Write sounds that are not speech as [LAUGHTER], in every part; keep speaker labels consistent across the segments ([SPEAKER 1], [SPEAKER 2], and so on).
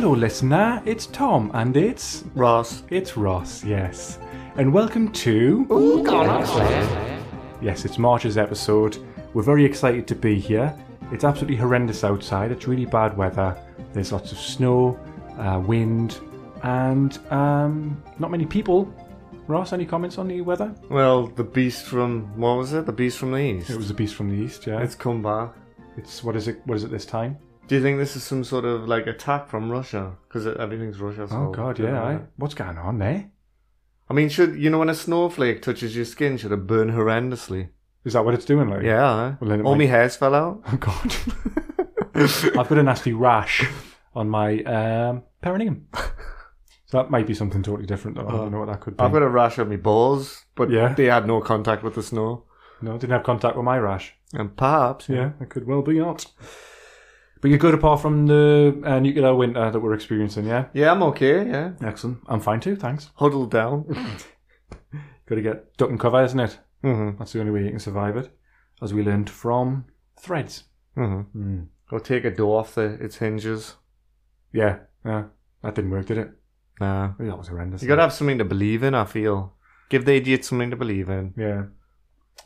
[SPEAKER 1] listener. It's Tom and it's
[SPEAKER 2] Ross.
[SPEAKER 1] it's Ross, yes. And welcome to Yes, it's March's episode. We're very excited to be here. It's absolutely horrendous outside. It's really bad weather. There's lots of snow, uh, wind, and um, not many people. Ross, any comments on the weather?
[SPEAKER 2] Well, the beast from what was it? The beast from the east.
[SPEAKER 1] It was a beast from the east. Yeah,
[SPEAKER 2] It's
[SPEAKER 1] it's,
[SPEAKER 2] come back.
[SPEAKER 1] what is it? What is it this time?
[SPEAKER 2] Do you think this is some sort of like attack from Russia? Because everything's Russia. So
[SPEAKER 1] Oh God, yeah. aye. What's going on there?
[SPEAKER 2] I mean, should you know when a snowflake touches your skin, should it burn horrendously?
[SPEAKER 1] Is that what it's doing? Like,
[SPEAKER 2] Yeah.
[SPEAKER 1] Well, then it
[SPEAKER 2] All
[SPEAKER 1] might-
[SPEAKER 2] my hairs fell out.
[SPEAKER 1] [LAUGHS] Oh God, [LAUGHS] I've got a nasty rash on my um, perineum. So that might be something totally different, though. I don't know what that could be.
[SPEAKER 2] I've got a rash on my balls, but
[SPEAKER 1] Yeah.
[SPEAKER 2] they had no contact with the snow.
[SPEAKER 1] No, didn't have contact with my rash.
[SPEAKER 2] And perhaps
[SPEAKER 1] Yeah, it could well be not. But you're good apart from the uh, nuclear winter that we're experiencing, yeah?
[SPEAKER 2] Yeah, I'm okay. Yeah,
[SPEAKER 1] Excellent. I'm fine too, thanks.
[SPEAKER 2] huddled
[SPEAKER 1] [LAUGHS]
[SPEAKER 2] down.
[SPEAKER 1] Got to get duck and cover, isn't it?
[SPEAKER 2] hmm
[SPEAKER 1] That's the only way you can survive it, as we learned from Threads.
[SPEAKER 2] hmm
[SPEAKER 1] Mm.
[SPEAKER 2] Or take a door off the, its hinges.
[SPEAKER 1] Yeah, yeah. That didn't work, did it?
[SPEAKER 2] Nah.
[SPEAKER 1] That was horrendous.
[SPEAKER 2] You gotta have something to believe in, I feel. Give the idiots something to believe in.
[SPEAKER 1] Yeah.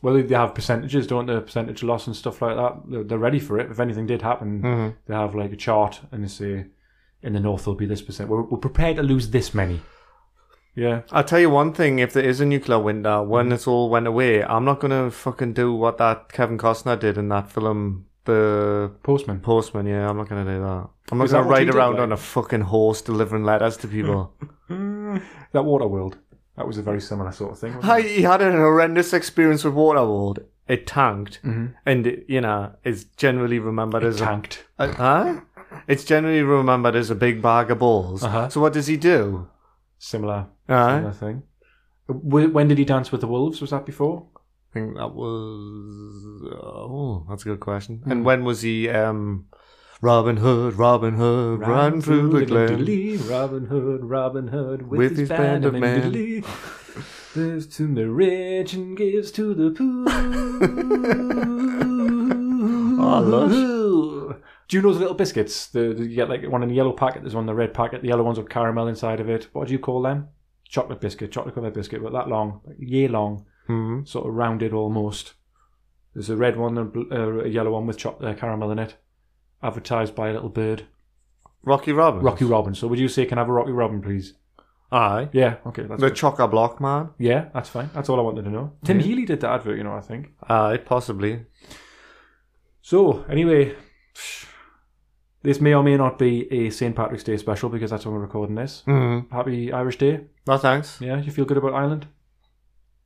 [SPEAKER 1] Well, they have percentages, don't they? Percentage loss and stuff like that. They're- They're ready for it. If anything did happen,
[SPEAKER 2] Mm-hmm.
[SPEAKER 1] they have like a chart and they say, in the north there'll be this percent. We're, we're prepared to lose this many. Yeah.
[SPEAKER 2] I'll tell you one thing if there is a nuclear winter, when
[SPEAKER 1] Mm-hmm.
[SPEAKER 2] it's all went away, I'm not gonna fucking do what that Kevin Costner did in that film, The
[SPEAKER 1] Postman.
[SPEAKER 2] Postman. Yeah, I'm not gonna do that. I'm not
[SPEAKER 1] Is
[SPEAKER 2] gonna
[SPEAKER 1] that what he
[SPEAKER 2] ride
[SPEAKER 1] did,
[SPEAKER 2] around
[SPEAKER 1] like?
[SPEAKER 2] on a fucking horse delivering letters
[SPEAKER 1] [LAUGHS]
[SPEAKER 2] to people.
[SPEAKER 1] that Waterworld. That was a very similar sort of thing.
[SPEAKER 2] I, he had a horrendous experience with Waterworld. It tanked,
[SPEAKER 1] hmm
[SPEAKER 2] and you know, it's generally remembered as a
[SPEAKER 1] Tanked.
[SPEAKER 2] Uh, huh? It's generally remembered as a big bag of balls.
[SPEAKER 1] Uh-huh.
[SPEAKER 2] So what does he do?
[SPEAKER 1] Similar,
[SPEAKER 2] Uh,
[SPEAKER 1] similar thing. Wh- When did he dance with the wolves? Was that before?
[SPEAKER 2] I think that was. Oh, that's a good question.
[SPEAKER 1] Hmm.
[SPEAKER 2] And when was he? Um, Robin Hood, Robin Hood, ran through the glen.
[SPEAKER 1] diddly-diddly, Robin Hood, Robin Hood, with,
[SPEAKER 2] With
[SPEAKER 1] his,
[SPEAKER 2] his
[SPEAKER 1] band,
[SPEAKER 2] band
[SPEAKER 1] of
[SPEAKER 2] of
[SPEAKER 1] men.
[SPEAKER 2] men.
[SPEAKER 1] diddly. Lives to the rich and gives to the
[SPEAKER 2] [LAUGHS]
[SPEAKER 1] poor.
[SPEAKER 2] Oh,
[SPEAKER 1] Do you know those little biscuits? The, the- you get like one in the yellow packet, there's one in the red packet. The yellow one's with caramel inside of it. What do you call them? Chocolate biscuit, chocolate covered biscuit, but that long, like year long.
[SPEAKER 2] Hmm.
[SPEAKER 1] sort of rounded almost. There's a red one and a bl- uh, a yellow one with choc uh, caramel in it, advertised by a little bird.
[SPEAKER 2] Rocky Robin.
[SPEAKER 1] Rocky Robin. So would you say, can I have a Rocky Robin, please?
[SPEAKER 2] Aye.
[SPEAKER 1] Yeah, okay. That's
[SPEAKER 2] The
[SPEAKER 1] good.
[SPEAKER 2] Chocker Block Man.
[SPEAKER 1] yeah, that's fine. That's all I wanted to know. Tim Healy did the advert, you know, I think.
[SPEAKER 2] Aye, possibly.
[SPEAKER 1] So, anyway, this may or may not be a St. Patrick's Day special because that's when we're recording this.
[SPEAKER 2] Hmm.
[SPEAKER 1] Happy Irish Day.
[SPEAKER 2] No thanks.
[SPEAKER 1] Yeah, you feel good about Ireland?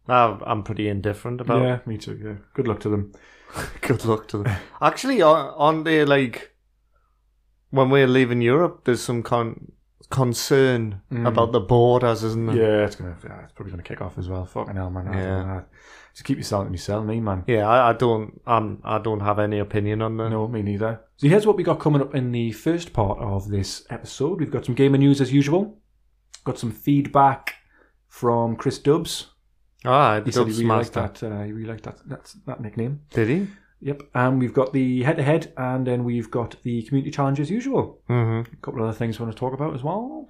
[SPEAKER 2] Uh, I'm pretty indifferent about.
[SPEAKER 1] yeah, me too, yeah. Good luck to them.
[SPEAKER 2] [LAUGHS] Good luck to them. Actually, on on the like, when we're leaving Europe, there's some con- concern
[SPEAKER 1] Mm.
[SPEAKER 2] about the borders, isn't there?
[SPEAKER 1] Yeah, it's gonna. Yeah, it's probably gonna kick off as well. Fucking hell, man. I don't
[SPEAKER 2] Yeah.
[SPEAKER 1] know. Just keep yourself in your cell, me, man.
[SPEAKER 2] Yeah, I, I don't. Um, I don't have any opinion on that.
[SPEAKER 1] No, me neither. So here's what we got coming up in the first part of this episode. We've got some gamer news as usual. Got some feedback from Chris Dubbs.
[SPEAKER 2] Ah,
[SPEAKER 1] He
[SPEAKER 2] the
[SPEAKER 1] said he
[SPEAKER 2] Dubs
[SPEAKER 1] really liked
[SPEAKER 2] Master.
[SPEAKER 1] that. Uh, he really liked that. That's that nickname.
[SPEAKER 2] Did he?
[SPEAKER 1] Yep. And we've got the head-to-head, and then we've got the community challenge as usual
[SPEAKER 2] Mm-hmm.
[SPEAKER 1] a couple of other things we want to talk about as well.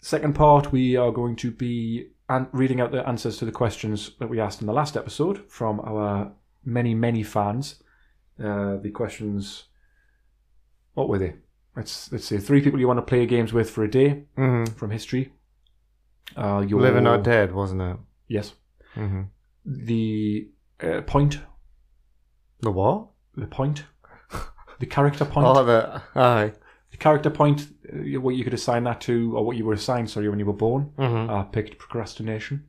[SPEAKER 1] Second part, we are going to be an- reading out the answers to the questions that we asked in the last episode from our many, many fans. Uh, the questions, what were they? Let's let's see. Three people you want to play games with for a day
[SPEAKER 2] Mm-hmm.
[SPEAKER 1] from history. Uh, your
[SPEAKER 2] Living or dead, wasn't it?
[SPEAKER 1] Yes.
[SPEAKER 2] Mm-hmm.
[SPEAKER 1] The uh, point.
[SPEAKER 2] The what?
[SPEAKER 1] The point. The character point.
[SPEAKER 2] [LAUGHS] Oh, the aye.
[SPEAKER 1] the character point. Uh, what you could assign that to, or what you were assigned. Sorry, when you were born.
[SPEAKER 2] Mm-hmm.
[SPEAKER 1] I picked procrastination.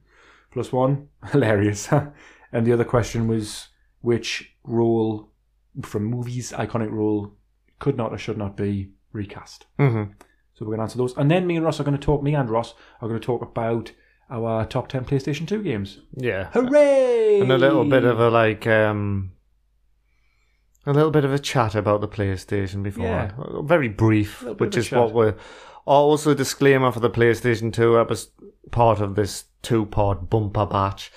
[SPEAKER 1] Plus one, [LAUGHS] hilarious. and the other question was which role from movies, iconic role, could not or should not be recast.
[SPEAKER 2] Mm-hmm.
[SPEAKER 1] So we're going to answer those. And then me and Ross are going to talk, me and Ross are going to talk about our top 10 PlayStation 2 games.
[SPEAKER 2] Yeah.
[SPEAKER 1] Hooray!
[SPEAKER 2] And a little bit of a like um. A little bit of a chat about the PlayStation before,
[SPEAKER 1] Yeah.
[SPEAKER 2] very brief,
[SPEAKER 1] Little bit
[SPEAKER 2] which
[SPEAKER 1] of a
[SPEAKER 2] is
[SPEAKER 1] chat.
[SPEAKER 2] what we're. Also, disclaimer for the PlayStation Two episode, part of this two-part
[SPEAKER 1] [LAUGHS]
[SPEAKER 2] bumper batch.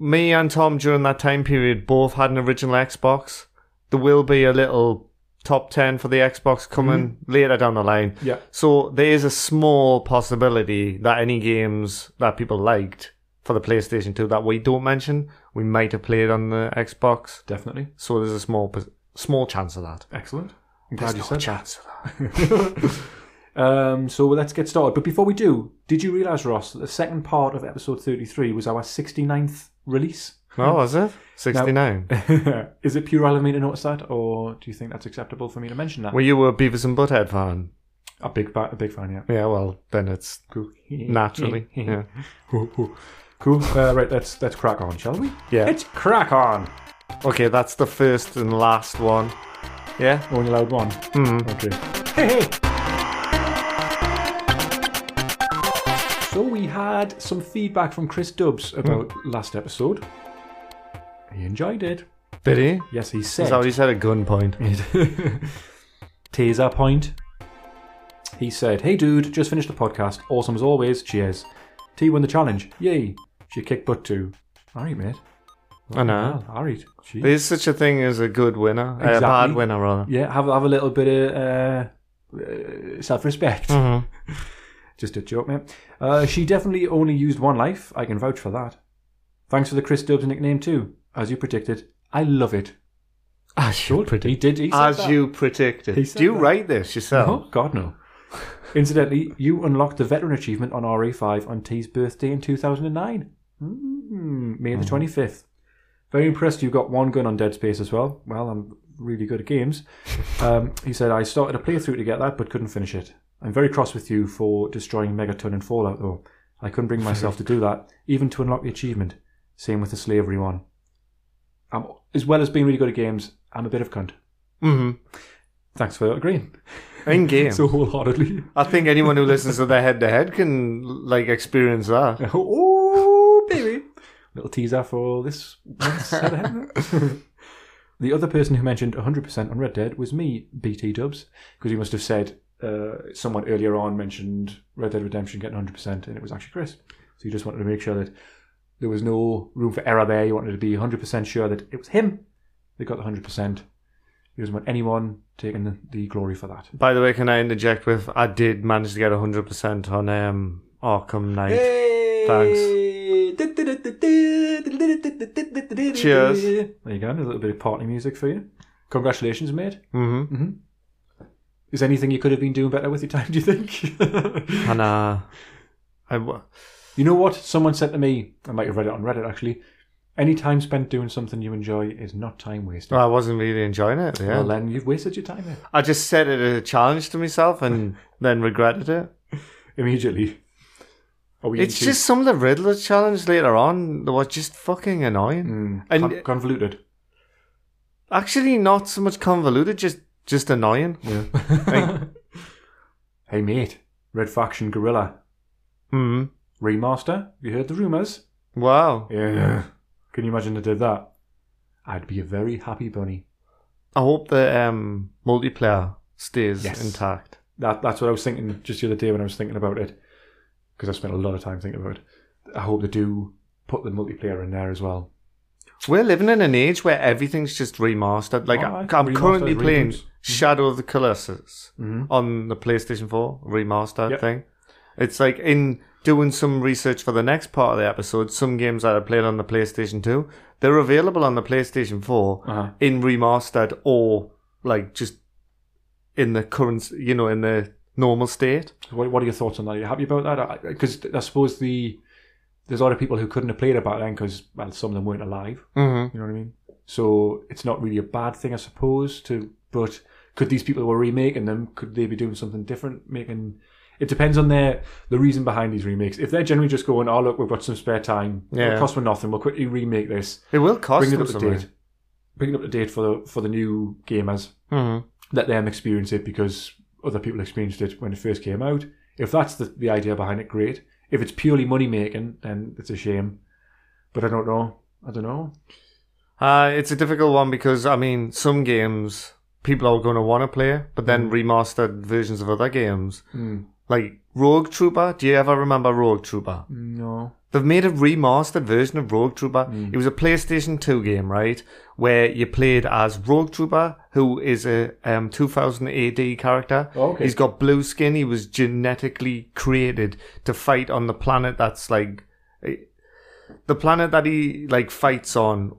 [SPEAKER 2] Me and Tom during that time period both had an original Xbox. There will be a little top 10 for the Xbox coming later down the line.
[SPEAKER 1] Mm-hmm. Yeah.
[SPEAKER 2] So there is a small possibility that any games that people liked for the PlayStation 2 that we don't mention, we might have played on the Xbox.
[SPEAKER 1] Definitely.
[SPEAKER 2] So there's a small pos- small chance of that.
[SPEAKER 1] Excellent. I'm glad
[SPEAKER 2] There's
[SPEAKER 1] you said
[SPEAKER 2] no
[SPEAKER 1] that.
[SPEAKER 2] chance of that.
[SPEAKER 1] [LAUGHS] Um, so let's get started. But before we do, did you realise, Ross, that the second part of episode 33 was our 69th
[SPEAKER 2] [LAUGHS]
[SPEAKER 1] release?
[SPEAKER 2] Oh, is it? 69.
[SPEAKER 1] Is it puerile of me to notice that, or do you think that's acceptable for me to mention that?
[SPEAKER 2] Were you a Beavis and Butthead fan?
[SPEAKER 1] a big, fa- a big fan, yeah.
[SPEAKER 2] Yeah, well, then it's
[SPEAKER 1] Cool.
[SPEAKER 2] [LAUGHS]
[SPEAKER 1] [LAUGHS]
[SPEAKER 2] naturally. yeah.
[SPEAKER 1] Cool. Uh, right, let's let's crack on, shall we?
[SPEAKER 2] Yeah.
[SPEAKER 1] Let's crack on.
[SPEAKER 2] [LAUGHS] Okay, that's the first and last one. Yeah?
[SPEAKER 1] Only loud one.
[SPEAKER 2] Hmm.
[SPEAKER 1] Okay. Hey, hey. So we had some feedback from Chris Dubbs
[SPEAKER 2] Hmm.
[SPEAKER 1] about last episode. He enjoyed it.
[SPEAKER 2] Did he?
[SPEAKER 1] Yes, he said.
[SPEAKER 2] Is that what he said at gunpoint?
[SPEAKER 1] [LAUGHS] Taser point. He said, Hey dude, just finished the podcast. Awesome as always. Cheers. T won the challenge. Yay. She kicked butt too. Alright, mate.
[SPEAKER 2] I know.
[SPEAKER 1] Well, Alright. Jeez.
[SPEAKER 2] There's such a thing as a good winner, a
[SPEAKER 1] Exactly.
[SPEAKER 2] bad winner, rather.
[SPEAKER 1] Yeah, have have a little bit of uh, uh, self respect.
[SPEAKER 2] Mhm.
[SPEAKER 1] Just a joke, mate. Uh, she definitely only used one life. I can vouch for that. Thanks for the Chris Dubbs nickname too. As you predicted, I love it.
[SPEAKER 2] As you,
[SPEAKER 1] Good. He did. He said
[SPEAKER 2] as
[SPEAKER 1] that.
[SPEAKER 2] you
[SPEAKER 1] He
[SPEAKER 2] predicted.
[SPEAKER 1] said
[SPEAKER 2] Do you
[SPEAKER 1] that.
[SPEAKER 2] write this yourself?
[SPEAKER 1] Oh God, no. Incidentally, you unlocked the veteran achievement on RE5 on T's birthday in 2009, mm, May the 25th. Very impressed you got one gun on Dead Space as well. Well, I'm really good at [LAUGHS] games. Um, he said, I started a playthrough to get that, but couldn't finish it. I'm very cross with you for destroying Megaton and Fallout, though. I couldn't bring myself to do that, even to unlock the achievement. Same with the slavery one. Um, as well as being really good at games, I'm a bit of a cunt.
[SPEAKER 2] Mm-hmm.
[SPEAKER 1] Thanks for agreeing
[SPEAKER 2] In game.
[SPEAKER 1] so wholeheartedly.
[SPEAKER 2] I think anyone who listens to the head to head can like experience that.
[SPEAKER 1] [LAUGHS] oh, baby. Little teaser for this. month's head of heaven. [LAUGHS] the other person who mentioned 100% on Red Dead was me, BT Dubs, because he must have said uh, someone earlier on mentioned Red Dead Redemption getting 100%, and it was actually Chris. So he just wanted to make sure that there was no room for error there. He wanted to be 100% sure that it was him that got the 100%. He doesn't want anyone taking the, the glory for that.
[SPEAKER 2] By the way, can I interject with I did manage to get 100% on um, Arkham Knight.
[SPEAKER 1] Thanks.
[SPEAKER 2] Cheers.
[SPEAKER 1] There you go. A little bit of party music for you. Congratulations, mate.
[SPEAKER 2] Mm-hmm.
[SPEAKER 1] Is there anything you could have been doing better with your time, do you think? [LAUGHS]
[SPEAKER 2] And uh, I, w-
[SPEAKER 1] you know what? Someone said to me, I might have read it on Reddit actually, any time spent doing something you enjoy is not time wasted.
[SPEAKER 2] well, I wasn't really enjoying it. Yeah.
[SPEAKER 1] Well, then you've wasted your time eh? mate.
[SPEAKER 2] I just set it as a challenge to myself and then regretted it.
[SPEAKER 1] immediately. Are we
[SPEAKER 2] It's
[SPEAKER 1] into-
[SPEAKER 2] just some of the Riddler challenge later on that was just fucking annoying.
[SPEAKER 1] Mm,
[SPEAKER 2] and-
[SPEAKER 1] con- convoluted.
[SPEAKER 2] Actually, not so much convoluted, just just annoying. [LAUGHS]
[SPEAKER 1] Yeah. [LAUGHS] hey, mate. Red Faction Gorilla
[SPEAKER 2] Hmm.
[SPEAKER 1] remaster. Have you heard the rumours?
[SPEAKER 2] Wow.
[SPEAKER 1] Yeah. Can you imagine they did that? I'd be a very happy bunny.
[SPEAKER 2] I hope the um, multiplayer stays
[SPEAKER 1] Yes.
[SPEAKER 2] intact.
[SPEAKER 1] That that's what I was thinking just the other day when I was thinking about it, because I spent a lot of time thinking about it. I hope they do put the multiplayer in there as well.
[SPEAKER 2] We're living in an age where everything's just remastered. Like
[SPEAKER 1] Oh,
[SPEAKER 2] I,
[SPEAKER 1] aye.
[SPEAKER 2] I'm currently
[SPEAKER 1] Remastered,
[SPEAKER 2] playing
[SPEAKER 1] reboots.
[SPEAKER 2] Shadow of the Colossus
[SPEAKER 1] Mhm.
[SPEAKER 2] on the PlayStation 4 remastered
[SPEAKER 1] Yep.
[SPEAKER 2] thing. It's like in doing some research for the next part of the episode. Some games that I played on the PlayStation 2, they're available on the PlayStation 4
[SPEAKER 1] Uh-huh.
[SPEAKER 2] in remastered or like just in the current, you know, in the normal state.
[SPEAKER 1] So what, what are your thoughts on that? Are you happy about that? Because I, suppose the there's a lot of people who couldn't have played it back then because well, some of them weren't alive.
[SPEAKER 2] Mm-hmm.
[SPEAKER 1] You know what I mean? So it's not really a bad thing, I suppose. To but could these people who are remaking them? Could they be doing something different? Making it depends on their the reason behind these remakes. If they're generally just going, oh look, we've got some spare time,
[SPEAKER 2] Yeah.
[SPEAKER 1] it costs me nothing, we'll quickly remake this,
[SPEAKER 2] It will cost
[SPEAKER 1] bring it
[SPEAKER 2] them
[SPEAKER 1] up to
[SPEAKER 2] something.
[SPEAKER 1] date, bring it up to date for the for the new gamers.
[SPEAKER 2] Mm-hmm.
[SPEAKER 1] Let them experience it because other people experienced it when it first came out. If that's the, the idea behind it, great. If it's purely money making, then it's a shame. But I don't know. I don't know.
[SPEAKER 2] Uh, it's a difficult one because I mean, some games people are going to want to play, but then remastered versions of other games. Like Rogue Trooper, do you ever remember Rogue Trooper?
[SPEAKER 1] No.
[SPEAKER 2] They've made a remastered version of Rogue Trooper.
[SPEAKER 1] Hmm.
[SPEAKER 2] It was a PlayStation 2 game, right? Where you played as Rogue Trooper, who is a um, 2000 AD character.
[SPEAKER 1] Oh, okay.
[SPEAKER 2] He's got blue skin. He was genetically created to fight on the planet that's like. eh, The planet that he like fights on,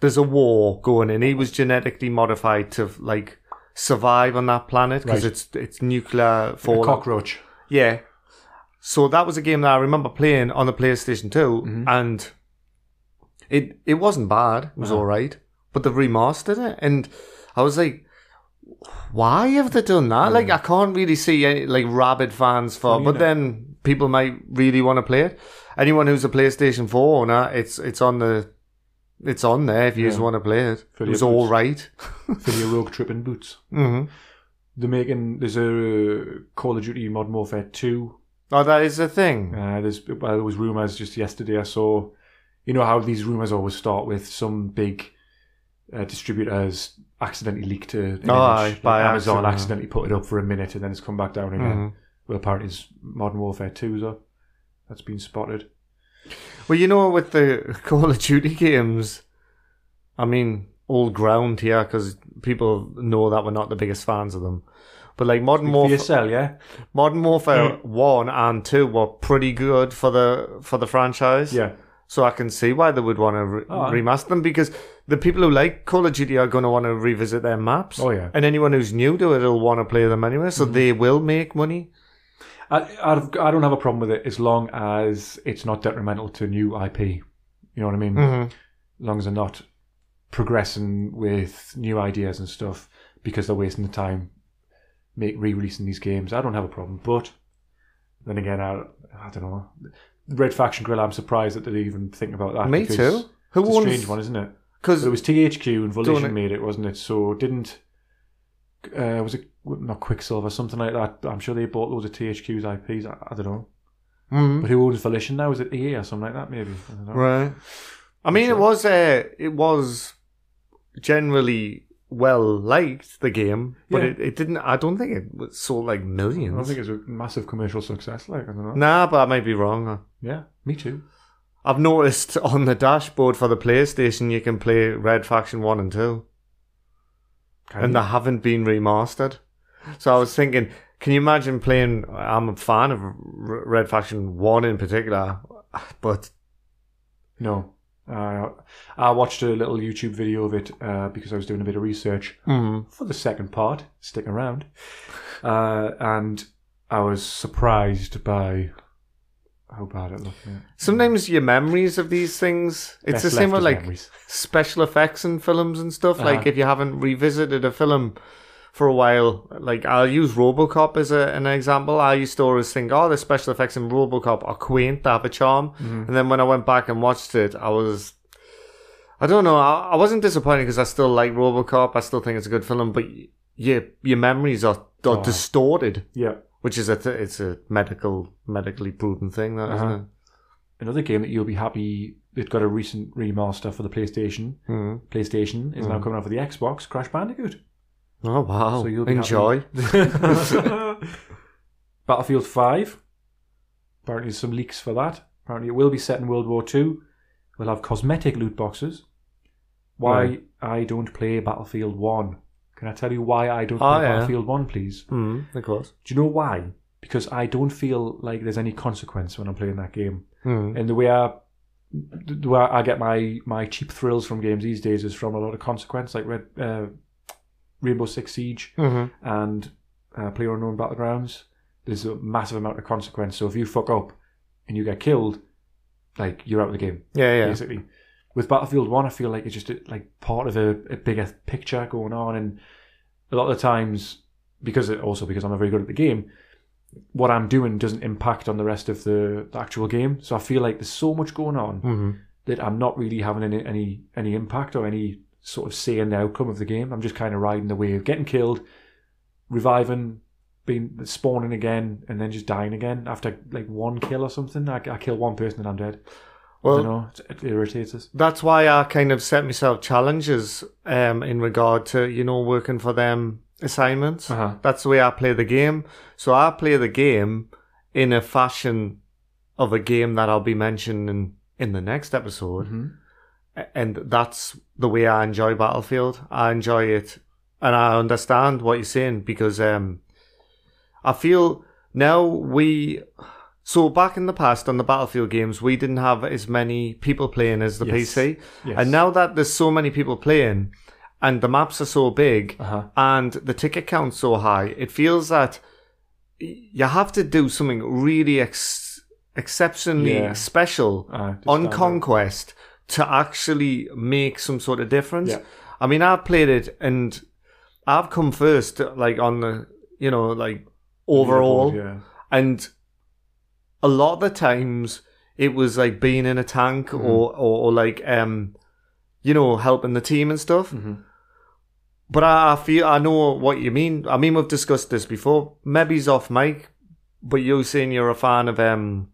[SPEAKER 2] there's a war going, and he was genetically modified to like survive on that planet because
[SPEAKER 1] Right.
[SPEAKER 2] it's it's nuclear
[SPEAKER 1] A
[SPEAKER 2] fallout.
[SPEAKER 1] cockroach.
[SPEAKER 2] Yeah. So that was a game that I remember playing on the PlayStation 2 and it it wasn't bad. It was all right, but they remastered it and I was like why have they done that? Like I can't really see any, like rabid fans for, but then people might really want to play it. Anyone who's a PlayStation 4 owner, it's it's on the it's on there if you just want to play it.
[SPEAKER 1] For
[SPEAKER 2] it was
[SPEAKER 1] your
[SPEAKER 2] all
[SPEAKER 1] boots.
[SPEAKER 2] right.
[SPEAKER 1] For your rogue trip in boots.
[SPEAKER 2] Mhm.
[SPEAKER 1] They're making there's a uh, Call of Duty Modern Warfare two.
[SPEAKER 2] Oh, that is the thing.
[SPEAKER 1] Uh, there's well, there was rumors just yesterday. I saw, you know how these rumors always start with some big uh, distributors accidentally leaked a an
[SPEAKER 2] Oh,
[SPEAKER 1] image.
[SPEAKER 2] aye, by
[SPEAKER 1] Amazon
[SPEAKER 2] accident, yeah.
[SPEAKER 1] accidentally put it up for a minute and then it's come back down again.
[SPEAKER 2] Mhm.
[SPEAKER 1] Well, apparently it's Modern Warfare two's up. That's been spotted.
[SPEAKER 2] Well, you know, with the [LAUGHS] Call of Duty games, I mean, old ground here because people know that we're not the biggest fans of them. But like Modern
[SPEAKER 1] For
[SPEAKER 2] Warfare,
[SPEAKER 1] yourself, yeah.
[SPEAKER 2] Modern Warfare One and Two were pretty good for the for the franchise.
[SPEAKER 1] Yeah.
[SPEAKER 2] So I can see why they would want to re-
[SPEAKER 1] Oh, I-
[SPEAKER 2] remaster them because the people who like Call of Duty are going to want to revisit their maps.
[SPEAKER 1] Oh, yeah. Mm-hmm.
[SPEAKER 2] And anyone who's new to it will want to play them anyway, so they will make money.
[SPEAKER 1] I, I've, I don't have a problem with it as long as it's not detrimental to new IP. You know what I mean?
[SPEAKER 2] Mhm.
[SPEAKER 1] As long as they're not progressing with new ideas and stuff because they're wasting the time make re-releasing these games. I don't have a problem, but then again, I, I don't know. Red Faction Grill, I'm surprised that they even think about that.
[SPEAKER 2] Me
[SPEAKER 1] because
[SPEAKER 2] too. Who
[SPEAKER 1] It's a strange
[SPEAKER 2] owns?
[SPEAKER 1] one, isn't it?
[SPEAKER 2] Because
[SPEAKER 1] It was THQ and Volition
[SPEAKER 2] Don't it-
[SPEAKER 1] made it, wasn't it? So didn't uh, was it not Quicksilver something like that? I'm sure they bought loads of THQ's IPs. I, I don't know.
[SPEAKER 2] Mm-hmm.
[SPEAKER 1] But who owns Volition now? Is it EA or something like that? Maybe. I don't know.
[SPEAKER 2] Right. I mean, it was uh, it was generally well liked the game, but
[SPEAKER 1] Yeah.
[SPEAKER 2] it, it didn't. I don't think it was sold like
[SPEAKER 1] I don't
[SPEAKER 2] millions.
[SPEAKER 1] think it's a massive commercial success. Like I don't know.
[SPEAKER 2] Nah, but I might be wrong.
[SPEAKER 1] Yeah, me too.
[SPEAKER 2] I've noticed [LAUGHS] on the dashboard for the PlayStation, you can play Red Faction One and Two,
[SPEAKER 1] Can
[SPEAKER 2] and
[SPEAKER 1] you?
[SPEAKER 2] they haven't been remastered. So I was thinking, can you imagine playing? I'm a fan of R- Red Faction One in particular, [SIGHS] but
[SPEAKER 1] no. Uh, I watched a little YouTube video of it uh, because I was doing a bit of research for the second part. Stick
[SPEAKER 2] [LAUGHS]
[SPEAKER 1] around. Uh, and I was surprised by how bad it looked. yeah.
[SPEAKER 2] sometimes your memories of these things, it's
[SPEAKER 1] Best
[SPEAKER 2] the same
[SPEAKER 1] left
[SPEAKER 2] with
[SPEAKER 1] as
[SPEAKER 2] like
[SPEAKER 1] memories.
[SPEAKER 2] special effects in films and stuff. Like
[SPEAKER 1] Uh-huh.
[SPEAKER 2] if you haven't revisited a film for a while, like I'll use RoboCop as a, an example. I used to always think, oh, the special effects in RoboCop are quaint, they have a charm.
[SPEAKER 1] Mm-hmm.
[SPEAKER 2] And then when I went back and watched it, I was, I don't know, I, I wasn't disappointed because I still like RoboCop. I still think it's a good film, but y- your your memories are, are
[SPEAKER 1] Oh.
[SPEAKER 2] distorted,
[SPEAKER 1] Yeah.
[SPEAKER 2] which is a th- it's a medical medically proven thing, that
[SPEAKER 1] Uh-huh.
[SPEAKER 2] not
[SPEAKER 1] Another game that you'll be happy it got a recent remaster for the PlayStation.
[SPEAKER 2] it? Mhm.
[SPEAKER 1] PlayStation is now coming out for the Xbox. Crash Bandicoot.
[SPEAKER 2] Oh wow!
[SPEAKER 1] So you'll be happy. [LAUGHS]
[SPEAKER 2] Enjoy.
[SPEAKER 1] Battlefield Five. Apparently, there's some leaks for that. Apparently, it will be set in World War Two. We'll have cosmetic loot boxes. Why
[SPEAKER 2] Right.
[SPEAKER 1] I don't play Battlefield One? Can I tell you why I don't
[SPEAKER 2] Oh,
[SPEAKER 1] play
[SPEAKER 2] yeah.
[SPEAKER 1] Battlefield One, please?
[SPEAKER 2] Mhm, of course.
[SPEAKER 1] Do you know why? Because I don't feel like there's any consequence when I'm playing that game.
[SPEAKER 2] Mhm.
[SPEAKER 1] And the way I the way I get my my cheap thrills from games these days is from a lot of consequence, like Red uh, Rainbow Six Siege
[SPEAKER 2] Mhm.
[SPEAKER 1] and uh, Player Unknown Battlegrounds. There's a massive amount of consequence. So if you fuck up and you get killed, like you're out of the game
[SPEAKER 2] Yeah, yeah.
[SPEAKER 1] basically. With Battlefield One, I feel like it's just like part of a, a bigger picture going on, and a lot of the times, because it, also because I'm not very good at the game, what I'm doing doesn't impact on the rest of the, the actual game. So I feel like there's so much going on
[SPEAKER 2] hmm
[SPEAKER 1] that I'm not really having any any, any impact or any sort of say in the outcome of the game. I'm just kind of riding the wave, getting killed, reviving, being spawning again, and then just dying again after like one kill or something. I, I kill one person and I'm dead. I
[SPEAKER 2] Well,
[SPEAKER 1] know it, it irritates us.
[SPEAKER 2] that's why I kind of set myself challenges um, in regard to you know working for them assignments.
[SPEAKER 1] Uh-huh.
[SPEAKER 2] That's the way I play the game. So I play the game in a fashion of a game that I'll be mentioning in the next episode,
[SPEAKER 1] Mm-hmm.
[SPEAKER 2] A- and that's the way I enjoy Battlefield. I enjoy it, and I understand what you're saying because um, I feel now we. So back in the past on the Battlefield games, we didn't have as many people playing as the
[SPEAKER 1] Yes.
[SPEAKER 2] PC.
[SPEAKER 1] Yes.
[SPEAKER 2] And now that there's so many people playing and the maps are so big
[SPEAKER 1] Uh-huh.
[SPEAKER 2] and the ticket count's so high, it feels that y- you have to do something really ex- exceptionally
[SPEAKER 1] Yeah.
[SPEAKER 2] special
[SPEAKER 1] Uh, to
[SPEAKER 2] on
[SPEAKER 1] stand out.
[SPEAKER 2] Conquest to actually make some sort of difference.
[SPEAKER 1] Yeah.
[SPEAKER 2] I mean, I've played it and I've come first, like on the, you know, like overall.
[SPEAKER 1] yeah.
[SPEAKER 2] And a lot of the times it was like being in a tank
[SPEAKER 1] Mm-hmm.
[SPEAKER 2] or, or, or like, um, you know, helping the team and stuff.
[SPEAKER 1] Mhm.
[SPEAKER 2] But I, I feel, I know what you mean. I mean, we've discussed this before. Maybe he's off mic, but you're saying you're a fan of, um,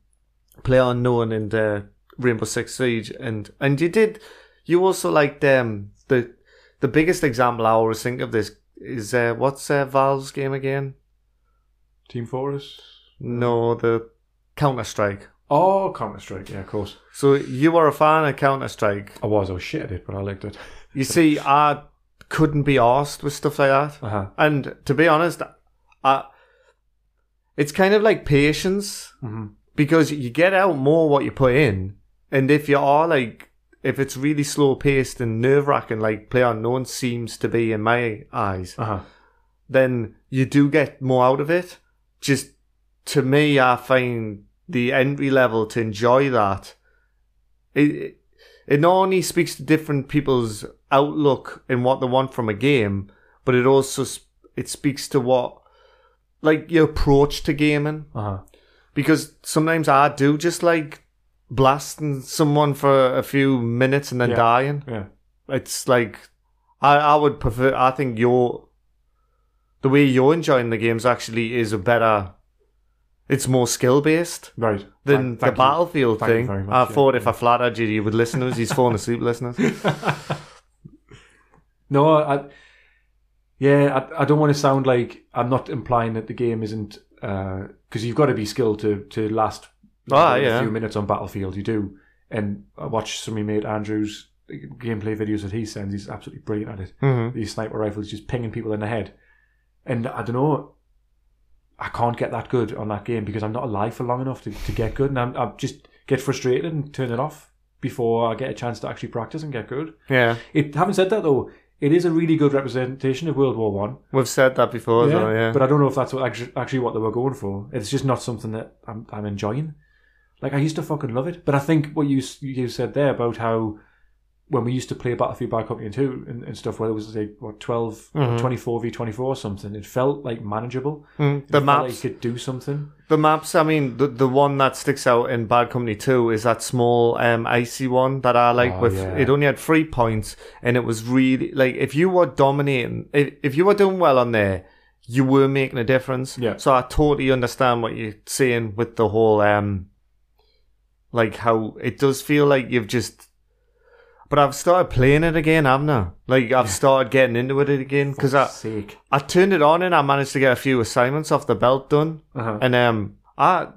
[SPEAKER 2] Play Unknown and, uh, Rainbow Six Siege. And, and you did, you also liked, um, the, the biggest example I always think of this is, uh, what's, uh, Valve's game again?
[SPEAKER 1] Team Fortress.
[SPEAKER 2] No, the Counter Strike.
[SPEAKER 1] Oh, Counter Strike. Yeah, of course.
[SPEAKER 2] So you were a fan of Counter Strike.
[SPEAKER 1] I was. I was shit at it, but I liked it.
[SPEAKER 2] You see, I couldn't be arsed with stuff like that.
[SPEAKER 1] Uh huh.
[SPEAKER 2] And to be honest, I, it's kind of like patience
[SPEAKER 1] hmm
[SPEAKER 2] because you get out more what you put in. And if you are like, if it's really slow paced and nerve wracking, like Play Unknown seems to be in my eyes,
[SPEAKER 1] Uh huh.
[SPEAKER 2] then you do get more out of it. Just to me, I find the entry level to enjoy that. It it not only speaks to different people's outlook and what they want from a game, but it also sp- it speaks to what like your approach to gaming.
[SPEAKER 1] Uh huh.
[SPEAKER 2] Because sometimes I do just like blasting someone for a few minutes and then
[SPEAKER 1] Yeah.
[SPEAKER 2] dying
[SPEAKER 1] Yeah.
[SPEAKER 2] it's like I, I would prefer I think your the way you're enjoying the games actually is a better it's more skill based
[SPEAKER 1] Right.
[SPEAKER 2] than
[SPEAKER 1] Thank-
[SPEAKER 2] the
[SPEAKER 1] thank you.
[SPEAKER 2] battlefield
[SPEAKER 1] Thank you
[SPEAKER 2] thing.
[SPEAKER 1] very much,
[SPEAKER 2] I
[SPEAKER 1] yeah.
[SPEAKER 2] thought if I flattered you you would listeners, he's falling
[SPEAKER 1] [LAUGHS]
[SPEAKER 2] asleep listeners.
[SPEAKER 1] No, I, yeah, I, I don't want to sound like I'm not implying that the game isn't because you've got to be skilled to to last
[SPEAKER 2] Ah,
[SPEAKER 1] a
[SPEAKER 2] yeah.
[SPEAKER 1] few minutes on Battlefield. You do, and I watch some of my mate Andrew's uh, gameplay videos that he sends. He's absolutely brilliant at it.
[SPEAKER 2] hmm
[SPEAKER 1] These sniper rifles just pinging people in the head, and I don't know. I can't get that good on that game because I'm not alive for long enough to, to get good, and I'm, I just get frustrated and turn it off before I get a chance to actually practice and get good.
[SPEAKER 2] Yeah.
[SPEAKER 1] It, having said that, though, it is a really good representation of World War One.
[SPEAKER 2] We've said that before though, yeah.
[SPEAKER 1] But I don't know if that's what actually, actually what they were going for. It's just not something that I'm, I'm enjoying. Like I used to fucking love it, but I think what you s- you said there about how when we used to play Battlefield Bad Company Two and, and stuff, where there was like what 12,
[SPEAKER 2] Mhm.
[SPEAKER 1] 24 v twenty four or something, it felt like manageable.
[SPEAKER 2] Mm,
[SPEAKER 1] It
[SPEAKER 2] the
[SPEAKER 1] felt
[SPEAKER 2] maps
[SPEAKER 1] like you could do something.
[SPEAKER 2] the maps, I mean the the one that sticks out in Bad Company two is that small um icy one that I like
[SPEAKER 1] Oh,
[SPEAKER 2] with
[SPEAKER 1] yeah.
[SPEAKER 2] it only had three points and it was really like if you were dominating if, if you were doing well on there, you were making a difference.
[SPEAKER 1] Yeah.
[SPEAKER 2] So I totally understand what you're saying with the whole um like how it does feel like you've just but I've started playing it again, haven't I? Like I've started getting into it again because I,
[SPEAKER 1] Sick.
[SPEAKER 2] I turned it on and I managed to get a few assignments off the belt done.
[SPEAKER 1] Uh-huh.
[SPEAKER 2] And um, I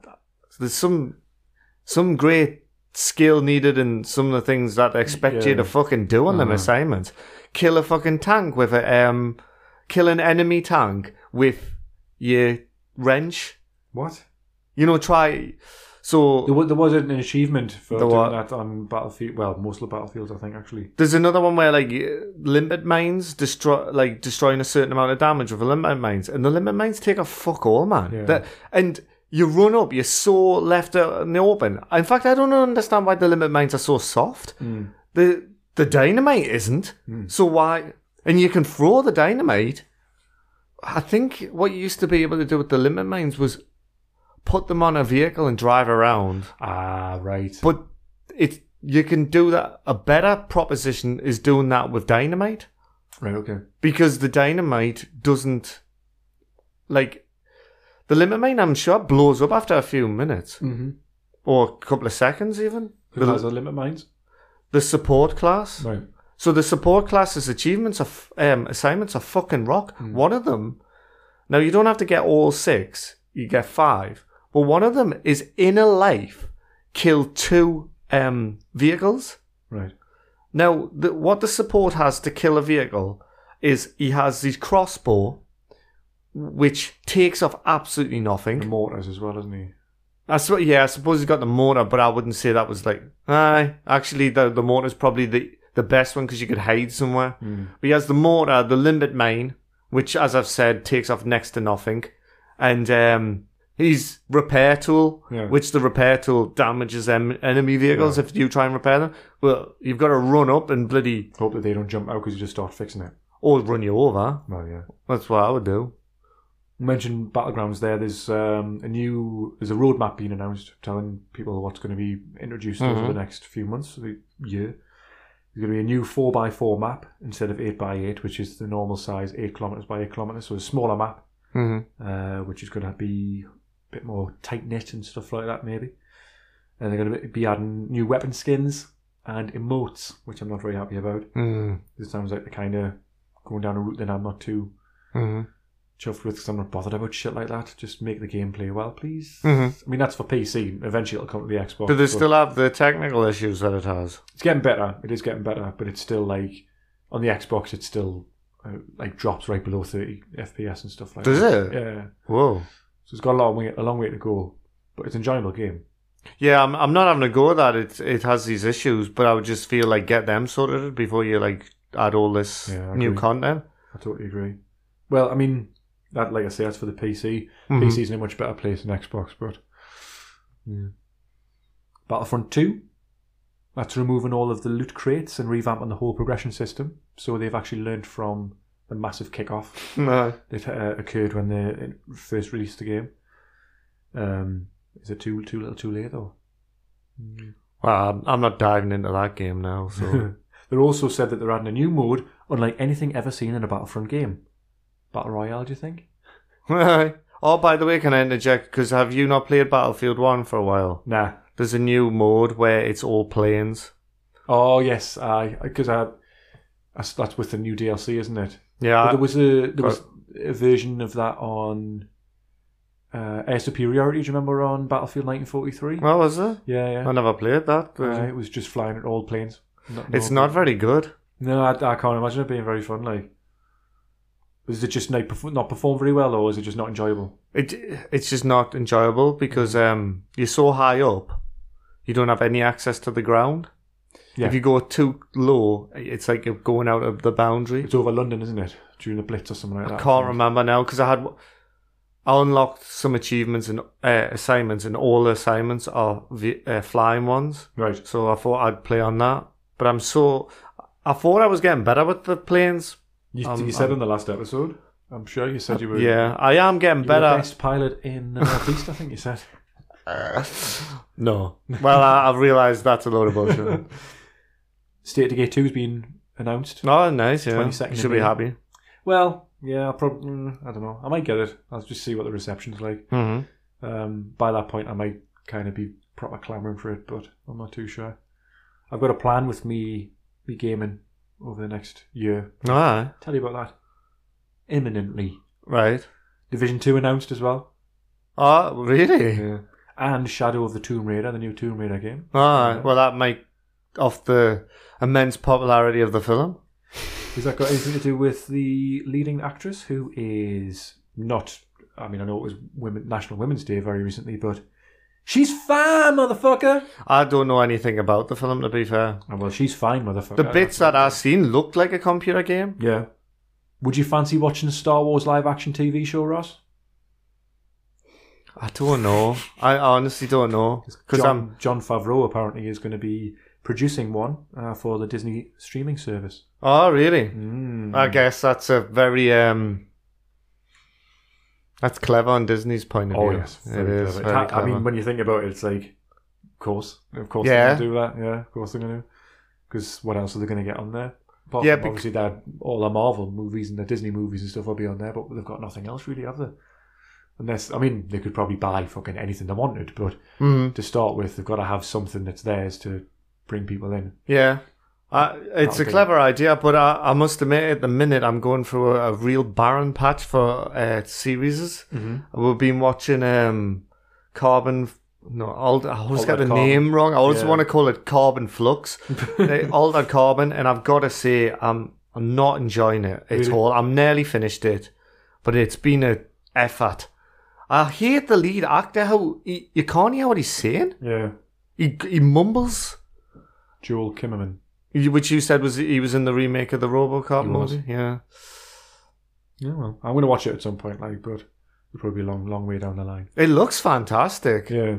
[SPEAKER 2] there's some some great skill needed in some of the things that they expect you
[SPEAKER 1] Yeah.
[SPEAKER 2] to fucking do on them
[SPEAKER 1] Uh-huh.
[SPEAKER 2] assignments. Kill a fucking tank with a um, kill an enemy tank with your wrench.
[SPEAKER 1] What?
[SPEAKER 2] You know, try. So
[SPEAKER 1] There was, there was an achievement for
[SPEAKER 2] There
[SPEAKER 1] doing
[SPEAKER 2] wa-
[SPEAKER 1] that on Battlefield. Well, most of the battlefields, I think, actually.
[SPEAKER 2] there's another one where like limpet mines destroy like destroying a certain amount of damage with the limpet mines, and the limpet mines take a fuck all, man.
[SPEAKER 1] Yeah.
[SPEAKER 2] That- and you run up, you're so left out in the open. In fact, I don't understand why the limpet mines are so soft.
[SPEAKER 1] Mm.
[SPEAKER 2] The the dynamite isn't, so why? And you can throw the dynamite. I think what you used to be able to do with the limpet mines was put them on a vehicle and drive around.
[SPEAKER 1] Ah, right.
[SPEAKER 2] But it you can do that. A better proposition is doing that with dynamite
[SPEAKER 1] Right. Okay.
[SPEAKER 2] because the dynamite doesn't like the limit mine. I'm sure blows up after a few minutes
[SPEAKER 1] Mm-hmm.
[SPEAKER 2] or a couple of seconds even.
[SPEAKER 1] who
[SPEAKER 2] The-
[SPEAKER 1] has the limit mines.
[SPEAKER 2] The support class.
[SPEAKER 1] Right.
[SPEAKER 2] So the support classes achievements are f- um, assignments are fucking rock.
[SPEAKER 1] Hmm.
[SPEAKER 2] One of them. Now you don't have to get all six. You get five. But one of them is in a life, kill two um, vehicles.
[SPEAKER 1] Right.
[SPEAKER 2] Now, the, what the support has to kill a vehicle is he has his crossbow, which takes off absolutely
[SPEAKER 1] The
[SPEAKER 2] nothing.
[SPEAKER 1] mortars as well, isn't he?
[SPEAKER 2] I sw- yeah, I suppose he's got the mortar, but I wouldn't say that was like. Aye, actually, the the mortar's probably the the best one because you could hide somewhere.
[SPEAKER 1] Hmm.
[SPEAKER 2] But he has the mortar, the limbit mine, which, as I've said, takes off next to nothing, and um, his repair tool,
[SPEAKER 1] Yeah.
[SPEAKER 2] which the repair tool damages em- enemy vehicles if you try and repair them. Well, you've got to run up and bloody
[SPEAKER 1] Hope that they don't jump out because you just start fixing it.
[SPEAKER 2] or run you over.
[SPEAKER 1] Well, yeah.
[SPEAKER 2] That's what I would do.
[SPEAKER 1] Mentioned battlegrounds there. There's um, a new there's a roadmap being announced telling people what's going to be introduced over the next few months, the year. There's going to be a new four x four map instead of eight x eight, which is the normal size eight kilometers by eight kilometers, so a smaller map,
[SPEAKER 2] Mm-hmm.
[SPEAKER 1] uh, which is going to be a bit more tight knit and stuff like that, maybe. And they're going to be adding new weapon skins and emotes, which I'm not very happy about.
[SPEAKER 2] Mm-hmm.
[SPEAKER 1] It sounds like they're kind of going down a route that I'm not too
[SPEAKER 2] Mm-hmm.
[SPEAKER 1] chuffed with because I'm not bothered about shit like that. Just make the game play well, please.
[SPEAKER 2] Mhm.
[SPEAKER 1] I mean, that's for PC. Eventually, it'll come to the Xbox.
[SPEAKER 2] Do they
[SPEAKER 1] but
[SPEAKER 2] still have the technical issues that it has?
[SPEAKER 1] It's getting better. It is getting better, but it's still like on the Xbox, it's still uh, like drops right below 30 FPS and stuff like
[SPEAKER 2] Does
[SPEAKER 1] that.
[SPEAKER 2] it?
[SPEAKER 1] Yeah.
[SPEAKER 2] Whoa.
[SPEAKER 1] So it's got a long way, a long way to go, but it's an enjoyable game.
[SPEAKER 2] Yeah, I'm, I'm not having a go at that. It it has these issues, but I would just feel like get them sorted before you like add all this
[SPEAKER 1] Yeah, I
[SPEAKER 2] new
[SPEAKER 1] agree.
[SPEAKER 2] content.
[SPEAKER 1] I totally agree. Well, I mean, that like I say, that's for the PC.
[SPEAKER 2] Mhm.
[SPEAKER 1] PC's in a much better place than Xbox, but yeah. Battlefront 2. That's removing all of the loot crates and revamping the whole progression system. So they've actually learned from the massive kickoff
[SPEAKER 2] No.
[SPEAKER 1] that uh, occurred when they uh, first released the game. Um, is it too too little too late though?
[SPEAKER 2] Well, I'm- I'm not diving into that game now. So
[SPEAKER 1] [LAUGHS] They're also said that they're adding a new mode, unlike anything ever seen in a Battlefront game. Battle Royale, do you think?
[SPEAKER 2] [LAUGHS] oh, by the way, can I interject? Because have you not played Battlefield One for a while?
[SPEAKER 1] Nah.
[SPEAKER 2] There's a new mode where it's all planes.
[SPEAKER 1] Oh yes, I because I, I that's with the new DLC, isn't it?
[SPEAKER 2] Yeah,
[SPEAKER 1] But
[SPEAKER 2] I-
[SPEAKER 1] there was a there was a version of that on uh, Air Superiority. Do you remember on Battlefield 1943?
[SPEAKER 2] what was it?
[SPEAKER 1] yeah,
[SPEAKER 2] I
[SPEAKER 1] yeah.
[SPEAKER 2] never played that.
[SPEAKER 1] Uh, it was just flying at all planes. Not-
[SPEAKER 2] it's
[SPEAKER 1] no-
[SPEAKER 2] not very good.
[SPEAKER 1] No, I, I can't imagine it being very fun. Like, is it just not, perf- not perform very well, or is it just not enjoyable?
[SPEAKER 2] It it's just not enjoyable because
[SPEAKER 1] Mm.
[SPEAKER 2] um you're so high up, you don't have any access to the ground.
[SPEAKER 1] Yeah.
[SPEAKER 2] If you go too low, it's like you're going out of the boundary.
[SPEAKER 1] It's over London, isn't it? During the Blitz or something like
[SPEAKER 2] I
[SPEAKER 1] that.
[SPEAKER 2] can't remember now because I had I unlocked some achievements and uh, assignments, and all the assignments are vi- uh, flying ones.
[SPEAKER 1] Right.
[SPEAKER 2] So I thought I'd play on that, but I'm so I thought I was getting better with the planes.
[SPEAKER 1] You,
[SPEAKER 2] Um,
[SPEAKER 1] you said
[SPEAKER 2] um,
[SPEAKER 1] in the last episode. I'm sure you said you were.
[SPEAKER 2] Uh, Yeah, I am getting
[SPEAKER 1] you were the
[SPEAKER 2] better.
[SPEAKER 1] best pilot in the northeast. I think you said.
[SPEAKER 2] [LAUGHS] No, well I, I've realised that's a load of bullshit.
[SPEAKER 1] State to Gate Two has been announced.
[SPEAKER 2] [LAUGHS] Oh, nice. Yeah,
[SPEAKER 1] 22nd
[SPEAKER 2] you
[SPEAKER 1] of
[SPEAKER 2] should be
[SPEAKER 1] May.
[SPEAKER 2] happy.
[SPEAKER 1] Well, yeah, I probably. I don't know. I might get it. I'll just see what the reception's like.
[SPEAKER 2] hmm
[SPEAKER 1] Um, by that point, I might kind of be proper clamoring for it, but I'm not too sure. I've got a plan with me me gaming over the next year.
[SPEAKER 2] Ah,
[SPEAKER 1] Tell you about that imminently.
[SPEAKER 2] right.
[SPEAKER 1] Division Two announced as well.
[SPEAKER 2] Oh, really?
[SPEAKER 1] Yeah. And Shadow of the Tomb Raider, the new Tomb Raider game.
[SPEAKER 2] Ah, well, that might off the immense popularity of the film.
[SPEAKER 1] Has that got anything to do with the leading actress who is not? I mean, I know it was women, National Women's Day very recently, but she's fine, motherfucker.
[SPEAKER 2] I don't know anything about the film, to be fair.
[SPEAKER 1] Oh, well, she's fine, motherfucker.
[SPEAKER 2] The bits that I seen looked like a computer game.
[SPEAKER 1] Yeah. Would you fancy watching a Star Wars live action TV show, Ross?
[SPEAKER 2] I don't know. I honestly don't know because I'm
[SPEAKER 1] John, John Favreau apparently is going to be producing one uh, for the Disney streaming service.
[SPEAKER 2] Oh, really?
[SPEAKER 1] Mm.
[SPEAKER 2] I guess that's a very um. That's clever on Disney's point of
[SPEAKER 1] Oh
[SPEAKER 2] view.
[SPEAKER 1] yes,
[SPEAKER 2] it
[SPEAKER 1] very
[SPEAKER 2] is.
[SPEAKER 1] clever.
[SPEAKER 2] Very
[SPEAKER 1] It's ha-
[SPEAKER 2] clever.
[SPEAKER 1] I mean, when you think about it, it's like, of course, of course
[SPEAKER 2] Yeah.
[SPEAKER 1] they're going to do that. Yeah, of course they're going to. Because what else are they going to get on there? Apart
[SPEAKER 2] Yeah,
[SPEAKER 1] from
[SPEAKER 2] bec-
[SPEAKER 1] obviously their all their Marvel movies and their Disney movies and stuff will be on there, but they've got nothing else really, have they? Unless, I mean, they could probably buy fucking anything they wanted, but
[SPEAKER 2] Mm,
[SPEAKER 1] to start with, they've got to have something that's theirs to bring people in.
[SPEAKER 2] yeah. I, it's
[SPEAKER 1] That'll
[SPEAKER 2] a
[SPEAKER 1] do.
[SPEAKER 2] clever idea, but I, I must admit, at the minute, I'm going through a, a real barren patch for uh, series.
[SPEAKER 1] [LAUGHS] Mm-hmm.
[SPEAKER 2] We've been watching um, Carbon. No, Ald- I always
[SPEAKER 1] Altered
[SPEAKER 2] get the
[SPEAKER 1] Carbon.
[SPEAKER 2] name wrong. I always
[SPEAKER 1] Yeah.
[SPEAKER 2] want to call it
[SPEAKER 1] [LAUGHS]
[SPEAKER 2] Carbon Flux. Eh, Altered Carbon, and I've got to say, I'm I'm not enjoying it at
[SPEAKER 1] Really?
[SPEAKER 2] all. I'm nearly finished it, but it's been a effort. I hate the lead actor. How he, you can't hear what he's saying.
[SPEAKER 1] Yeah.
[SPEAKER 2] He he mumbles,
[SPEAKER 1] Joel Kimmerman.
[SPEAKER 2] You- which you said was he was in the remake of the RoboCop
[SPEAKER 1] He was.
[SPEAKER 2] movie. Yeah,
[SPEAKER 1] Yeah, well, I'm going to watch it at some point, like, but it'll probably be a long, long way down the line.
[SPEAKER 2] it looks fantastic.
[SPEAKER 1] Yeah.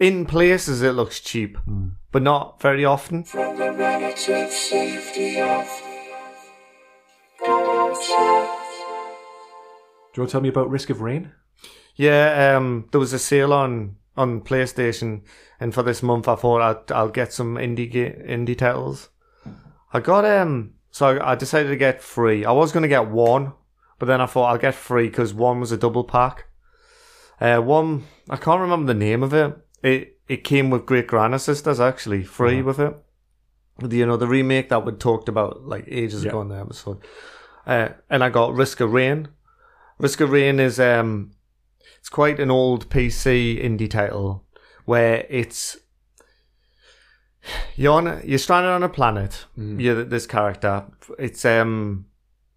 [SPEAKER 2] In places, it looks cheap,
[SPEAKER 1] Mm.
[SPEAKER 2] but not very often.
[SPEAKER 3] from the relative safety of ourselves.
[SPEAKER 1] Do you want to tell me about Risk of Rain?
[SPEAKER 2] Yeah, um, there was a sale on on PlayStation, and for this month I thought I'd, I'll get some indie ga- indie titles. I got um, so I, I decided to get three. I was going to get one, but then I thought I'll get three because one was a double pack. Uh, one I can't remember the name of it. It it came with Great Grand Sisters actually, free
[SPEAKER 1] Yeah.
[SPEAKER 2] with it. You know the remake that we talked about like ages
[SPEAKER 1] Yeah.
[SPEAKER 2] ago in the episode. Uh, and I got Risk of Rain. Risk of Rain is um, it's quite an old PC indie title where it's you're on a- you're stranded on a planet.
[SPEAKER 1] Mm.
[SPEAKER 2] You're th- this character. It's um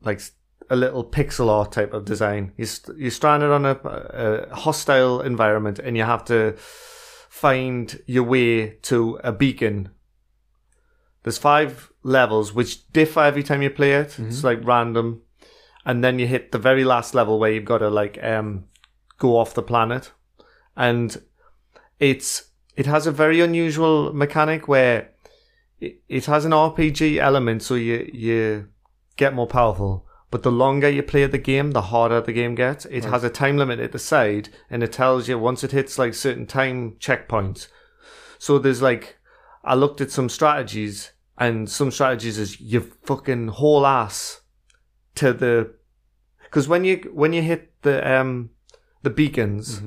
[SPEAKER 2] like s- a little pixel art type of design. You're, st- you're stranded on a, a hostile environment, and you have to find your way to a beacon. There's five levels which differ every time you play it. It's like random, and then you hit the very last level where you've got to like um go off the planet, and it's it has a very unusual mechanic where it, it has an RPG element, so you you get more powerful. But the longer you play the game, the harder the game gets. It has a time limit at the side, and it tells you once it hits like certain time checkpoints. So there's like, I looked at some strategies, and some strategies is you fucking haul ass to the, because when you when you hit the um the beacons,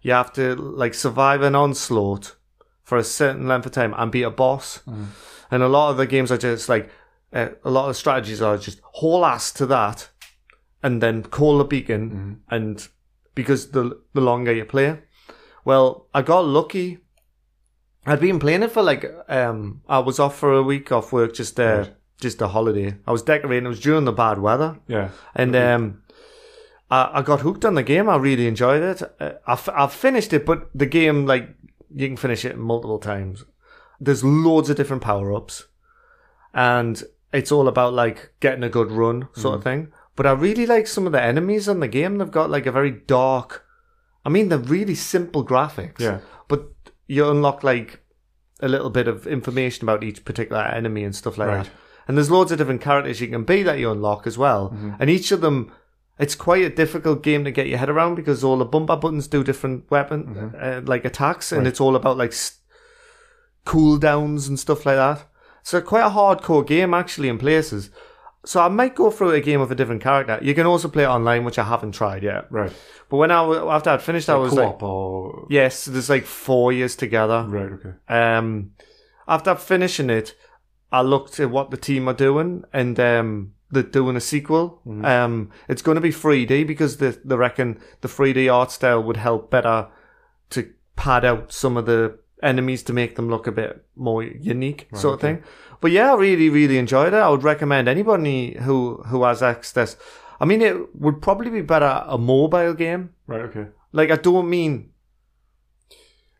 [SPEAKER 2] you have to like survive an onslaught for a certain length of time and beat a boss. And a lot of the games are just like uh, a lot of strategies are just haul ass to that, and then call the beacon, and because the the longer you play, well, I got lucky. I'd been playing it for like um, I was off for a week off work just uh,
[SPEAKER 1] Right.
[SPEAKER 2] just a holiday. I was decorating. It was during the bad weather.
[SPEAKER 1] Yeah.
[SPEAKER 2] And um, I, I got hooked on the game. I really enjoyed it. Uh, I f- I've finished it, but the game, like, you can finish it multiple times. There's loads of different power ups, and it's all about, like, getting a good run sort of thing. But I really like some of the enemies in the game. They've got, like, a very dark. I mean, they're really simple graphics.
[SPEAKER 1] Yeah.
[SPEAKER 2] But you unlock, like, a little bit of information about each particular enemy and stuff like
[SPEAKER 1] Right.
[SPEAKER 2] that. And there's loads of different characters you can be that you unlock as well.
[SPEAKER 1] Mm-hmm.
[SPEAKER 2] And each of them, it's quite a difficult game to get your head around because all the bumper buttons do different weapon,
[SPEAKER 1] Mm-hmm.
[SPEAKER 2] uh, like attacks, and it's all about like s- cooldowns and stuff like that. So quite a hardcore game actually in places. So I might go through a game with a different character. You can also play it online, which I haven't tried yet.
[SPEAKER 1] Right.
[SPEAKER 2] But when I w- after I'd finished, I
[SPEAKER 1] Like
[SPEAKER 2] was
[SPEAKER 1] co-op
[SPEAKER 2] like,
[SPEAKER 1] or...
[SPEAKER 2] yes, there's like four years together.
[SPEAKER 1] Right, okay.
[SPEAKER 2] Um, after finishing it, I looked at what the team are doing, and um, they're doing a sequel. Um, it's going to be 3D because they, they reckon the 3D art style would help better to pad out some of the enemies to make them look a bit more unique, sort of
[SPEAKER 1] okay.
[SPEAKER 2] thing. But yeah, I really, really enjoyed it. I would recommend anybody who who has access. I mean, it would probably be better a mobile game.
[SPEAKER 1] Right, okay.
[SPEAKER 2] Like, I don't mean,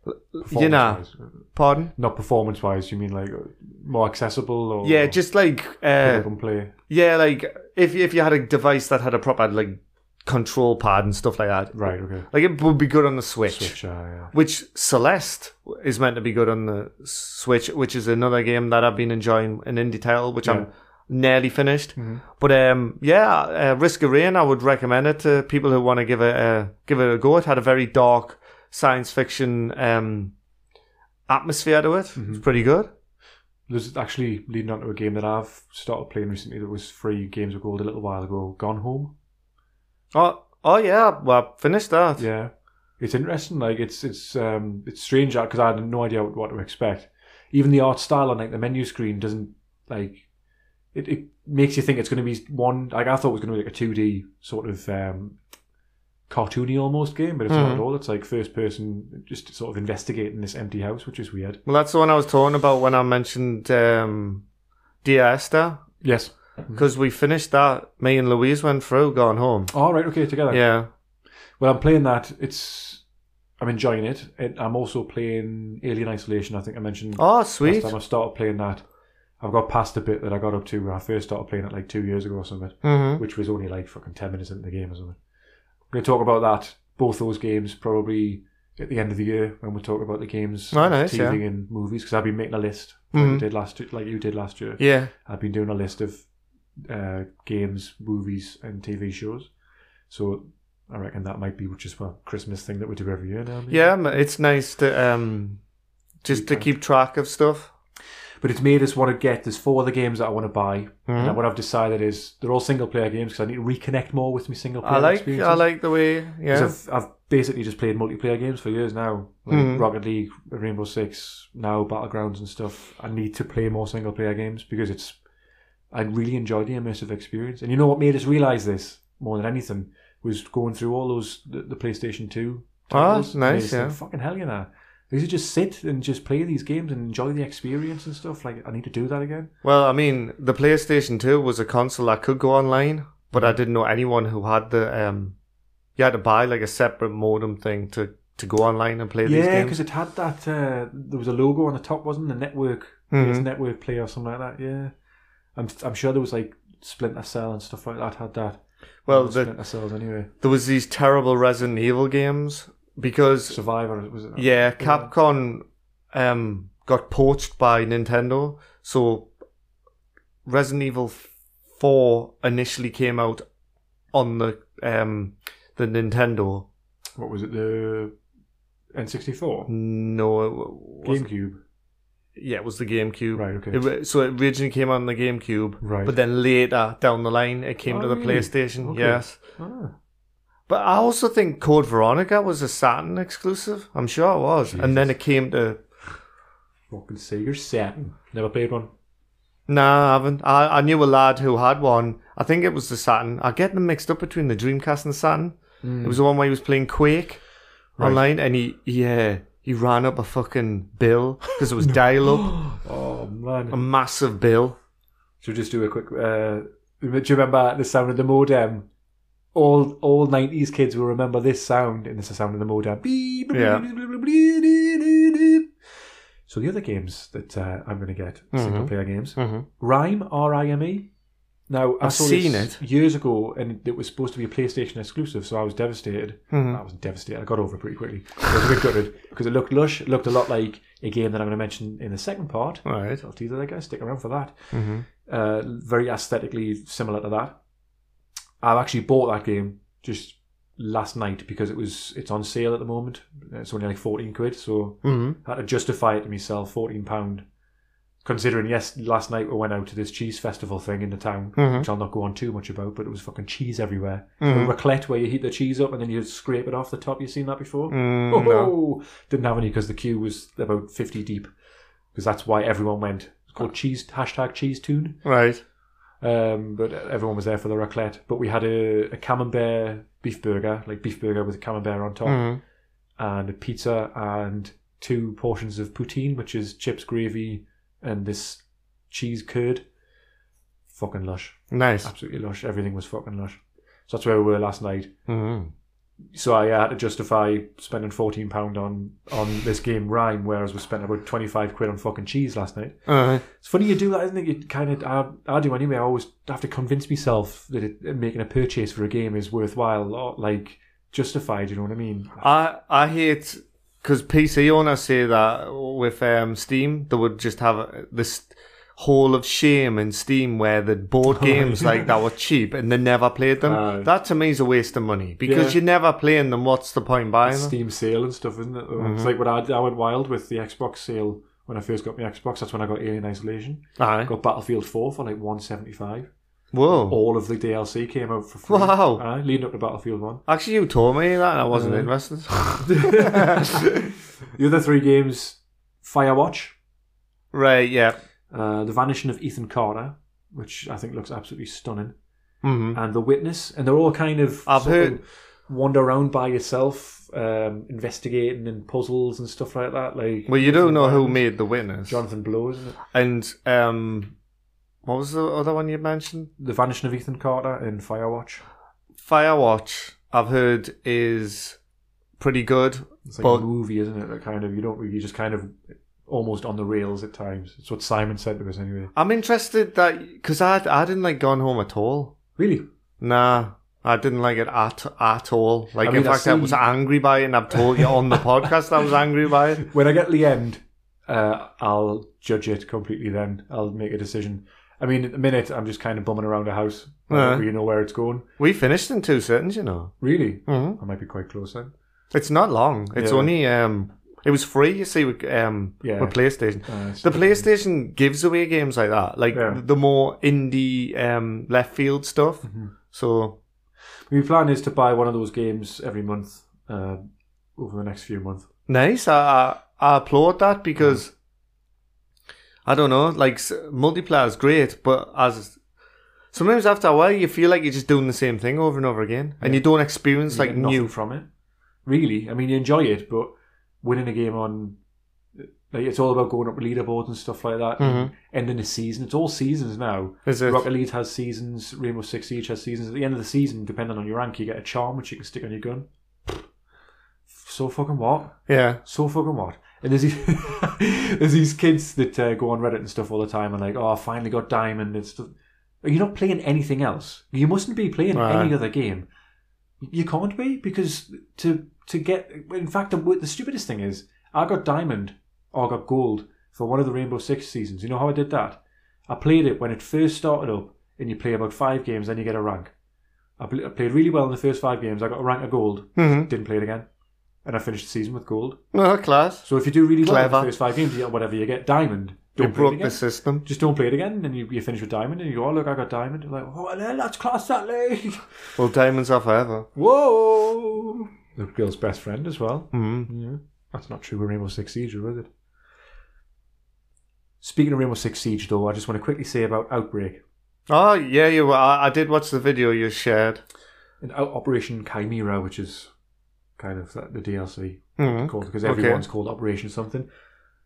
[SPEAKER 2] you know,
[SPEAKER 1] Performance-wise.
[SPEAKER 2] pardon.
[SPEAKER 1] Not performance-wise, you mean like uh, more accessible or...
[SPEAKER 2] Yeah, just like
[SPEAKER 1] Pick
[SPEAKER 2] uh,
[SPEAKER 1] up and play.
[SPEAKER 2] Yeah, like if if you had a device that had a proper like control pad and stuff like that,
[SPEAKER 1] Right, okay.
[SPEAKER 2] like it would be good on the Switch.
[SPEAKER 1] Switch, uh, yeah.
[SPEAKER 2] Which Celeste is meant to be good on the Switch, which is another game that I've been enjoying, an indie title, which I'm nearly finished. But um, yeah, uh, Risk of Rain, I would recommend it to people who want to give it a give it a go. It had a very dark science fiction um, atmosphere to it. It's pretty good.
[SPEAKER 1] There's actually leading on to a game that I've started playing recently that was free Games of Gold a little while ago, Gone Home.
[SPEAKER 2] Oh, Oh yeah, well I finished that.
[SPEAKER 1] Yeah, it's interesting. Like it's it's um it's strange because I had no idea what, what to expect. Even the art style on like the menu screen doesn't like it. it makes you think it's going to be one. Like I thought it was going to be like a two D sort of um cartoony almost game, but it's not
[SPEAKER 2] Mhm.
[SPEAKER 1] at all. It's like first person, just sort of investigating this empty house, which is weird.
[SPEAKER 2] Well, that's the one I was talking about when I mentioned um, Dear Esther,
[SPEAKER 1] Yes.
[SPEAKER 2] because we finished that. Me and Louise went through, gone home.
[SPEAKER 1] All right. Okay. Together.
[SPEAKER 2] Yeah,
[SPEAKER 1] Well, I'm playing that. It's I'm enjoying it. it. I'm also playing Alien Isolation. I think I mentioned
[SPEAKER 2] Oh,
[SPEAKER 1] last
[SPEAKER 2] sweet.
[SPEAKER 1] time I started playing that. I've got past the bit that I got up to when I first started playing it like two years ago or something,
[SPEAKER 2] hmm
[SPEAKER 1] which was only like fucking ten minutes into the game or something. We're gonna talk about that. Both those games probably at the end of the year when we talk about the games,
[SPEAKER 2] Oh, nice,
[SPEAKER 1] TV
[SPEAKER 2] yeah.
[SPEAKER 1] and movies, because I've been making a list like I
[SPEAKER 2] Mhm.
[SPEAKER 1] did last, like you did last year.
[SPEAKER 2] Yeah.
[SPEAKER 1] I've been doing a list of uh, games, movies, and TV shows. So I reckon that might be just a Christmas thing that we do every year now. maybe.
[SPEAKER 2] Yeah, m- it's nice to um, just
[SPEAKER 1] Keep
[SPEAKER 2] to
[SPEAKER 1] track.
[SPEAKER 2] keep track of stuff.
[SPEAKER 1] But it's made us want to get. There's four other games that I want to buy.
[SPEAKER 2] Mhm.
[SPEAKER 1] And what I've decided is they're all single player games because I need to reconnect more with my single player
[SPEAKER 2] I like
[SPEAKER 1] experiences.
[SPEAKER 2] I like the way.
[SPEAKER 1] 'Cause
[SPEAKER 2] Yeah.
[SPEAKER 1] I've, I've basically just played multiplayer games for years now. Like
[SPEAKER 2] Mhm.
[SPEAKER 1] Rocket League, Rainbow Six, now Battlegrounds and stuff. I need to play more single player games because it's. I really enjoy the immersive experience. And you know what made us realize this more than anything was going through all those the, the PlayStation Two.
[SPEAKER 2] Ah,
[SPEAKER 1] titles.
[SPEAKER 2] nice,
[SPEAKER 1] Made us think,
[SPEAKER 2] yeah.
[SPEAKER 1] Fucking hell, you know. They should just sit and just play these games and enjoy the experience and stuff. Like I need to do that again.
[SPEAKER 2] Well, I mean, the PlayStation Two was a console that could go online, but
[SPEAKER 1] Mm-hmm.
[SPEAKER 2] I didn't know anyone who had the um. You had to buy like a separate modem thing to to go online and play these
[SPEAKER 1] Yeah,
[SPEAKER 2] games.
[SPEAKER 1] because it had that. Uh, there was a logo on the top, wasn't the network?
[SPEAKER 2] Mhm.
[SPEAKER 1] It's network play or something like that. Yeah, I'm I'm sure there was like Splinter Cell and stuff like that had that.
[SPEAKER 2] Well,
[SPEAKER 1] Not
[SPEAKER 2] the-
[SPEAKER 1] Splinter Cells anyway.
[SPEAKER 2] there was these terrible Resident Evil games because
[SPEAKER 1] Survivor was it?
[SPEAKER 2] yeah, Capcom um got poached by Nintendo, so Resident Evil Four initially came out on the um the Nintendo.
[SPEAKER 1] What was it? The N64,
[SPEAKER 2] No, it wa- wasn't.
[SPEAKER 1] GameCube.
[SPEAKER 2] yeah, it was the GameCube.
[SPEAKER 1] Right. Okay.
[SPEAKER 2] It wa- so it originally came out on the GameCube,
[SPEAKER 1] right.
[SPEAKER 2] but then later down the line it came
[SPEAKER 1] Oh,
[SPEAKER 2] to the
[SPEAKER 1] really?
[SPEAKER 2] PlayStation.
[SPEAKER 1] Okay.
[SPEAKER 2] Yes.
[SPEAKER 1] Ah.
[SPEAKER 2] But I also think Code Veronica was a Saturn exclusive. I'm sure it was. And then it came to.
[SPEAKER 1] Fucking Sega Saturn. Never played one.
[SPEAKER 2] Nah, I haven't. I, I knew a lad who had one. I think it was the Saturn. I get them mixed up between the Dreamcast and the Saturn.
[SPEAKER 1] Mm.
[SPEAKER 2] It was the one where he was playing Quake
[SPEAKER 1] Right.
[SPEAKER 2] online and he, yeah, he ran up a fucking bill because [LAUGHS] it was dial
[SPEAKER 1] [GASPS]
[SPEAKER 2] up.
[SPEAKER 1] Oh man.
[SPEAKER 2] A massive bill.
[SPEAKER 1] Should we just do a quick? Uh, do you remember the sound of the modem? All all nineties kids will remember this sound, and it's the sound of the modem. Beep, beep,
[SPEAKER 2] Yeah.
[SPEAKER 1] beep, beep, beep, beep, beep, beep. So the other games that uh, I'm going to get single
[SPEAKER 2] Mhm.
[SPEAKER 1] player games,
[SPEAKER 2] Mm-hmm.
[SPEAKER 1] Rime R I M E. Now I
[SPEAKER 2] I've
[SPEAKER 1] saw
[SPEAKER 2] seen
[SPEAKER 1] this
[SPEAKER 2] it.
[SPEAKER 1] years ago, and it was supposed to be a PlayStation exclusive, so I was devastated.
[SPEAKER 2] Mhm.
[SPEAKER 1] I was devastated. I got over it pretty quickly. I was a bit gutted because it looked lush. It looked a lot like a game that I'm going to mention in the second part.
[SPEAKER 2] All right.
[SPEAKER 1] I'll teaser that guy. Stick around for that
[SPEAKER 2] Mm-hmm.
[SPEAKER 1] uh, very aesthetically similar to that. I've actually bought that game just last night because it was it's on sale at the moment. It's only like fourteen quid, so
[SPEAKER 2] Mm-hmm.
[SPEAKER 1] I had to justify it to myself. Fourteen pound, considering yes, last night we went out to this cheese festival thing in the town,
[SPEAKER 2] Mhm.
[SPEAKER 1] which I'll not go on too much about, but it was fucking cheese everywhere.
[SPEAKER 2] Mhm.
[SPEAKER 1] The raclette where you heat the cheese up and then you scrape it off the top. You've seen that before?
[SPEAKER 2] Mm,
[SPEAKER 1] Oh,
[SPEAKER 2] [LAUGHS] no.
[SPEAKER 1] didn't have any because the queue was about fifty deep, because that's why everyone went. It's called cheese hashtag cheese tune.
[SPEAKER 2] Right.
[SPEAKER 1] Um, but everyone was there for the raclette. But we had a, a camembert beef burger, like beef burger with a camembert on top,
[SPEAKER 2] Mhm.
[SPEAKER 1] and a pizza and two portions of poutine, which is chips, gravy, and this cheese curd. Fucking lush.
[SPEAKER 2] Nice.
[SPEAKER 1] Absolutely lush. Everything was fucking lush. So that's where we were last night.
[SPEAKER 2] Mm-hmm.
[SPEAKER 1] So I had to justify spending fourteen pound on on this game rhyme, whereas we spent about twenty five quid on fucking cheese last night.
[SPEAKER 2] Uh,
[SPEAKER 1] It's funny you do that, isn't it? You kind of, I, I do anyway. I always have to convince myself that it, making a purchase for a game is worthwhile, or like justified. You know what I mean?
[SPEAKER 2] I I hate because PC owners say that with um, Steam they would just have this hall of shame in Steam where they bought games
[SPEAKER 1] [LAUGHS]
[SPEAKER 2] like that were cheap and they never played them.
[SPEAKER 1] Oh, Aye.
[SPEAKER 2] that to me is a waste of money because
[SPEAKER 1] Yeah.
[SPEAKER 2] you're never playing them. What's the point buying them?
[SPEAKER 1] Steam sale and stuff, isn't it? though?
[SPEAKER 2] Mm-hmm.
[SPEAKER 1] It's like what I, I went wild with the Xbox sale when I first got my Xbox. That's when I got Alien Isolation. I
[SPEAKER 2] Aye.
[SPEAKER 1] got Battlefield Four for like one seventy five.
[SPEAKER 2] Whoa.
[SPEAKER 1] All of the DLC came out for free.
[SPEAKER 2] Oh. Wow.
[SPEAKER 1] Aye, leading up to Battlefield 1.
[SPEAKER 2] Actually, you told me that and I wasn't
[SPEAKER 1] Yeah. [LAUGHS]
[SPEAKER 2] interested.
[SPEAKER 1] The other three games Firewatch,
[SPEAKER 2] right, yeah.
[SPEAKER 1] uh, The Vanishing of Ethan Carter, which I think looks absolutely stunning,
[SPEAKER 2] hmm
[SPEAKER 1] and The Witness. And they're all kind of
[SPEAKER 2] I've
[SPEAKER 1] sort of
[SPEAKER 2] heard-
[SPEAKER 1] wander around by yourself, um, investigating and puzzles and stuff like that. Like
[SPEAKER 2] Well, you don't know who made The Witness.
[SPEAKER 1] Jonathan Blow, isn't it?
[SPEAKER 2] And um, what was the other one you mentioned?
[SPEAKER 1] The Vanishing of Ethan Carter in Firewatch.
[SPEAKER 2] Firewatch, I've heard, is pretty good.
[SPEAKER 1] It's like
[SPEAKER 2] But-
[SPEAKER 1] a movie, isn't it? That kind of you don't you just kind of almost on the rails at times. It's what Simon said to us anyway.
[SPEAKER 2] I'm interested that because I I didn't like Gone Home at all.
[SPEAKER 1] Really?
[SPEAKER 2] Nah, I didn't like it at at all. Like
[SPEAKER 1] I mean,
[SPEAKER 2] in
[SPEAKER 1] I
[SPEAKER 2] fact, I
[SPEAKER 1] see-
[SPEAKER 2] was angry by it, and I've told
[SPEAKER 1] [LAUGHS]
[SPEAKER 2] you on the podcast I was angry by it.
[SPEAKER 1] When I get to the end, uh, I'll judge it completely. Then I'll make a decision. I mean, at the minute I'm just kind of bumming around the house. I
[SPEAKER 2] Yeah.
[SPEAKER 1] don't really know where it's going.
[SPEAKER 2] We finished in two sittings, you know.
[SPEAKER 1] Really,
[SPEAKER 2] hmm
[SPEAKER 1] I might be quite close then.
[SPEAKER 2] It's not long. It's
[SPEAKER 1] Mm-hmm. Yeah.
[SPEAKER 2] only um, it was free. You see, with um,
[SPEAKER 1] Yeah.
[SPEAKER 2] with PlayStation.
[SPEAKER 1] Uh, it's-
[SPEAKER 2] The PlayStation gives away games like that, like
[SPEAKER 1] Yeah.
[SPEAKER 2] the more indie um, left field stuff.
[SPEAKER 1] Mhm.
[SPEAKER 2] So
[SPEAKER 1] My plan is to buy one of those games every month uh, over the next few months.
[SPEAKER 2] Nice. I, I, I applaud that because I don't know, like s- multiplayer is great, but as sometimes after a while you feel like you're just doing the same thing over and over again, and
[SPEAKER 1] Yeah.
[SPEAKER 2] you don't experience like
[SPEAKER 1] You get nothing
[SPEAKER 2] new.
[SPEAKER 1] from it. Really, I mean, you enjoy it, but winning a game on like it's all about going up leaderboards and stuff like that. and Ending a season, it's all seasons now.
[SPEAKER 2] Is it?
[SPEAKER 1] Rocket League has seasons, Rainbow Six Siege has seasons. At the end of the season, depending on your rank, you get a charm which you can stick on your gun. So fucking what?
[SPEAKER 2] Yeah.
[SPEAKER 1] So fucking what? And there's these, [LAUGHS] there's these kids that uh, go on Reddit and stuff all the time and like, oh, I finally got diamond and stuff. You're not playing anything else. You mustn't be playing
[SPEAKER 2] Right.
[SPEAKER 1] any other game. You can't be because to to get. In fact, the, the stupidest thing is, I got diamond or I got gold for one of the Rainbow Six seasons. You know how I did that? I played it when it first started up, and you play about five games, then you get a rank. I, pl- I played really well in the first five games. I got a rank of gold.
[SPEAKER 2] Mm-hmm.
[SPEAKER 1] Didn't play it again, and I finished the season with gold.
[SPEAKER 2] Oh, class.
[SPEAKER 1] So if you do really well in
[SPEAKER 2] Clever.
[SPEAKER 1] the first five games, you get whatever you get, diamond.
[SPEAKER 2] You
[SPEAKER 1] Don't play it
[SPEAKER 2] broke
[SPEAKER 1] again.
[SPEAKER 2] the system.
[SPEAKER 1] Just don't play it again, and you, you finish with diamond, and you go, "Oh look, I got diamond." You're like, "Oh, no, that's class, that league." [LAUGHS]
[SPEAKER 2] Well, diamonds are forever.
[SPEAKER 1] Whoa! The girl's best friend as well.
[SPEAKER 2] Mm.
[SPEAKER 1] Yeah, that's not true with Rainbow Six Siege, was it? Speaking of Rainbow Six Siege, though, I just want to quickly say about Outbreak
[SPEAKER 2] Oh yeah, you. Were, I, I did watch the video you shared.
[SPEAKER 1] and Out- Operation Chimera, which is kind of the the DLC
[SPEAKER 2] Mm.
[SPEAKER 1] called because
[SPEAKER 2] Okay.
[SPEAKER 1] everyone's called Operation something.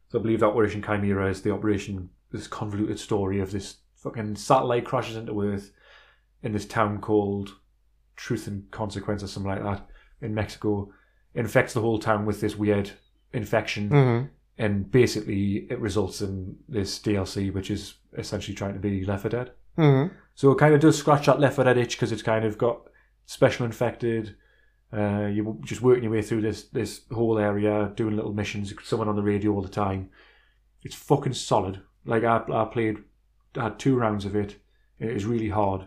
[SPEAKER 1] So I believe that Operation Chimera is the operation, this convoluted story of this fucking satellite crashes into Earth in this town called Truth and Consequence or something like that in Mexico, infects the whole town with this weird infection,
[SPEAKER 2] Mm.
[SPEAKER 1] and basically it results in this DLC, which is essentially trying to be Left 4 Dead.
[SPEAKER 2] Mm.
[SPEAKER 1] So it kind of does scratch that left foot head itch because it's kind of got special infected. Uh, you're just working your way through this this whole area, doing little missions. Someone on the radio all the time. It's fucking solid. Like I, I played, I had two rounds of it. It is really hard.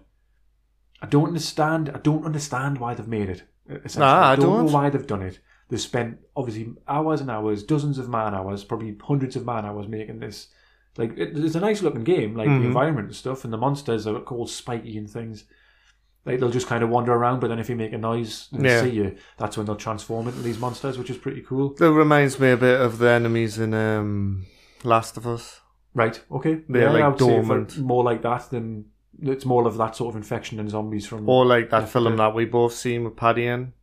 [SPEAKER 1] I don't understand. I don't understand why they've made it. e, essentially.
[SPEAKER 2] Nah, I
[SPEAKER 1] don't
[SPEAKER 2] don't.
[SPEAKER 1] know why they've done it. They spent obviously hours and hours, dozens of man hours, probably hundreds of man hours making this like it, it's a nice looking game, like
[SPEAKER 2] Mhm.
[SPEAKER 1] the environment and stuff, and the monsters are called spiky and things. Like they'll just kind of wander around, but then if you make a noise and they
[SPEAKER 2] Yeah.
[SPEAKER 1] see you, that's when they'll transform into these monsters, which is pretty cool.
[SPEAKER 2] That reminds me a bit of the enemies in um, Last of Us.
[SPEAKER 1] Right? Okay.
[SPEAKER 2] They're, like,
[SPEAKER 1] I would say for-
[SPEAKER 2] dormant.
[SPEAKER 1] more like that than it's more of that sort of infection than zombies from.
[SPEAKER 2] Or like that
[SPEAKER 1] Left
[SPEAKER 2] film
[SPEAKER 1] Dead.
[SPEAKER 2] that we both seen with Paddy in,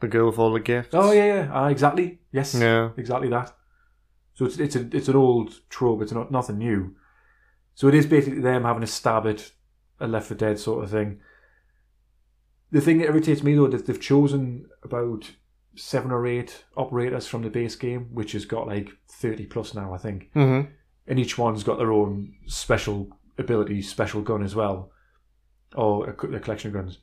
[SPEAKER 2] the girl with all the gifts.
[SPEAKER 1] oh yeah, yeah, ah, exactly. Yes.
[SPEAKER 2] Yeah.
[SPEAKER 1] Exactly that. So it's it's a, it's an old trope. It's not nothing new. So it is basically them having a stab at a Left for Dead sort of thing. The thing that irritates me though that they've chosen about seven or eight operators from the base game, which has got like thirty plus now, I think,
[SPEAKER 2] Mm-hmm.
[SPEAKER 1] and each one's got their own special ability, special gun as well, or a, co- a collection of guns.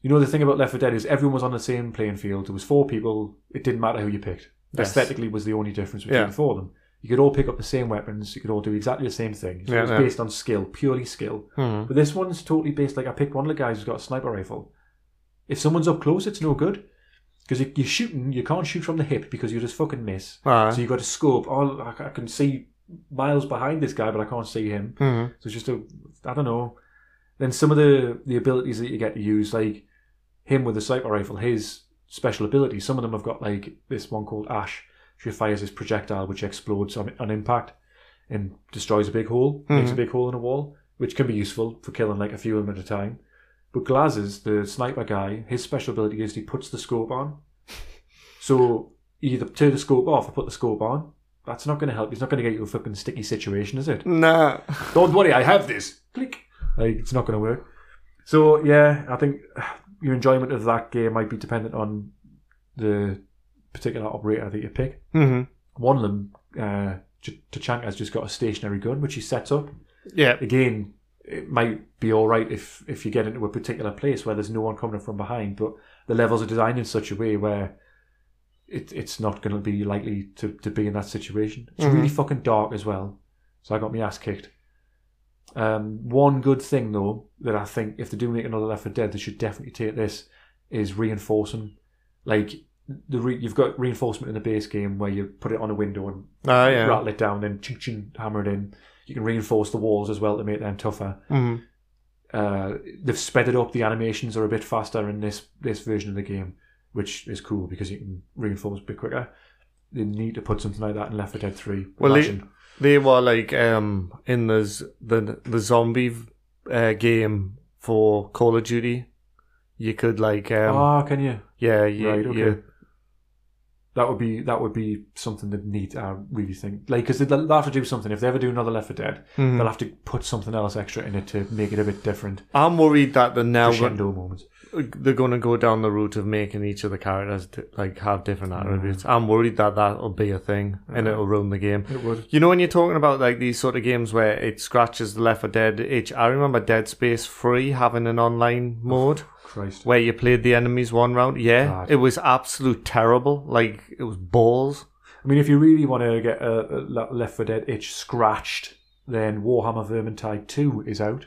[SPEAKER 1] You know the thing about Left for Dead is everyone was on the same playing field. There was four people. It didn't matter who you picked
[SPEAKER 2] Yes.
[SPEAKER 1] aesthetically was the only difference between
[SPEAKER 2] Yeah.
[SPEAKER 1] the four of them. You could all pick up the same weapons. You could all do exactly the same thing. So
[SPEAKER 2] Yeah,
[SPEAKER 1] it was
[SPEAKER 2] yeah.
[SPEAKER 1] based on skill, purely skill.
[SPEAKER 2] Mm-hmm.
[SPEAKER 1] But this one's totally based. Like I picked one of the guys who's got a sniper rifle. If someone's up close, it's no good because you're shooting. You can't shoot from the hip because you just fucking miss.
[SPEAKER 2] Alright.
[SPEAKER 1] So you got to scope. Oh, I c- I can see miles behind this guy, but I can't see him.
[SPEAKER 2] Mhm.
[SPEAKER 1] So it's just a, I don't know. Then some of the the abilities that you get to use, like him with the sniper rifle, his special abilities. Some of them have got like this one called Ash. She fires this projectile which explodes on, on impact and destroys a big hole, makes a
[SPEAKER 2] Mhm.
[SPEAKER 1] big hole in a wall, which can be useful for killing like a few of them at a time. But Glazes, the sniper guy, his special ability is he puts the scope on. So you either turn the scope off or put the scope on. That's not going to help. It's not going to get you a fucking sticky situation, is it?
[SPEAKER 2] Nah.
[SPEAKER 1] Don't worry, I have this. Click. Like, it's not going to work. So yeah, I think your enjoyment of that game might be dependent on the particular operator that you pick
[SPEAKER 2] hmm
[SPEAKER 1] one of them, uh, Ch- Tachanka's just got a stationary gun which he sets up.
[SPEAKER 2] Yeah.
[SPEAKER 1] Again, it might be all right if if you get into a particular place where there's no one coming from behind, but the levels are designed in such a way where it, it's not going to be likely to, to be in that situation. It's
[SPEAKER 2] Mhm.
[SPEAKER 1] really fucking dark as well, so I got my ass kicked. Um, one good thing though that I think if they do make another Left for Dead, they should definitely take this is reinforcing. Like the re- you've got reinforcement in the base game where you put it on a window and
[SPEAKER 2] Ah, yeah.
[SPEAKER 1] rattle it down, then ching ching hammer it in. You can reinforce the walls as well to make them tougher.
[SPEAKER 2] Mhm.
[SPEAKER 1] Uh, they've sped it up. The animations are a bit faster in this this version of the game, which is cool because you can reinforce a bit quicker. They need to put something like that in Left 4 Dead 3.
[SPEAKER 2] Well, they-
[SPEAKER 1] Imagine.
[SPEAKER 2] They were like um in the z- the the zombie uh, game for Call of Duty. You could like um
[SPEAKER 1] Ah, can you?
[SPEAKER 2] yeah you,
[SPEAKER 1] right, okay.
[SPEAKER 2] you-
[SPEAKER 1] That would be that would be something that need I really think like because they'll they'll have to do something if they ever do another Left 4 Dead
[SPEAKER 2] Mhm.
[SPEAKER 1] they'll have to put something else extra in it to make it a bit different
[SPEAKER 2] I'm worried that they're now go-
[SPEAKER 1] crescendo moments
[SPEAKER 2] they're going to go down the route of making each of the characters di- like have different
[SPEAKER 1] Mm.
[SPEAKER 2] attributes. I'm worried that that'll be a thing and it'll ruin the game.
[SPEAKER 1] it would
[SPEAKER 2] You know when you're talking about like these sort of games where it scratches the Left 4 Dead itch. I remember Dead Space Free having an online mode
[SPEAKER 1] Christ
[SPEAKER 2] where you played the enemies one round. Yeah,
[SPEAKER 1] God.
[SPEAKER 2] it was absolute terrible. Like it was balls.
[SPEAKER 1] I mean, if you really want to get a, a Le- Left 4 Dead itch scratched, then Warhammer Vermintide 2 is out.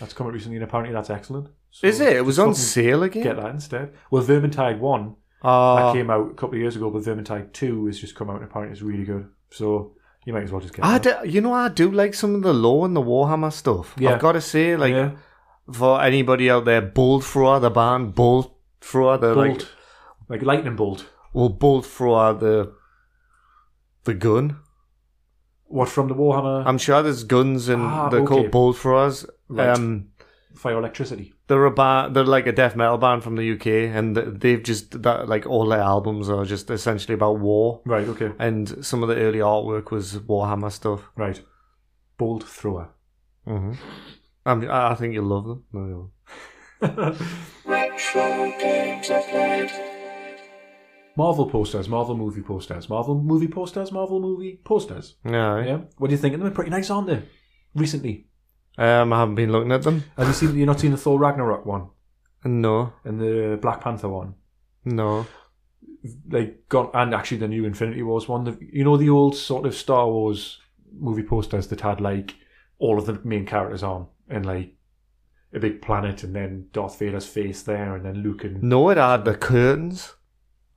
[SPEAKER 1] That's come out recently, and apparently that's excellent. So
[SPEAKER 2] Is it? It was
[SPEAKER 1] just
[SPEAKER 2] on
[SPEAKER 1] fucking
[SPEAKER 2] sale again.
[SPEAKER 1] Get that instead. Well, Vermintide 1,
[SPEAKER 2] Ah,
[SPEAKER 1] that came out a couple of years ago, but Vermintide 2 has just come out, and apparently it's really good. So you might as well just get
[SPEAKER 2] I
[SPEAKER 1] that.
[SPEAKER 2] do, you know I do like some of the lore and the Warhammer stuff.
[SPEAKER 1] Yeah.
[SPEAKER 2] I've got to say, like
[SPEAKER 1] yeah.
[SPEAKER 2] for anybody out there, bolt thrower, the band bolt thrower, the
[SPEAKER 1] Bolt.
[SPEAKER 2] like
[SPEAKER 1] Like, lightning bolt.
[SPEAKER 2] well bolt thrower, the the gun.
[SPEAKER 1] What, from the Warhammer?
[SPEAKER 2] I'm sure there's guns and
[SPEAKER 1] Ah,
[SPEAKER 2] they're
[SPEAKER 1] okay.
[SPEAKER 2] called bolt throwers.
[SPEAKER 1] Right.
[SPEAKER 2] Um,
[SPEAKER 1] Fire electricity.
[SPEAKER 2] they're a band, they're like a death metal band from the UK, and th- they've just that like all their albums are just essentially about war.
[SPEAKER 1] Right, okay.
[SPEAKER 2] And some of the early artwork was Warhammer stuff.
[SPEAKER 1] Right. Bolt thrower. [LAUGHS]
[SPEAKER 2] Mm-hmm. I'm, I I think you'll love them. No, you won't.
[SPEAKER 3] Retro games of late.
[SPEAKER 1] Marvel posters, Marvel movie posters, Marvel movie posters, Marvel movie posters.
[SPEAKER 2] No, eh?
[SPEAKER 1] Yeah. What do you think of them? They're pretty nice, aren't they? Recently.
[SPEAKER 2] um, I haven't been looking at them.
[SPEAKER 1] Have you seen you're not seen the Thor Ragnarok one
[SPEAKER 2] No,
[SPEAKER 1] and the Black Panther one?
[SPEAKER 2] no.
[SPEAKER 1] Like gone and actually the new Infinity Wars one. The, you know the old sort of Star Wars movie posters that had like all of the main characters on and like a big planet and then Darth Vader's face there and then Luke and
[SPEAKER 2] No, it had the curtains.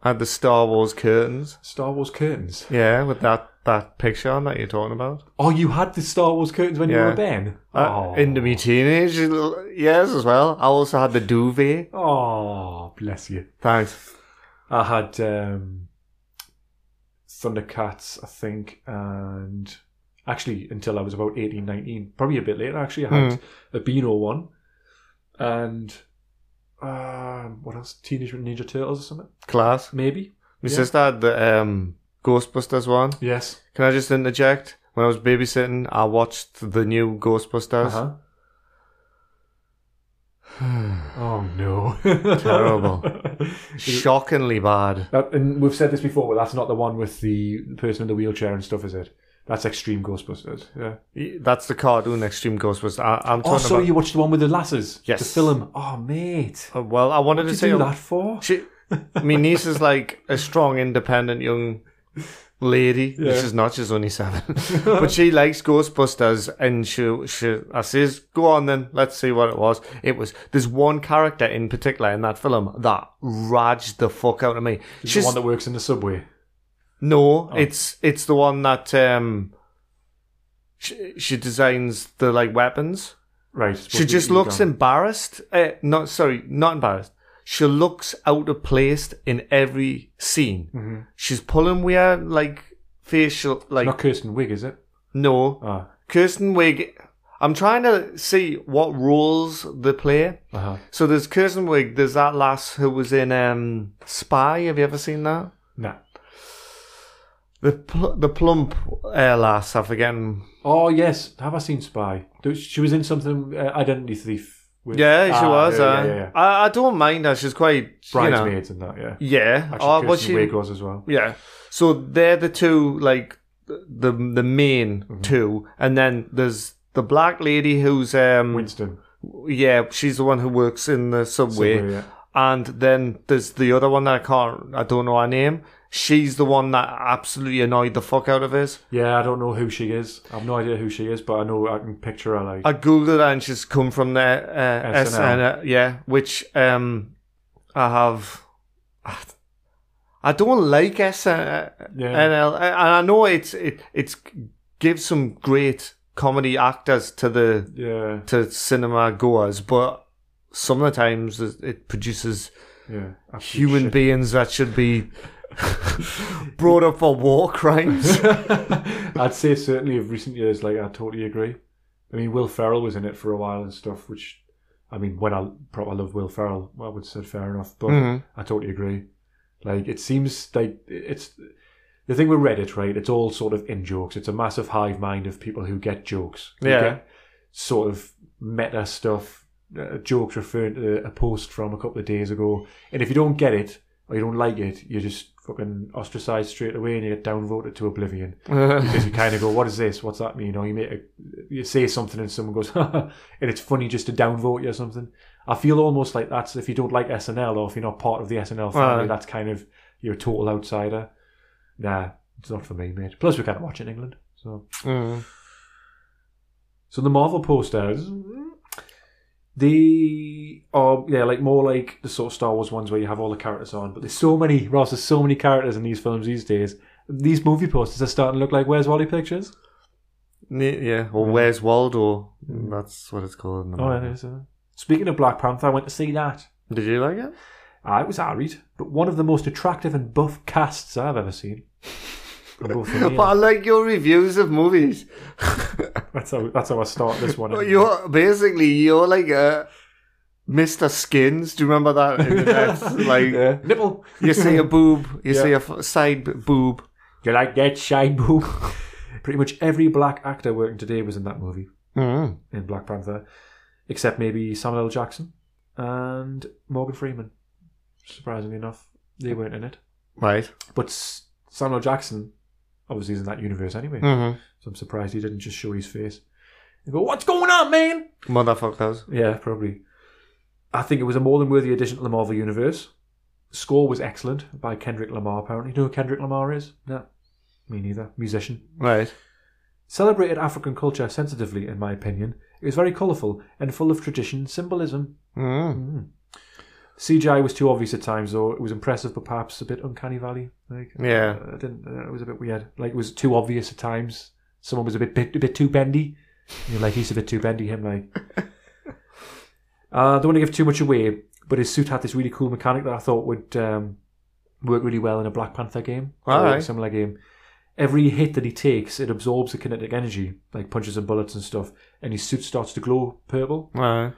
[SPEAKER 2] Had the Star Wars curtains.
[SPEAKER 1] Star Wars curtains.
[SPEAKER 2] Yeah, with that, that picture on that you're talking about.
[SPEAKER 1] Oh, you had the Star Wars curtains when you were
[SPEAKER 2] Yeah.
[SPEAKER 1] a Ben.
[SPEAKER 2] Uh, into me teenage years as well. I also had the duvet.
[SPEAKER 1] Oh, bless you.
[SPEAKER 2] Thanks.
[SPEAKER 1] I had um, Thundercats, I think, and actually until I was about 18, 19, probably a bit later, actually, I had a Beano one and um, what else? Teenage Mutant Ninja Turtles or something,
[SPEAKER 2] Class.
[SPEAKER 1] maybe.
[SPEAKER 2] My
[SPEAKER 1] Yeah.
[SPEAKER 2] sister had the um, Ghostbusters one.
[SPEAKER 1] Yes.
[SPEAKER 2] Can I just interject? When I was babysitting, I watched the new Ghostbusters.
[SPEAKER 1] Uh-huh. Oh no!
[SPEAKER 2] Terrible. Shockingly bad.
[SPEAKER 1] [LAUGHS] That, and we've said this before, but that's not the one with the person in the wheelchair and stuff, is it? That's Extreme Ghostbusters. Yeah.
[SPEAKER 2] That's the cartoon Extreme Ghostbusters. I, I'm talking
[SPEAKER 1] Oh, so
[SPEAKER 2] about.
[SPEAKER 1] you watched the one with the lasses?
[SPEAKER 2] Yes.
[SPEAKER 1] The film. Oh, mate.
[SPEAKER 2] Uh, well, I wanted
[SPEAKER 1] What
[SPEAKER 2] to
[SPEAKER 1] did
[SPEAKER 2] say
[SPEAKER 1] you do that for?
[SPEAKER 2] She, my niece is like a strong, independent young lady.
[SPEAKER 1] Yeah.
[SPEAKER 2] She's not; she's only seven, [LAUGHS] but she likes Ghostbusters. And she, she, I says, "Go on, then. Let's see what it was." It was there's one character in particular in that film that raged the fuck out of me.
[SPEAKER 1] She's
[SPEAKER 2] [LAUGHS] she's
[SPEAKER 1] the one that oh. works in the subway.
[SPEAKER 2] no, it's it's the one that um, she, she designs the like weapons.
[SPEAKER 1] Right. it's
[SPEAKER 2] She
[SPEAKER 1] supposed to
[SPEAKER 2] just
[SPEAKER 1] be
[SPEAKER 2] looks
[SPEAKER 1] Egon.
[SPEAKER 2] embarrassed. Uh, not sorry, not embarrassed. She looks out of place in every scene.
[SPEAKER 1] Mhm.
[SPEAKER 2] She's pulling weird like facial like
[SPEAKER 1] Not Kirsten Wig, is it?
[SPEAKER 2] no
[SPEAKER 1] Ah.
[SPEAKER 2] Kirsten Wig. I'm trying to see what roles they play.
[SPEAKER 1] Uh-huh.
[SPEAKER 2] So there's Kirsten Wig. There's that lass who was in um, Spy. Have you ever seen that?
[SPEAKER 1] Nah.
[SPEAKER 2] The pl- the plump uh, lass. I forget.
[SPEAKER 1] Oh yes, have I seen Spy? Do- She was in something uh, Identity Thief. With,
[SPEAKER 2] Yeah, she
[SPEAKER 1] Ah,
[SPEAKER 2] was.
[SPEAKER 1] Yeah,
[SPEAKER 2] uh,
[SPEAKER 1] yeah, yeah, yeah.
[SPEAKER 2] I, I don't mind her. She's quite You know,
[SPEAKER 1] Bridesmaids and that. Yeah.
[SPEAKER 2] yeah.
[SPEAKER 1] Actually,
[SPEAKER 2] Oh,
[SPEAKER 1] Kirsten
[SPEAKER 2] was she?
[SPEAKER 1] Wig was as well.
[SPEAKER 2] Yeah. So they're the two like the the main
[SPEAKER 1] Mm-hmm.
[SPEAKER 2] two, and then there's the black lady who's um
[SPEAKER 1] Winston.
[SPEAKER 2] yeah she's the one who works in the subway,
[SPEAKER 1] Somewhere, yeah.
[SPEAKER 2] and then there's the other one that I can't I don't know her name. She's the one that absolutely annoyed the fuck out of us.
[SPEAKER 1] Yeah, I don't know who she is. I've no idea who she is, but I know I can picture her like.
[SPEAKER 2] I googled her and she's come from the uh,
[SPEAKER 1] SNL.
[SPEAKER 2] SNL, yeah, which um I have. I don't like SNL,
[SPEAKER 1] yeah.
[SPEAKER 2] And, I'll- and I know it's it it's gives some great comedy actors to the
[SPEAKER 1] yeah.
[SPEAKER 2] to cinema goers, but some of the times it produces
[SPEAKER 1] Yeah. Absolute
[SPEAKER 2] human
[SPEAKER 1] shit.
[SPEAKER 2] beings that should be brought up for war crimes.
[SPEAKER 1] [LAUGHS]
[SPEAKER 2] [LAUGHS]
[SPEAKER 1] I'd say certainly of recent years, like I totally agree. I mean, Will Ferrell was in it for a while and stuff, which, I mean, when I probably love Will Ferrell, I would have said fair enough, but
[SPEAKER 2] Mhm.
[SPEAKER 1] I totally agree. Like, it seems like it's the thing with Reddit, right? It's all sort of in jokes. It's a massive hive mind of people who get jokes. who
[SPEAKER 2] Yeah.
[SPEAKER 1] get sort of meta stuff, uh, jokes referring to a post from a couple of days ago. And if you don't get it or you don't like it, you're just fucking ostracized straight away and you get downvoted to oblivion because you kind of go, "What is this? What's that mean?" Or you make a, you say something and someone goes, [LAUGHS] and it's funny just to downvote you or something. I feel almost like that's if you don't like SNL or if you're not part of the SNL family,
[SPEAKER 2] Right.
[SPEAKER 1] that's kind of you're a total outsider. Nah, it's not for me, mate. Plus, we can't watch it in England, so
[SPEAKER 2] Mm.
[SPEAKER 1] so the Marvel posters, they are yeah, like more like the sort of Star Wars ones where you have all the characters on. But there's so many, Ross. There's so many characters in these films these days. These movie posters are starting to look like Where's Wally pictures.
[SPEAKER 2] Ne- Yeah, or where's Waldo? That's what it's called. in the
[SPEAKER 1] Mm. Oh, yeah,
[SPEAKER 2] movie.
[SPEAKER 1] there's a- Speaking of Black Panther, I went to see that.
[SPEAKER 2] Did you like it?
[SPEAKER 1] Ah, it was harried, but one of the most attractive and buff casts I've ever
[SPEAKER 2] [LAUGHS]
[SPEAKER 1] seen. From both of
[SPEAKER 2] But I
[SPEAKER 1] the-
[SPEAKER 2] like your reviews of movies. [LAUGHS]
[SPEAKER 1] that's how that's how I start this one. [LAUGHS]
[SPEAKER 2] Well, you're basically you're like a Mr. Skins. Do you remember
[SPEAKER 1] [LAUGHS]
[SPEAKER 2] that? Internet? like
[SPEAKER 1] Yeah. nipple.
[SPEAKER 2] you
[SPEAKER 1] [LAUGHS]
[SPEAKER 2] see a boob, you
[SPEAKER 1] Yeah.
[SPEAKER 2] see a f- side b- boob.
[SPEAKER 1] You like that shine boob? Pretty much every black actor working today was in that movie
[SPEAKER 2] Mm.
[SPEAKER 1] in Black Panther, except maybe Samuel L. Jackson and Morgan Freeman. Surprisingly enough, they weren't in it.
[SPEAKER 2] Right.
[SPEAKER 1] But S- Samuel L. Jackson obviously is in that universe anyway.
[SPEAKER 2] Mm-hmm.
[SPEAKER 1] So I'm surprised he didn't just show his face. And go, what's going on, man?
[SPEAKER 2] Motherfuckers.
[SPEAKER 1] Yeah, probably. I think it was a more than worthy addition to the Marvel Universe. Score was excellent by Kendrick Lamar, apparently. You know who Kendrick Lamar is? No. Me neither. Musician.
[SPEAKER 2] Right.
[SPEAKER 1] Celebrated African culture sensitively, in my opinion. It was very colourful and full of tradition symbolism.
[SPEAKER 2] Mm.
[SPEAKER 1] Mm. CGI was too obvious at times, though. It was impressive, but perhaps a bit uncanny valley. Like,
[SPEAKER 2] Yeah.
[SPEAKER 1] I didn't. Uh, it was a bit weird. Like it was too obvious at times. Someone was a bit bit, a bit too bendy. You're like he's a bit too bendy. Him like.
[SPEAKER 2] [LAUGHS]
[SPEAKER 1] uh, don't want to give too much away, but his suit had this really cool mechanic that I thought would um, work really well in a Black Panther game or
[SPEAKER 2] All
[SPEAKER 1] a
[SPEAKER 2] right.
[SPEAKER 1] similar game. Every hit that he takes, it absorbs the kinetic energy, like punches and bullets and stuff, and his suit starts to glow purple.
[SPEAKER 2] Right.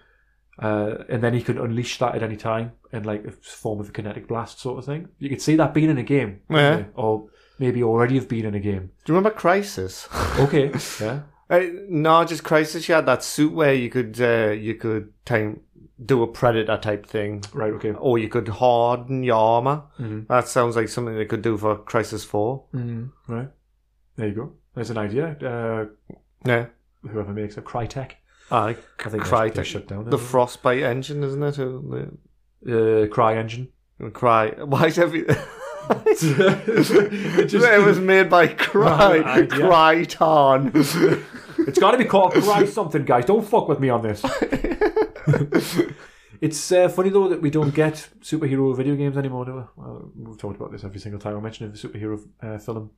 [SPEAKER 1] Uh, and then he could unleash that at any time in like a form of a kinetic blast sort of thing. You could see that being in a game,
[SPEAKER 2] Yeah.
[SPEAKER 1] or maybe already have been in a game.
[SPEAKER 2] Do you remember Crisis?
[SPEAKER 1] Okay, [LAUGHS] yeah,
[SPEAKER 2] uh, no, just Crisis. You had that suit where you could uh, you could time do a predator type thing,
[SPEAKER 1] right, okay.
[SPEAKER 2] or you could harden your armor.
[SPEAKER 1] Mhm.
[SPEAKER 2] That sounds like something they could do for Crisis Four.
[SPEAKER 1] Mm, right, there you go. There's an idea. Uh,
[SPEAKER 2] Yeah.
[SPEAKER 1] whoever makes a Crytek,
[SPEAKER 2] I
[SPEAKER 1] I think
[SPEAKER 2] Crytek.
[SPEAKER 1] Crytek they shut down
[SPEAKER 2] The
[SPEAKER 1] haven't
[SPEAKER 2] Frostbite engine, isn't it? Uh,
[SPEAKER 1] they?
[SPEAKER 2] the-
[SPEAKER 1] uh, Cry Engine.
[SPEAKER 2] And Cry. Why is every? [LAUGHS] it,
[SPEAKER 1] [LAUGHS] just-
[SPEAKER 2] was
[SPEAKER 1] [LAUGHS]
[SPEAKER 2] made by Cry.
[SPEAKER 1] Right idea. [LAUGHS]
[SPEAKER 2] Cryton.
[SPEAKER 1] It's got to be called Cry something, guys. Don't fuck with me on
[SPEAKER 2] [LAUGHS]
[SPEAKER 1] this. It's uh, funny though that we don't get superhero video games anymore, do we? Well, we've talked about this every single time I mention a superhero uh, film,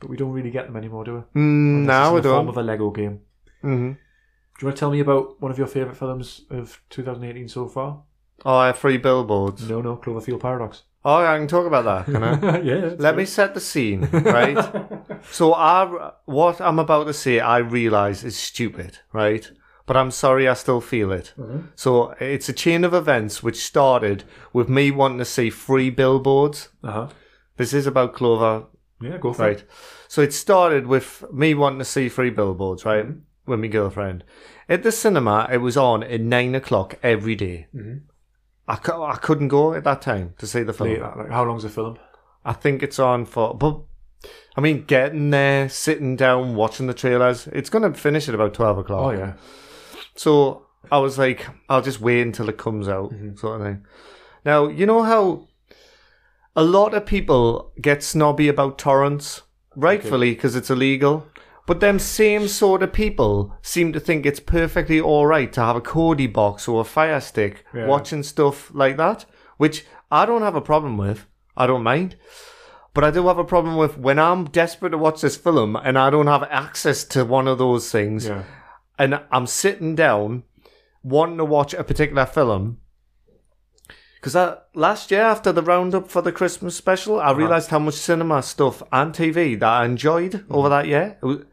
[SPEAKER 1] but we don't really get them anymore, do we?
[SPEAKER 2] mm,
[SPEAKER 1] Unless it's
[SPEAKER 2] now
[SPEAKER 1] in
[SPEAKER 2] I
[SPEAKER 1] the form
[SPEAKER 2] don't.
[SPEAKER 1] of a Lego game.
[SPEAKER 2] Mhm.
[SPEAKER 1] Do you want to tell me about one of your favourite films of 2018 so far?
[SPEAKER 2] Oh, I have three billboards.
[SPEAKER 1] No, no, Cloverfield [LAUGHS] Paradox.
[SPEAKER 2] Oh, I can talk about that, can I?
[SPEAKER 1] yeah.
[SPEAKER 2] Let me set the scene,
[SPEAKER 1] [LAUGHS]
[SPEAKER 2] right? so, I, what I'm about to say, I realise is stupid, right? But I'm sorry, I still feel it.
[SPEAKER 1] Mm-hmm.
[SPEAKER 2] So, it's a chain of events which started with me wanting to see free billboards.
[SPEAKER 1] Uh huh.
[SPEAKER 2] This is about Clover
[SPEAKER 1] Yeah, go for
[SPEAKER 2] Right.
[SPEAKER 1] it.
[SPEAKER 2] So it started with me wanting to see free billboards, right?
[SPEAKER 1] Mhm.
[SPEAKER 2] With my girlfriend. At the cinema, it was on at nine o'clock every day.
[SPEAKER 1] Mhm.
[SPEAKER 2] I, cou- I couldn't go at that time to see the film.
[SPEAKER 1] Late, like, how long's the film?
[SPEAKER 2] I think it's on for, but I mean, getting there, sitting down, watching the trailers, it's going to finish at about 12 o'clock.
[SPEAKER 1] Oh, yeah.
[SPEAKER 2] So I was like, I'll just wait until it comes out,
[SPEAKER 1] Mm-hmm.
[SPEAKER 2] sort of thing. Now, you know how a lot of people get snobby about torrents, rightfully, because it's illegal. But them same sort of people seem to think it's perfectly all right to have a Cody box or a fire stick
[SPEAKER 1] Yeah.
[SPEAKER 2] watching stuff like that, which I don't have a problem with. I don't mind. But I do have a problem with when I'm desperate to watch this film and I don't have access to one of those things
[SPEAKER 1] Yeah.
[SPEAKER 2] and I'm sitting down wanting to watch a particular film. Because last year, after the roundup for the Christmas special,
[SPEAKER 1] Uh-huh.
[SPEAKER 2] I realised how much cinema stuff and TV that I enjoyed
[SPEAKER 1] Mm-hmm.
[SPEAKER 2] over that year. It was-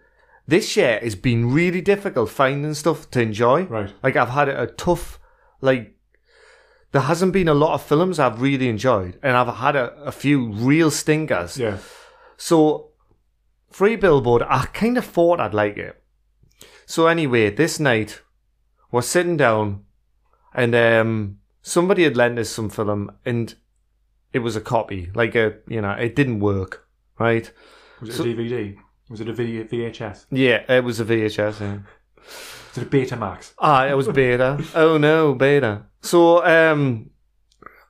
[SPEAKER 2] this year has been really difficult finding stuff to enjoy.
[SPEAKER 1] Right.
[SPEAKER 2] Like, I've had a tough, like, there hasn't been a lot of films I've really enjoyed, and I've had a, a few real stinkers.
[SPEAKER 1] Yeah.
[SPEAKER 2] So, Free Billboard, I kind of thought I'd like it. So, anyway, this night, we're sitting down, and um, somebody had lent us some film, and it was a copy. Like, a, you know, it didn't work, right?
[SPEAKER 1] Was it
[SPEAKER 2] So-
[SPEAKER 1] a DVD? Was it a v- VHS?
[SPEAKER 2] Yeah, it was a VHS. Yeah.
[SPEAKER 1] Was it a Betamax?
[SPEAKER 2] Ah, it was beta. [LAUGHS] oh no, beta. So um,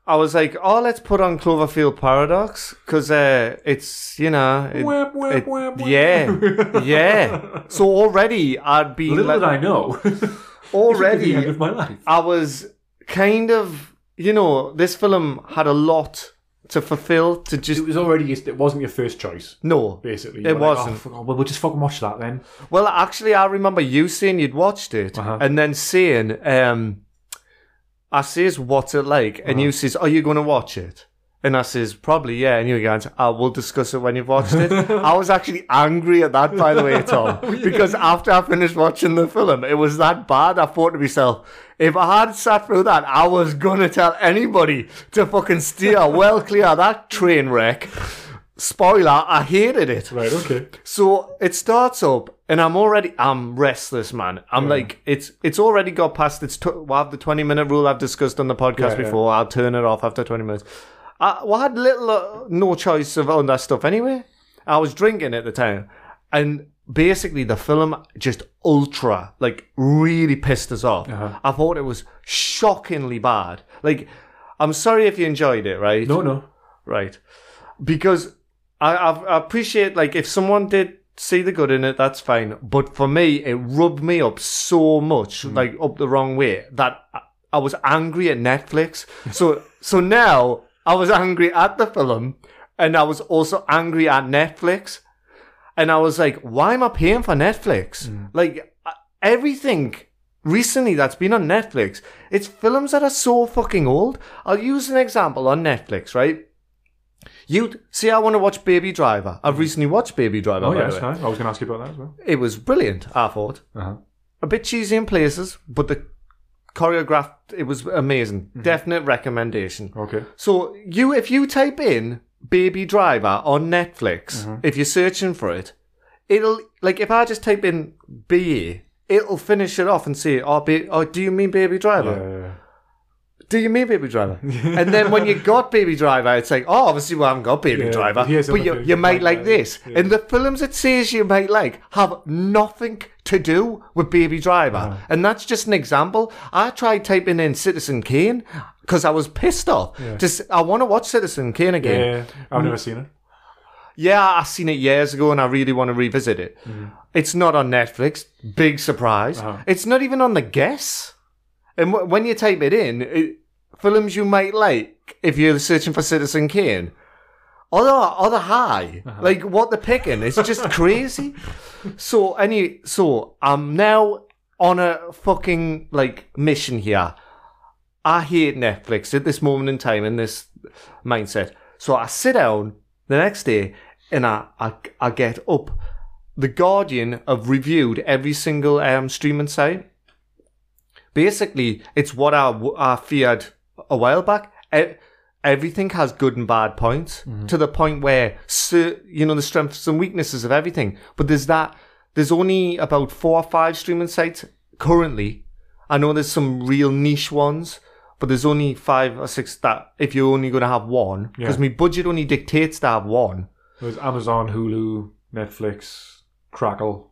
[SPEAKER 2] I was like, oh, let's put on Cloverfield Paradox because uh, it's you know, it-
[SPEAKER 1] Whap, whap,
[SPEAKER 2] it-
[SPEAKER 1] whap, whap. [LAUGHS]
[SPEAKER 2] yeah, yeah. So already I'd be
[SPEAKER 1] Little
[SPEAKER 2] like,
[SPEAKER 1] did I know. [LAUGHS] the end [LAUGHS]
[SPEAKER 2] already
[SPEAKER 1] of my life.
[SPEAKER 2] I was kind of you know, this film had a lot to fulfill to just
[SPEAKER 1] It was already. It wasn't your first choice,
[SPEAKER 2] no.
[SPEAKER 1] basically.
[SPEAKER 2] It
[SPEAKER 1] You're like,
[SPEAKER 2] wasn't.
[SPEAKER 1] "Oh, fuck, well, we'll just fucking watch that then.
[SPEAKER 2] Well, actually, I remember you saying you'd watched it
[SPEAKER 1] Uh-huh.
[SPEAKER 2] and then saying, um, I says, what's it like? And
[SPEAKER 1] Uh-huh.
[SPEAKER 2] you says, are you going to watch it? And I says, probably, yeah. And you guys, I will discuss it when you've
[SPEAKER 1] [LAUGHS]
[SPEAKER 2] watched it. I was actually angry at that, by the way, Tom, because after I finished watching the film, it was that bad. I thought to myself, if I had sat through that, I was going to tell anybody to
[SPEAKER 1] [LAUGHS]
[SPEAKER 2] fucking steer well clear of that train wreck. Spoiler, I hated it.
[SPEAKER 1] Right. Okay.
[SPEAKER 2] So it starts up, and I'm already I'm restless, man. I'm like it's it's already got past its. Tw- well, I have the 20 minute rule I've discussed on the podcast
[SPEAKER 1] Yeah, yeah.
[SPEAKER 2] before. I'll turn it off after 20 minutes. I, well, I had little uh, no choice of on that stuff anyway. I was drinking at the time, and basically the film just ultra like really pissed us off.
[SPEAKER 1] Uh-huh.
[SPEAKER 2] I thought it was shockingly bad. Like, I'm sorry if you enjoyed it, right?
[SPEAKER 1] No, no.
[SPEAKER 2] Right. Because I, I I appreciate, like, if someone did see the good in it, that's fine. But for me, it rubbed me up so much, like, up the wrong way that I, I was angry at Netflix. So, [LAUGHS] so now I was angry at the film and I was also angry at Netflix. And I was like, why am I paying for Netflix?
[SPEAKER 1] Mm.
[SPEAKER 2] Like, I- everything recently that's been on Netflix, it's films that are so fucking old. I'll use an example on Netflix, right? You see, I want to watch Baby Driver. I've recently watched Baby Driver.
[SPEAKER 1] Mm. Oh,
[SPEAKER 2] by the
[SPEAKER 1] yes.
[SPEAKER 2] way.
[SPEAKER 1] I, I was going to ask you about that as well.
[SPEAKER 2] It was brilliant. I thought
[SPEAKER 1] Uh-huh.
[SPEAKER 2] a bit cheesy in places, but the choreographed. It was amazing.
[SPEAKER 1] Mm-hmm.
[SPEAKER 2] Definite recommendation.
[SPEAKER 1] Okay.
[SPEAKER 2] So you, if you type in Baby Driver on Netflix, if you're searching for it, it'll like if I just type in BE, it'll finish it off and say, "Oh, ba- oh, do you mean Baby Driver?
[SPEAKER 1] Yeah.
[SPEAKER 2] Do you mean Baby
[SPEAKER 1] [LAUGHS]
[SPEAKER 2] Driver?" and then when you got Baby Driver, it's like, "Oh, obviously, well, I haven't got Baby
[SPEAKER 1] Yeah,
[SPEAKER 2] Driver,
[SPEAKER 1] but here's
[SPEAKER 2] but
[SPEAKER 1] other
[SPEAKER 2] you,
[SPEAKER 1] things
[SPEAKER 2] you
[SPEAKER 1] you
[SPEAKER 2] might
[SPEAKER 1] might
[SPEAKER 2] like
[SPEAKER 1] like."
[SPEAKER 2] this." And the films it says you might like have nothing to do with Baby Driver,
[SPEAKER 1] Uh-huh.
[SPEAKER 2] and that's just an example. I tried typing in Citizen Kane because I was pissed off. Just I want to watch Citizen Kane
[SPEAKER 1] Yeah.
[SPEAKER 2] again.
[SPEAKER 1] yeah. I've never seen it.
[SPEAKER 2] Yeah, I seen it years ago and I really want to revisit it. It's not on Netflix. Big surprise.
[SPEAKER 1] Uh-huh.
[SPEAKER 2] It's not even on the guess. And w- when you type it in, it, films you might like if you're searching for Citizen Kane or the, or the high. Like what they're picking. It's just crazy. So any so I'm now on a fucking like mission here. I hate Netflix at this moment in time in this mindset. So I sit down the next day and I I, I get up. The Guardian have reviewed every single um, streaming site. Basically, it's what I, w- I feared a while back. E- everything has good and bad points
[SPEAKER 1] Mm-hmm.
[SPEAKER 2] to the point where, cer- you know, the strengths and weaknesses of everything. But there's that, there's only about four or five streaming sites currently. I know there's some real niche ones, but there's only five or six that if you're only going to have one, because
[SPEAKER 1] Yeah.
[SPEAKER 2] my budget only dictates to have one.
[SPEAKER 1] It was Amazon, Hulu, Netflix, Crackle.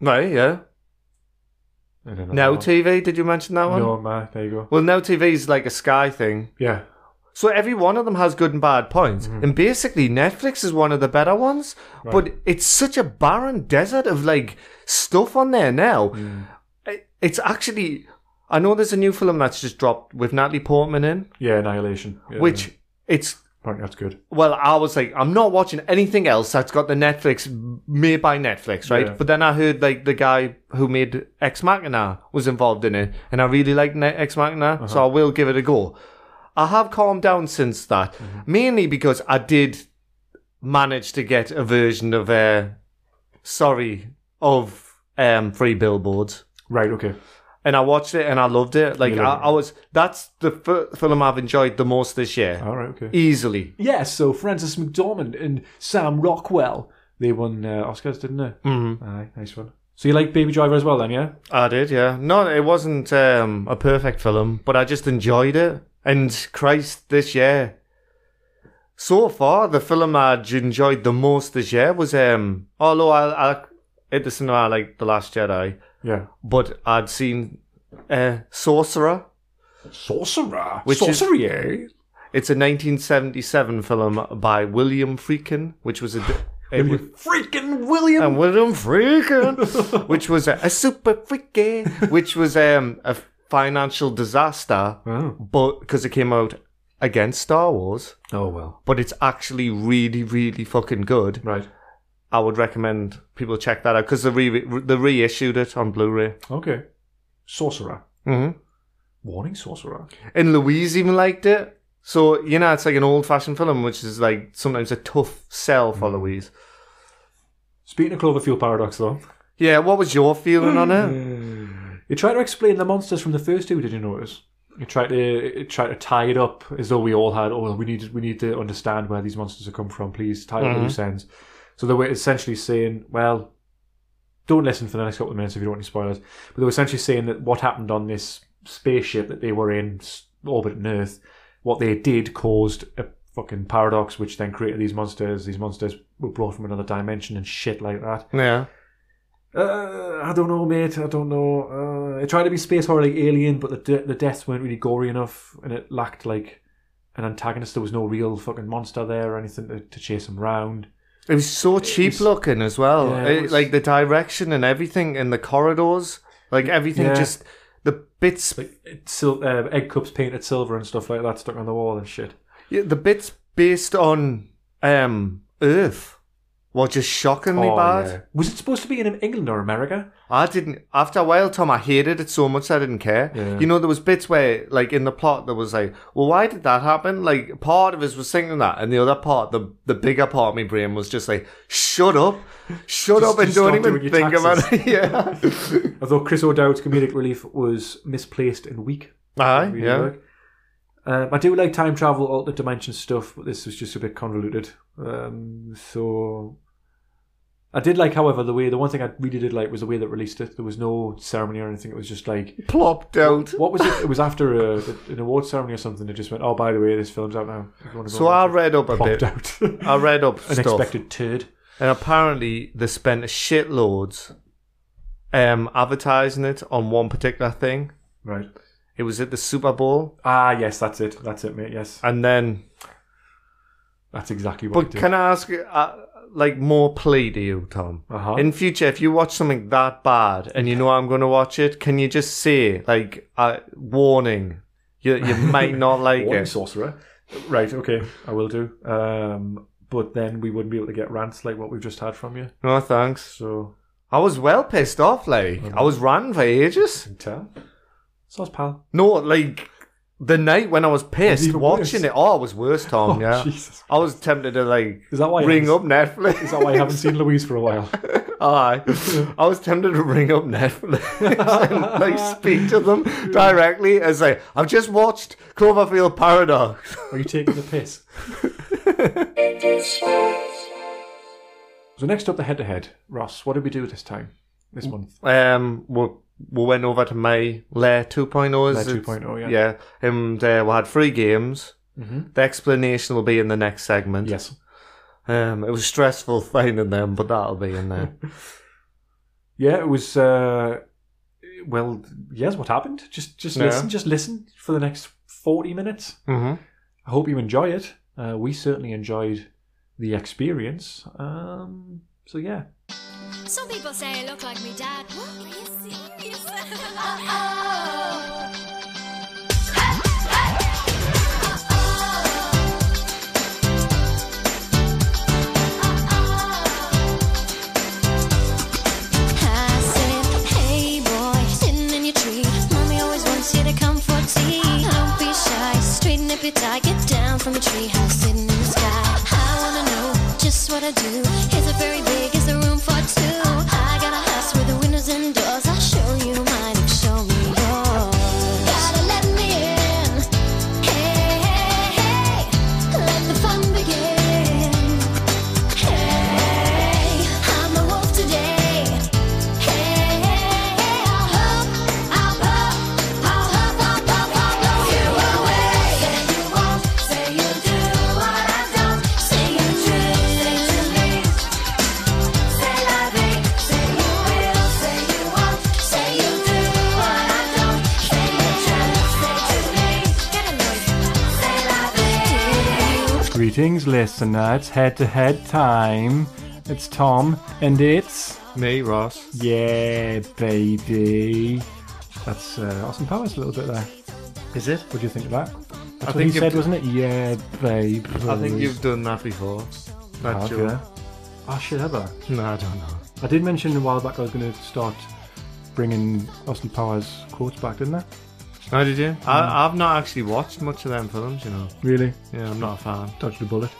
[SPEAKER 2] Right, yeah.
[SPEAKER 1] and another
[SPEAKER 2] Now
[SPEAKER 1] one.
[SPEAKER 2] TV, did you mention that one?
[SPEAKER 1] No, ma, there you go.
[SPEAKER 2] Well, Now TV is like a Sky thing.
[SPEAKER 1] Yeah,
[SPEAKER 2] So every one of them has good and bad points. And basically, Netflix is one of the better ones. But it's such a barren desert of like stuff on there now. I- It's actually. I know there's a new film that's just dropped with Natalie Portman in,
[SPEAKER 1] yeah, Annihilation. Yeah,
[SPEAKER 2] which it's
[SPEAKER 1] apparently that's good.
[SPEAKER 2] well, I was like, I'm not watching anything else that's got the Netflix made by Netflix, right?
[SPEAKER 1] Yeah.
[SPEAKER 2] But then I heard like the guy who made Ex Machina was involved in it, and I really like Ne- Ex Machina, so I will give it a go. I have calmed down since that, mainly because I did manage to get a version of, uh, sorry, of um, Free Billboards
[SPEAKER 1] Right. Okay.
[SPEAKER 2] and I watched it and I loved it. Like
[SPEAKER 1] Yeah.
[SPEAKER 2] I, I was, that's the f- film I've enjoyed the most this year,
[SPEAKER 1] All right. Okay.
[SPEAKER 2] easily.
[SPEAKER 1] Yeah, so Francis McDormand and Sam Rockwell. They won uh, Oscars, didn't they?
[SPEAKER 2] Mm-hmm.
[SPEAKER 1] Aye, nice one. So you like Baby Driver as well, then, yeah?
[SPEAKER 2] I did, yeah. No, it wasn't um, a perfect film, but I just enjoyed it. And Christ, this year, so far, the film I'd enjoyed the most this year was, um, although I, I at the cinema, I liked The Last Jedi,
[SPEAKER 1] Yeah.
[SPEAKER 2] but I'd seen uh, Sorcerer.
[SPEAKER 1] Sorcerer.
[SPEAKER 2] Which is-
[SPEAKER 1] Sorcery, eh?
[SPEAKER 2] It's a 1977 film by William Freakin, which was a. it was- [LAUGHS]
[SPEAKER 1] freaking William.
[SPEAKER 2] and William Freakin, which was a, a super freaky, which was um, a financial disaster.
[SPEAKER 1] oh.
[SPEAKER 2] but because it came out against Star Wars,
[SPEAKER 1] oh, well.
[SPEAKER 2] but it's actually really, really fucking good.
[SPEAKER 1] Right.
[SPEAKER 2] I would recommend people check that out because they, re- they reissued it on Blu-ray.
[SPEAKER 1] Okay. Sorcerer.
[SPEAKER 2] Mm-hmm.
[SPEAKER 1] Warning Sorcerer.
[SPEAKER 2] And Louise even liked it. So you know, it's like an old-fashioned film, which is like sometimes a tough sell
[SPEAKER 1] Mm.
[SPEAKER 2] for Louise.
[SPEAKER 1] Speaking of Cloverfield Paradox, though,
[SPEAKER 2] Yeah, what was your feeling on
[SPEAKER 1] Mm.
[SPEAKER 2] it?
[SPEAKER 1] it tried to explain the monsters from the first two, did you notice? It tried to it tried to tie it up as though we all had, oh, well, we need, we need to understand where these monsters have come from, please. Tie up the
[SPEAKER 2] Mhm.
[SPEAKER 1] loose ends. So they were essentially saying, well, don't listen for the next couple of minutes if you don't want any spoilers. But they were essentially saying that what happened on this spaceship that they were in s- orbiting Earth, what they did caused a fucking paradox, which then created these monsters. These monsters were brought from another dimension and shit like that.
[SPEAKER 2] Yeah,
[SPEAKER 1] Uh, I don't know, mate. I don't know. Uh, it tried to be space horror like Alien, but the de- the deaths weren't really gory enough, and it lacked like an antagonist. There was no real fucking monster there or anything to, to chase him round.
[SPEAKER 2] it was so cheap
[SPEAKER 1] was-
[SPEAKER 2] looking as well.
[SPEAKER 1] Yeah, it
[SPEAKER 2] It-
[SPEAKER 1] was-
[SPEAKER 2] like the direction and everything, and the corridors, like everything,
[SPEAKER 1] Yeah.
[SPEAKER 2] just the bits
[SPEAKER 1] Like it, sil- uh, egg cups painted silver and stuff like that stuck on the wall and shit.
[SPEAKER 2] Yeah, the bits based on um Earth were just shockingly
[SPEAKER 1] Oh,
[SPEAKER 2] bad.
[SPEAKER 1] yeah. Was it supposed to be in England or America?
[SPEAKER 2] I didn't. After a while, Tom, I hated it so much I didn't care.
[SPEAKER 1] Yeah.
[SPEAKER 2] You know, there was bits where, like in the plot, there was like, well, why did that happen? Like part of us was thinking that, and the other part, the the bigger part of my brain was just like, shut up, shut
[SPEAKER 1] Just-
[SPEAKER 2] up, and
[SPEAKER 1] just
[SPEAKER 2] don't
[SPEAKER 1] stop
[SPEAKER 2] even
[SPEAKER 1] doing your
[SPEAKER 2] think about it. [LAUGHS] yeah.
[SPEAKER 1] Although Chris O'Dowd's comedic relief was misplaced and weak. [LAUGHS]
[SPEAKER 2] Aye,
[SPEAKER 1] Really
[SPEAKER 2] yeah.
[SPEAKER 1] work. Um, I do like time travel, alternate dimension stuff, but this was just a bit convoluted. Um, so I did like, however, the way the one thing I really did like was the way that released it. There was no ceremony or anything. It was just like
[SPEAKER 2] Plopped out.
[SPEAKER 1] what was it? It was after a, an award ceremony or something. They just went, "Oh, by the way, this film's out now." If you want to go
[SPEAKER 2] So
[SPEAKER 1] and
[SPEAKER 2] I
[SPEAKER 1] watch
[SPEAKER 2] read up
[SPEAKER 1] it."
[SPEAKER 2] a
[SPEAKER 1] plopped
[SPEAKER 2] bit. [LAUGHS]
[SPEAKER 1] out.
[SPEAKER 2] I read up stuff.
[SPEAKER 1] [LAUGHS] Unexpected turd.
[SPEAKER 2] And apparently they spent shitloads um advertising it on one particular thing.
[SPEAKER 1] Right.
[SPEAKER 2] It was at the Super Bowl
[SPEAKER 1] Ah, yes, that's it. That's it, mate. Yes,
[SPEAKER 2] and then
[SPEAKER 1] that's exactly what.
[SPEAKER 2] But can I ask uh, like more plea to you, Tom?
[SPEAKER 1] I? Uh-huh.
[SPEAKER 2] In future, if you watch something that bad and you know I'm going to watch it, can you just say like uh, warning? You you might not like
[SPEAKER 1] Warning,
[SPEAKER 2] it.
[SPEAKER 1] sorcerer. Right, okay, I will do. Um, but then we wouldn't be able to get rants like what we've just had from you.
[SPEAKER 2] No thanks.
[SPEAKER 1] So
[SPEAKER 2] I was well pissed off. Like I was running for ages.
[SPEAKER 1] Can tell. Sauce pal.
[SPEAKER 2] No, like the night when I was pissed
[SPEAKER 1] Even
[SPEAKER 2] watching
[SPEAKER 1] worse.
[SPEAKER 2] it. Oh, it was worse, Tom.
[SPEAKER 1] Oh,
[SPEAKER 2] yeah,
[SPEAKER 1] Jesus.
[SPEAKER 2] I was tempted to like
[SPEAKER 1] Is that why? you
[SPEAKER 2] ring
[SPEAKER 1] haven't-
[SPEAKER 2] up
[SPEAKER 1] [LAUGHS]
[SPEAKER 2] Netflix.
[SPEAKER 1] Is that why you haven't seen Louise for a while?
[SPEAKER 2] [LAUGHS] Aye. I was tempted to ring up Netflix [LAUGHS]
[SPEAKER 1] [LAUGHS]
[SPEAKER 2] and like speak to them directly and say, I've just watched Cloverfield Paradox. [LAUGHS]
[SPEAKER 1] Are you taking the piss? so next up, the head-to-head. Ross, what did we do this time? This month?
[SPEAKER 2] Um, we, we went over to my Lair 2.0.
[SPEAKER 1] Lair
[SPEAKER 2] is it?
[SPEAKER 1] 2.0, yeah.
[SPEAKER 2] Yeah, and uh, we had three games.
[SPEAKER 1] Mhm.
[SPEAKER 2] The explanation will be in the next segment.
[SPEAKER 1] Yes.
[SPEAKER 2] Um, it was stressful [LAUGHS] finding them, but that'll be
[SPEAKER 1] [LAUGHS]
[SPEAKER 2] in there.
[SPEAKER 1] Yeah, it was. Uh, well, yes. What happened? Just, just
[SPEAKER 2] Yeah.
[SPEAKER 1] listen. Just listen for the next forty minutes.
[SPEAKER 2] mm-hmm.
[SPEAKER 1] I hope you enjoy it. Uh, we certainly enjoyed the experience. Um, so yeah,
[SPEAKER 4] Some people say I look like me dad. What? Are you [LAUGHS] serious? oh. I said, hey boy, sitting in your tree. Mommy always wants you to come for tea. Don't be shy, straighten up your tie. Get down from a tree house sitting in the sky. I wanna know just what I do. Is it very big? Is there room for two? I got a house with the windows and doors. I'll show you mine and show me yours. Gotta let me in. Hey, hey, hey. Let the fun begin. Hey, I'm a wolf today.
[SPEAKER 1] greetings, listener. It's head-to-head time. It's Tom, and it's
[SPEAKER 2] Me, Ross.
[SPEAKER 1] yeah, baby. That's uh, Austin Powers a little bit there.
[SPEAKER 2] Is it?
[SPEAKER 1] What do you think of that? That's what
[SPEAKER 2] think
[SPEAKER 1] he
[SPEAKER 2] you've
[SPEAKER 1] said,
[SPEAKER 2] d-
[SPEAKER 1] wasn't it? Yeah, babe.
[SPEAKER 2] I think you've done that before. Not
[SPEAKER 1] Okay.
[SPEAKER 2] sure.
[SPEAKER 1] Oh shit, ever.
[SPEAKER 2] No, I don't know.
[SPEAKER 1] I did mention a while back I was going to start bringing Austin Powers quotes back, didn't I?
[SPEAKER 2] Oh, did you? I, I've not actually watched much of them films, you know.
[SPEAKER 1] Really?
[SPEAKER 2] Yeah, I'm not a fan.
[SPEAKER 1] Dodged a bullet.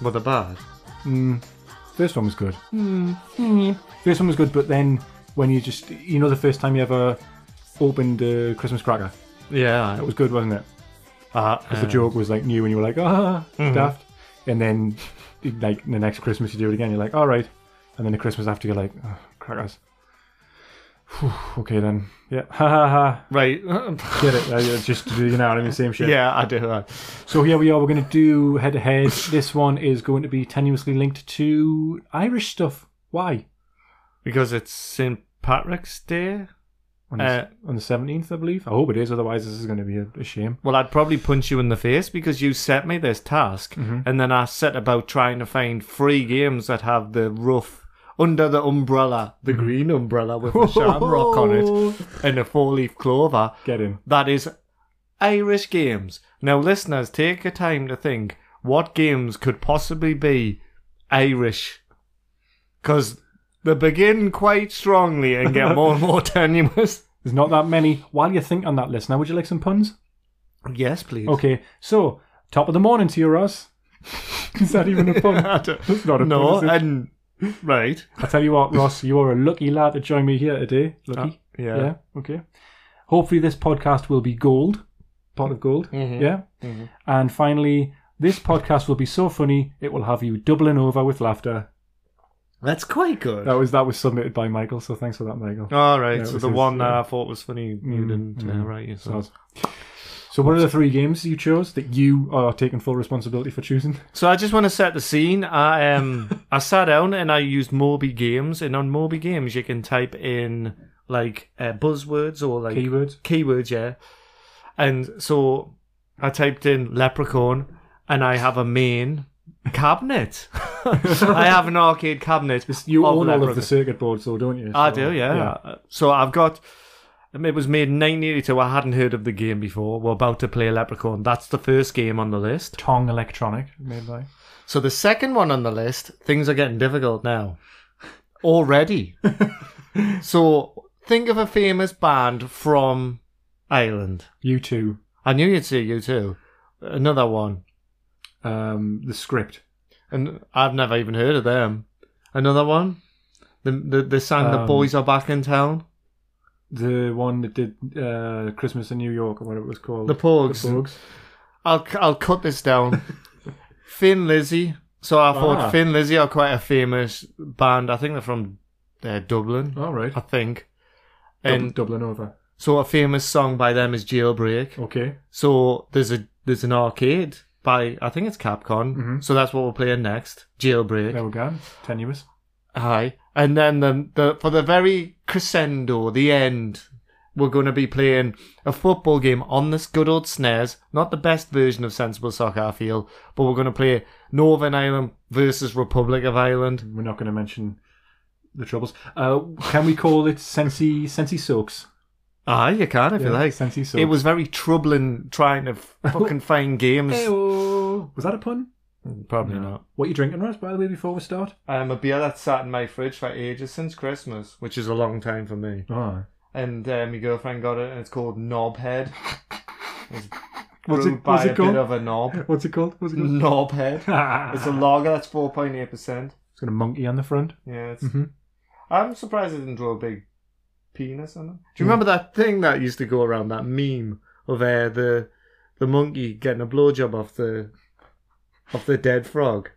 [SPEAKER 2] But they're bad.
[SPEAKER 1] First one was good. Mm. First one was good, but then when you just, you know, the first time you ever opened a Christmas cracker,
[SPEAKER 2] Yeah.
[SPEAKER 1] that was good, wasn't it?
[SPEAKER 2] Uh, Mm-hmm.
[SPEAKER 1] Because the joke was like new, and you were like, ah, daft. And then, like the next Christmas, you do it again. You're like, all right. And then the Christmas after, you're like, oh, crackers. Whew, okay then. Yeah. Ha ha ha.
[SPEAKER 2] Right.
[SPEAKER 1] Get it. Uh, yeah, just to do, you know what I mean? Same shit.
[SPEAKER 2] [LAUGHS] yeah, I do that.
[SPEAKER 1] So here we are. We're going to do head to head. This one is going to be tenuously linked to Irish stuff. Why?
[SPEAKER 2] Because it's St. Patrick's Day.
[SPEAKER 1] On the,
[SPEAKER 2] Uh,
[SPEAKER 1] on the 17th, I believe. I hope it is. Otherwise, this is going to be a, a shame.
[SPEAKER 2] Well, I'd probably punch you in the face because you set me this task,
[SPEAKER 1] Mm-hmm.
[SPEAKER 2] and then I set about trying to find three games that have the rough under the umbrella, the
[SPEAKER 1] Mm-hmm.
[SPEAKER 2] green umbrella with the shamrock on
[SPEAKER 1] [LAUGHS]
[SPEAKER 2] it, and a four-leaf clover.
[SPEAKER 1] Get in.
[SPEAKER 2] That is Irish games. Now, listeners, take your time to think what games could possibly be Irish, because they begin quite strongly and
[SPEAKER 1] [LAUGHS]
[SPEAKER 2] get more and more tenuous.
[SPEAKER 1] There's not that many. While you think on that list, now would you like some puns?
[SPEAKER 2] Yes, please.
[SPEAKER 1] Okay, so top of the morning to you, Ross. [LAUGHS] is that even a pun?
[SPEAKER 2] [LAUGHS] I don't-
[SPEAKER 1] That's not a
[SPEAKER 2] no,
[SPEAKER 1] pun. is it?
[SPEAKER 2] and right.
[SPEAKER 1] I tell you what, Ross, you are a lucky lad to join me here today. Lucky.
[SPEAKER 2] Uh, yeah.
[SPEAKER 1] Okay. Hopefully, this podcast will be gold, pot of gold. Yeah. And finally, this podcast will be so funny it will have you doubling over with laughter.
[SPEAKER 2] That's quite good.
[SPEAKER 1] That was that was submitted by Michael, so thanks for that, Michael.
[SPEAKER 2] All right,
[SPEAKER 1] Yeah,
[SPEAKER 2] so
[SPEAKER 1] this
[SPEAKER 2] the
[SPEAKER 1] is-
[SPEAKER 2] one that
[SPEAKER 1] yeah. Mm,
[SPEAKER 2] I thought was funny, you didn't uh, write yourself.
[SPEAKER 1] So, so what are the three games you chose that you are taking full responsibility for choosing?
[SPEAKER 2] So I just want to set the scene.
[SPEAKER 1] [LAUGHS]
[SPEAKER 2] I um I sat down and I used Moby Games, and on Moby Games you can type in like uh, buzzwords or like
[SPEAKER 1] Keywords.
[SPEAKER 2] keywords, yeah. And so I typed in leprechaun, and I have a main cabinet. [LAUGHS] I have an arcade cabinet.
[SPEAKER 1] You own all
[SPEAKER 2] leprechaun.
[SPEAKER 1] of the circuit boards, though, don't you?
[SPEAKER 2] I
[SPEAKER 1] So,
[SPEAKER 2] do, yeah. So I've got. It was made in 1982. I hadn't heard of the game before. We're about to play Leprechaun. That's the first game on the list.
[SPEAKER 1] Tong Electronic, made by.
[SPEAKER 2] So the second one on the list, things are getting difficult now.
[SPEAKER 1] [LAUGHS]
[SPEAKER 2] already. so think of a famous band from Ireland.
[SPEAKER 1] You two,
[SPEAKER 2] I knew you'd see you too. Another one,
[SPEAKER 1] um, the script.
[SPEAKER 2] and I've never even heard of them. Another one. The the they sang the
[SPEAKER 1] Um,
[SPEAKER 2] boys are back in town.
[SPEAKER 1] The one that did uh, Christmas in New York or whatever it was called.
[SPEAKER 2] The Pogues. I'll I'll cut
[SPEAKER 1] [LAUGHS]
[SPEAKER 2] this down. Finn Lizzy. So I
[SPEAKER 1] Ah.
[SPEAKER 2] thought Finn Lizzy are quite a famous band. I think they're from uh, Dublin.
[SPEAKER 1] All right.
[SPEAKER 2] I think.
[SPEAKER 1] Dub-
[SPEAKER 2] And
[SPEAKER 1] Oh. Dublin over.
[SPEAKER 2] so a famous song by them is Jailbreak.
[SPEAKER 1] Okay.
[SPEAKER 2] So there's a there's an arcade by I think it's Capcom.
[SPEAKER 1] Mhm.
[SPEAKER 2] So that's what we're playing next. Jailbreak.
[SPEAKER 1] There we go. Tenuous.
[SPEAKER 2] Aye. And then the, the for the very crescendo, the end, we're going to be playing a football game on this good old snares. Not the best version of sensible soccer, I feel, but we're going to play Northern Ireland versus Republic of Ireland.
[SPEAKER 1] We're not going to mention the troubles. Uh, can we call it Sensi Sensi Soaks?
[SPEAKER 2] Aye, Ah, you can if you
[SPEAKER 1] Yeah,
[SPEAKER 2] like.
[SPEAKER 1] Sensi Soaks.
[SPEAKER 2] It was very troubling trying [LAUGHS] to fucking find games.
[SPEAKER 1] Ayo. Was that a pun?
[SPEAKER 2] Probably not.
[SPEAKER 1] What you drinking, Russ? By the way, before we start.
[SPEAKER 2] Um, a beer that sat in my fridge for ages since Christmas, which is a long time for me.
[SPEAKER 1] Oh.
[SPEAKER 2] and uh, my girlfriend got it, and it's called Knobhead. It's
[SPEAKER 1] What's
[SPEAKER 2] brewed
[SPEAKER 1] it-
[SPEAKER 2] by
[SPEAKER 1] what's it
[SPEAKER 2] a
[SPEAKER 1] called?
[SPEAKER 2] bit of a knob.
[SPEAKER 1] What's it called? What's it called?
[SPEAKER 2] Knobhead.
[SPEAKER 1] [LAUGHS] it's
[SPEAKER 2] It's a lager that's four point eight percent.
[SPEAKER 1] got a monkey on the front.
[SPEAKER 2] Yeah, it's,
[SPEAKER 1] Mhm.
[SPEAKER 2] I'm surprised it didn't draw a big penis on it. Do you remember that thing that used to go around that meme of uh, the the monkey getting a blowjob off the off the dead frog?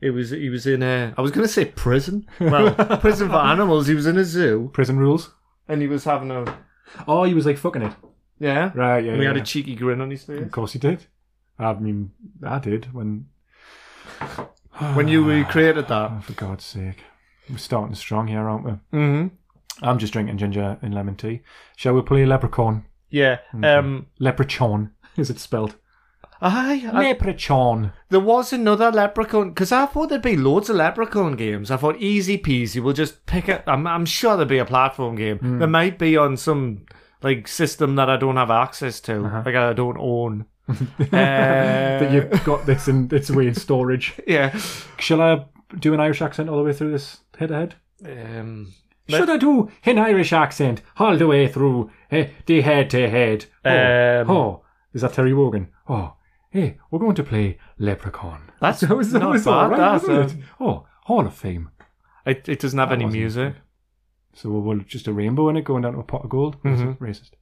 [SPEAKER 2] It was he was in a I was going to say prison. [LAUGHS] Well, prison for animals. He was in a zoo
[SPEAKER 1] Prison rules.
[SPEAKER 2] and he was having a
[SPEAKER 1] Oh, he was like fucking it.
[SPEAKER 2] yeah.
[SPEAKER 1] Right. Yeah.
[SPEAKER 2] And he
[SPEAKER 1] yeah,
[SPEAKER 2] had a
[SPEAKER 1] yeah.
[SPEAKER 2] cheeky grin on his face.
[SPEAKER 1] Of course he did. I mean, I did when.
[SPEAKER 2] when you recreated
[SPEAKER 1] Oh,
[SPEAKER 2] that.
[SPEAKER 1] for God's sake. We're starting strong here, aren't we?
[SPEAKER 2] Mm-hmm.
[SPEAKER 1] I'm just drinking ginger and lemon tea. Shall we play leprechaun?
[SPEAKER 2] Yeah.
[SPEAKER 1] Mm-hmm.
[SPEAKER 2] Um.
[SPEAKER 1] Leprechaun, [LAUGHS] is it spelled?
[SPEAKER 2] I, I-
[SPEAKER 1] Leprechaun. [LAUGHS]
[SPEAKER 2] there was another leprechaun because I thought there'd be loads of leprechaun games. I thought easy peasy. We'll just pick it. I'm, I'm sure there'd be a platform game.
[SPEAKER 1] Mm.
[SPEAKER 2] There might be on some like system that I don't have access to,
[SPEAKER 1] Uh-huh.
[SPEAKER 2] like I don't own. Uh,
[SPEAKER 1] That you've got this in its way in storage.
[SPEAKER 2] yeah.
[SPEAKER 1] Shall I do an Irish accent all the way through this head to head?
[SPEAKER 2] Um.
[SPEAKER 1] Should I do an Irish accent all the way through eh, the head to head? Oh,
[SPEAKER 2] Um,
[SPEAKER 1] oh, is that Terry Wogan? Oh, hey, we're going to play Leprechaun. [LAUGHS]
[SPEAKER 2] That's
[SPEAKER 1] That was, that
[SPEAKER 2] not
[SPEAKER 1] was
[SPEAKER 2] bad.
[SPEAKER 1] all right,
[SPEAKER 2] that's
[SPEAKER 1] wasn't
[SPEAKER 2] a-
[SPEAKER 1] it? Oh, Hall of Fame.
[SPEAKER 2] it, it doesn't have any
[SPEAKER 1] wasn't-
[SPEAKER 2] music.
[SPEAKER 1] So we'll, we'll just a rainbow in it going down to a pot of gold.
[SPEAKER 2] Mhm.
[SPEAKER 1] Racist.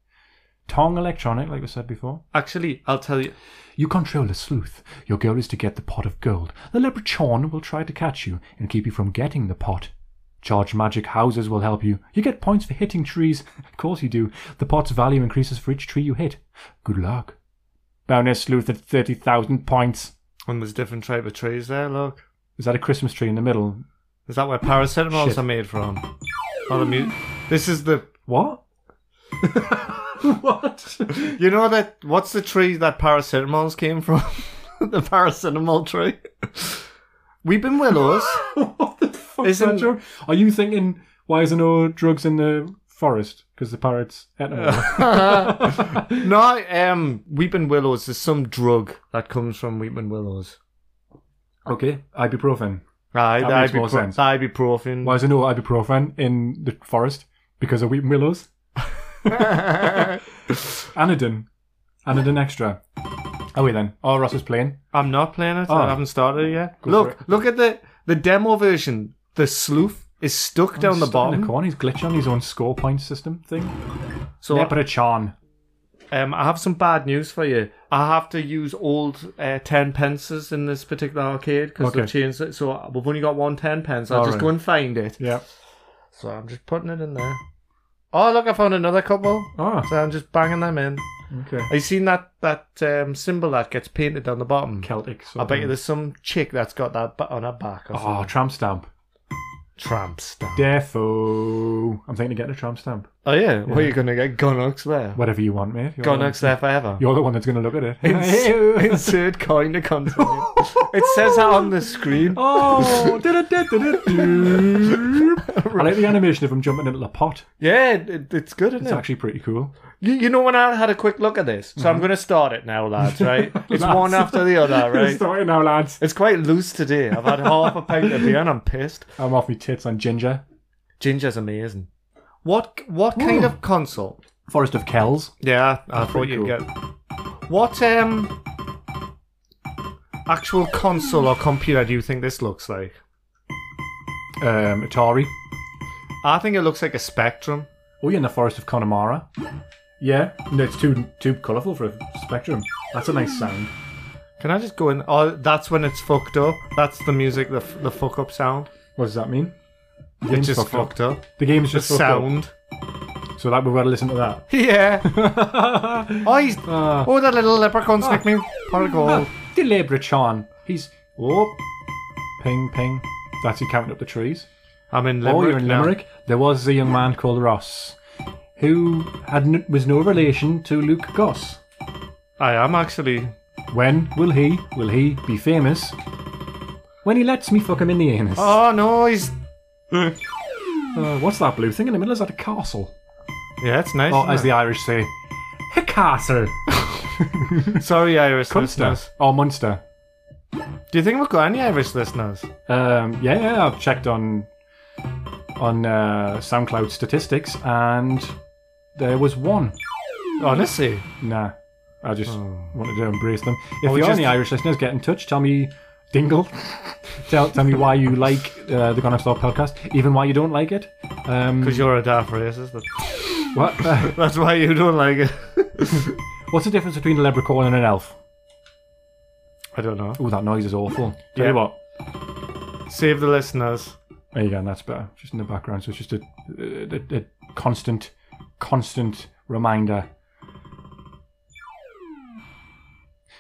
[SPEAKER 1] Tong electronic, like we said before.
[SPEAKER 2] Actually, I'll tell you.
[SPEAKER 1] You control a sleuth. Your goal is to get the pot of gold. The leprechaun will try to catch you and keep you from getting the pot. Charge magic houses will help you. You get points for hitting trees. [LAUGHS] of course you do. The pot's value increases for each tree you hit. Good luck. Bonus sleuth at 30,000 points.
[SPEAKER 2] And there's different type of trees there. Look.
[SPEAKER 1] Is that a Christmas tree in the middle?
[SPEAKER 2] Is that where paracetamols
[SPEAKER 1] Shit.
[SPEAKER 2] are made from? Or the mu- this is the
[SPEAKER 1] What? [LAUGHS] what? [LAUGHS]
[SPEAKER 2] you know that what's the tree that paracetamols came from? [LAUGHS] the paracetamol tree. Weeping willows.
[SPEAKER 1] what the fuck is
[SPEAKER 2] Isn't-
[SPEAKER 1] that joke? Are you thinking why is there no drugs in the forest? Because the parrots ate them. all. [LAUGHS]
[SPEAKER 2] no, um, weeping willows is some drug that comes from weeping willows.
[SPEAKER 1] okay, ibuprofen.
[SPEAKER 2] Aye,
[SPEAKER 1] That
[SPEAKER 2] the
[SPEAKER 1] makes more
[SPEAKER 2] ibupro-
[SPEAKER 1] sense.
[SPEAKER 2] the ibuprofen.
[SPEAKER 1] Why is there no ibuprofen in the forest? Because of weeping willows. Anodin, anodin extra. Oh wait, then. Oh, Ross is playing.
[SPEAKER 2] [LAUGHS] I'm not playing it.
[SPEAKER 1] Oh.
[SPEAKER 2] I haven't started it yet.
[SPEAKER 1] Go
[SPEAKER 2] look,
[SPEAKER 1] for
[SPEAKER 2] look at the the demo version. The sleuth is stuck down
[SPEAKER 1] He's stuck
[SPEAKER 2] the
[SPEAKER 1] in
[SPEAKER 2] bottom.
[SPEAKER 1] the corner. He's glitching on his own score point system thing.
[SPEAKER 2] so
[SPEAKER 1] Leprechaun.
[SPEAKER 2] Um, I have some bad news for you. I have to use old uh, ten pences in this particular arcade because
[SPEAKER 1] Okay.
[SPEAKER 2] they've changed it. So we've only got one ten pence. I'll
[SPEAKER 1] All
[SPEAKER 2] just
[SPEAKER 1] right.
[SPEAKER 2] go and find it.
[SPEAKER 1] Yeah.
[SPEAKER 2] So I'm just putting it in there. Oh look, I found another couple.
[SPEAKER 1] Oh,
[SPEAKER 2] So I'm just banging them in.
[SPEAKER 1] okay.
[SPEAKER 2] Have you seen that that um, symbol that gets painted on the bottom?
[SPEAKER 1] Celtic.
[SPEAKER 2] I bet you
[SPEAKER 1] something.
[SPEAKER 2] there's some chick that's got that bu- on her back. Or
[SPEAKER 1] Oh,
[SPEAKER 2] something.
[SPEAKER 1] tramp stamp.
[SPEAKER 2] tramp stamp.
[SPEAKER 1] Defo. I'm thinking of getting a tramp stamp.
[SPEAKER 2] Oh yeah, what are you gonna get? Gunnux there.
[SPEAKER 1] Whatever you want, mate. You're
[SPEAKER 2] Gunnux there forever.
[SPEAKER 1] You're the one that's going to look at it. [LAUGHS]
[SPEAKER 2] Ins- [LAUGHS] insert coin to continue. it says that on the screen. [LAUGHS]
[SPEAKER 1] oh, I like the animation of him jumping into the pot.
[SPEAKER 2] Yeah, it, it's good, isn't
[SPEAKER 1] It's
[SPEAKER 2] it?
[SPEAKER 1] actually pretty cool.
[SPEAKER 2] You, you know when I had a quick look at this, so I'm going to start it now, Mm-hmm. lads. Right? [LAUGHS] It's
[SPEAKER 1] Lads.
[SPEAKER 2] one after the other,
[SPEAKER 1] [LAUGHS]
[SPEAKER 2] [LAUGHS] right?
[SPEAKER 1] Sorry now, lads.
[SPEAKER 2] it's quite loose today. I've had half a pint of beer and I'm pissed.
[SPEAKER 1] I'm off my tits on Ginger.
[SPEAKER 2] Ginger's amazing. What what kind of console?
[SPEAKER 1] Forest of Kells.
[SPEAKER 2] Yeah, I thought
[SPEAKER 1] pretty
[SPEAKER 2] you'd get. What um actual console or computer do you think this looks like?
[SPEAKER 1] Um, Atari.
[SPEAKER 2] I think it looks like a Spectrum.
[SPEAKER 1] Oh, you're in the Forest of Connemara. Yeah. No, it's too too colourful for a spectrum. That's a nice sound.
[SPEAKER 2] Can I just go in? Oh, that's when it's fucked up. That's the music, the f- the fuck up sound.
[SPEAKER 1] What does that mean? The
[SPEAKER 2] It
[SPEAKER 1] game's
[SPEAKER 2] just fucked, up.
[SPEAKER 1] The game's
[SPEAKER 2] The
[SPEAKER 1] just fucked up.
[SPEAKER 2] sound.
[SPEAKER 1] So that we've got to listen to that. [LAUGHS] Ah.
[SPEAKER 2] Yeah. [LAUGHS] Oh, he's. oh, that little leprechaun snicked me. Pot of gold.
[SPEAKER 1] Deliberate Sean. He's oh, ping ping. That's he counting up the trees.
[SPEAKER 2] I'm in
[SPEAKER 1] oh,
[SPEAKER 2] Limerick.
[SPEAKER 1] you're in
[SPEAKER 2] now.
[SPEAKER 1] Limerick. There was a young man called Ross, who had n- was no relation to Luke Goss.
[SPEAKER 2] I am actually.
[SPEAKER 1] When will he will he be famous? When he lets me fuck him in the anus.
[SPEAKER 2] Oh no, he's.
[SPEAKER 1] Uh, what's that blue thing in the middle? Is that a castle?
[SPEAKER 2] Yeah, it's nice.
[SPEAKER 1] Or
[SPEAKER 2] isn't
[SPEAKER 1] Oh, as
[SPEAKER 2] it?
[SPEAKER 1] the Irish say, a [LAUGHS] castle.
[SPEAKER 2] Sorry, Irish
[SPEAKER 1] Munster
[SPEAKER 2] listeners.
[SPEAKER 1] or Munster.
[SPEAKER 2] Do you think we've got any Irish listeners?
[SPEAKER 1] Um, yeah, yeah, I've checked on on uh, SoundCloud statistics, and there was one.
[SPEAKER 2] Honestly,
[SPEAKER 1] Nah, I just wanted to embrace them. If
[SPEAKER 2] we
[SPEAKER 1] you're
[SPEAKER 2] Hmm. just-
[SPEAKER 1] any Irish listeners, get in touch. Tell me, Dingle. [LAUGHS] tell tell me why you like uh, the Gone Star podcast, even why you don't like it. Um,
[SPEAKER 2] because you're a daft racist. that-
[SPEAKER 1] what [LAUGHS] uh,
[SPEAKER 2] That's why you don't like it.
[SPEAKER 1] what's the difference between a leprechaun and an elf?
[SPEAKER 2] I don't know.
[SPEAKER 1] Oh, that noise is awful. Tell
[SPEAKER 2] Yeah.
[SPEAKER 1] you what.
[SPEAKER 2] Save the listeners.
[SPEAKER 1] There you go, and that's better. Just in the background, so it's just a, a, a, a constant, constant reminder.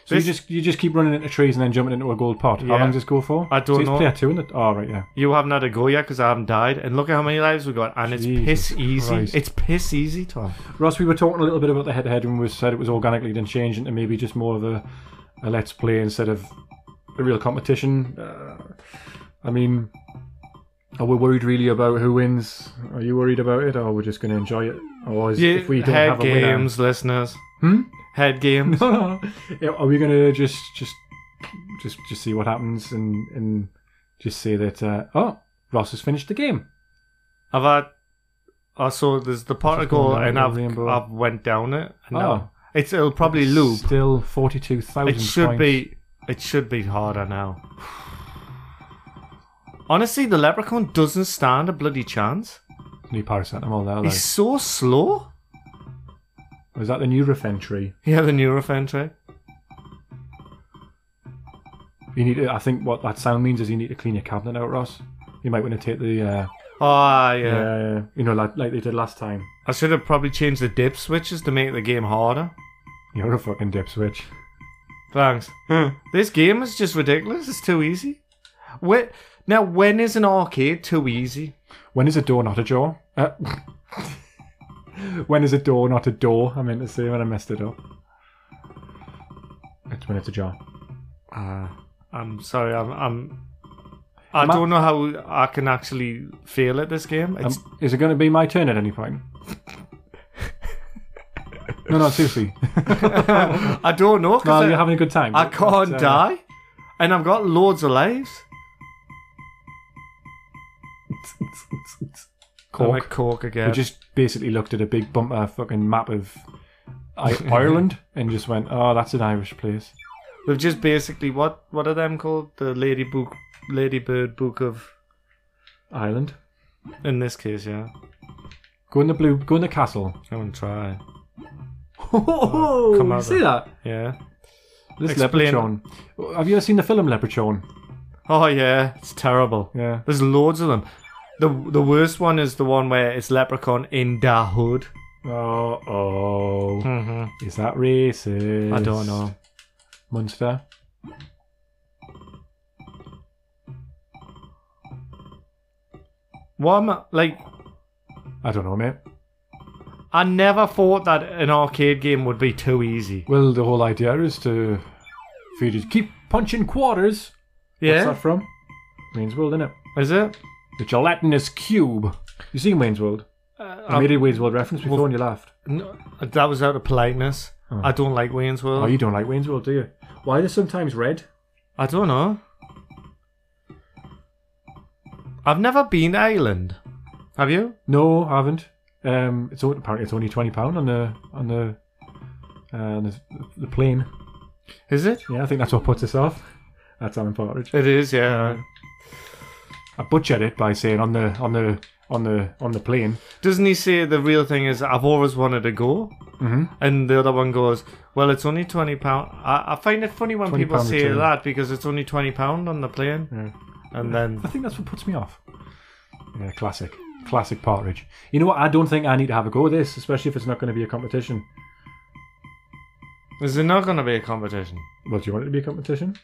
[SPEAKER 1] So
[SPEAKER 2] This-
[SPEAKER 1] you just you just keep running into trees and then jumping into a gold pot. How
[SPEAKER 2] Yeah.
[SPEAKER 1] long does this go for?
[SPEAKER 2] I don't
[SPEAKER 1] so it's
[SPEAKER 2] know.
[SPEAKER 1] Player two, isn't it? Oh right, yeah.
[SPEAKER 2] You haven't had a go yet because I haven't died. And look at how many lives we got. And it's
[SPEAKER 1] Jesus
[SPEAKER 2] piss easy.
[SPEAKER 1] Christ.
[SPEAKER 2] It's piss easy, Tom.
[SPEAKER 1] Ross, we were talking a little bit about the head-to-head and we said it was organically didn't change into maybe just more of a, a let's play instead of a real competition. Uh, I mean, are we worried really about who wins? Are you worried about it, or are we just going to enjoy it? Or is,
[SPEAKER 2] Yeah,
[SPEAKER 1] if we don't
[SPEAKER 2] head
[SPEAKER 1] have a winner, [LAUGHS]
[SPEAKER 2] games, listeners. Hmm? Head games.
[SPEAKER 1] Yeah, are we gonna just just just just see what happens and and just say that uh, oh Ross has finished the game?
[SPEAKER 2] I've had. Oh, so there's the particle,
[SPEAKER 1] going
[SPEAKER 2] and
[SPEAKER 1] down
[SPEAKER 2] I've
[SPEAKER 1] the rainbow.
[SPEAKER 2] I've went down it. And
[SPEAKER 1] Oh.
[SPEAKER 2] now it's it'll probably loop.
[SPEAKER 1] Still forty two thousand.
[SPEAKER 2] It should
[SPEAKER 1] points.
[SPEAKER 2] be. It should be harder now. Honestly, the leprechaun doesn't stand a bloody chance.
[SPEAKER 1] new paracetamol there.
[SPEAKER 2] He's so slow.
[SPEAKER 1] though. Is that the new Rufen tree?
[SPEAKER 2] Yeah, the neurofen tray.
[SPEAKER 1] You need. To, I think what that sound means is you need to clean your cabinet out, Ross. You might want to take the uh,
[SPEAKER 2] Ah,
[SPEAKER 1] yeah.
[SPEAKER 2] yeah.
[SPEAKER 1] you know like, like they did last time.
[SPEAKER 2] I should have probably changed the dip switches to make the game harder.
[SPEAKER 1] You're a fucking dip switch.
[SPEAKER 2] Thanks.
[SPEAKER 1] Hmm.
[SPEAKER 2] This game is just ridiculous. It's too easy. Wait, now when is an arcade too easy?
[SPEAKER 1] When is a door not a jaw? Uh, [LAUGHS] when is a door not a door? I meant to say when I messed it up. It's when it's a jaw.
[SPEAKER 2] Uh, I'm sorry. I'm. I'm I am i am i
[SPEAKER 1] Am I-
[SPEAKER 2] do not know how I can actually fail at this game. It's
[SPEAKER 1] Um, is it going to be my turn at any
[SPEAKER 2] [LAUGHS]
[SPEAKER 1] point? no, no,
[SPEAKER 2] [LAUGHS]
[SPEAKER 1] seriously.
[SPEAKER 2] I don't know
[SPEAKER 1] No,
[SPEAKER 2] because
[SPEAKER 1] you're having a good time.
[SPEAKER 2] I can't
[SPEAKER 1] But, uh,
[SPEAKER 2] die, and I've got loads of lives. I'm
[SPEAKER 1] Cork.
[SPEAKER 2] at cork again.
[SPEAKER 1] We just basically looked at a big bumper fucking map of I- Ireland and just went, "Oh, that's an Irish place."
[SPEAKER 2] They've just basically what what are them called? The lady book, ladybird book of.
[SPEAKER 1] Ireland.
[SPEAKER 2] In this case, yeah.
[SPEAKER 1] Go in the blue. Go in the castle.
[SPEAKER 2] I wouldn't try.
[SPEAKER 1] Oh,
[SPEAKER 2] come over.
[SPEAKER 1] that?
[SPEAKER 2] Yeah.
[SPEAKER 1] This
[SPEAKER 2] Explain.
[SPEAKER 1] leprechaun. Have you ever seen the film Leprechaun?
[SPEAKER 2] Oh yeah, it's terrible.
[SPEAKER 1] Yeah.
[SPEAKER 2] There's loads of them. The the worst one is the one where it's leprechaun in da hood.
[SPEAKER 1] Oh, oh.
[SPEAKER 2] Mm-hmm.
[SPEAKER 1] Is that racist?
[SPEAKER 2] I don't know.
[SPEAKER 1] Munster.
[SPEAKER 2] What am I, like
[SPEAKER 1] I don't know, mate.
[SPEAKER 2] I never thought that an arcade game would be too easy.
[SPEAKER 1] Well, the whole idea is to for you to keep punching quarters. What's
[SPEAKER 2] Yeah,
[SPEAKER 1] that from? Means world, innit?
[SPEAKER 2] is it?
[SPEAKER 1] The gelatinous cube. You seen Wayne's World? I made a Wayne's World reference before and you laughed.
[SPEAKER 2] No, that was out of politeness. I don't like Wayne's World.
[SPEAKER 1] Oh, you don't like Wayne's World, do you? Why are they sometimes red?
[SPEAKER 2] I don't know. I've never been to Ireland. Have you?
[SPEAKER 1] No, I haven't. Um, it's only, apparently it's only twenty pound on the on the uh, on the, the plane.
[SPEAKER 2] Is it?
[SPEAKER 1] Yeah, I think that's what puts us off. That's Alan Partridge.
[SPEAKER 2] It is, yeah.
[SPEAKER 1] I butchered it by saying on the on the on the on the plane.
[SPEAKER 2] Doesn't he say the real thing is I've always wanted to go?
[SPEAKER 1] Mhm.
[SPEAKER 2] And the other one goes, Well, it's only twenty pound. I, I find it funny when
[SPEAKER 1] 20
[SPEAKER 2] people
[SPEAKER 1] pound
[SPEAKER 2] say
[SPEAKER 1] return.
[SPEAKER 2] that because it's only twenty pound on the plane,
[SPEAKER 1] Yeah.
[SPEAKER 2] and then
[SPEAKER 1] I think that's what puts me off. Yeah, classic, classic Partridge. You know what? I don't think I need to have a go at this, especially if it's not going to be a competition.
[SPEAKER 2] is it not going to be a competition?
[SPEAKER 1] Well, do you want it to be a competition?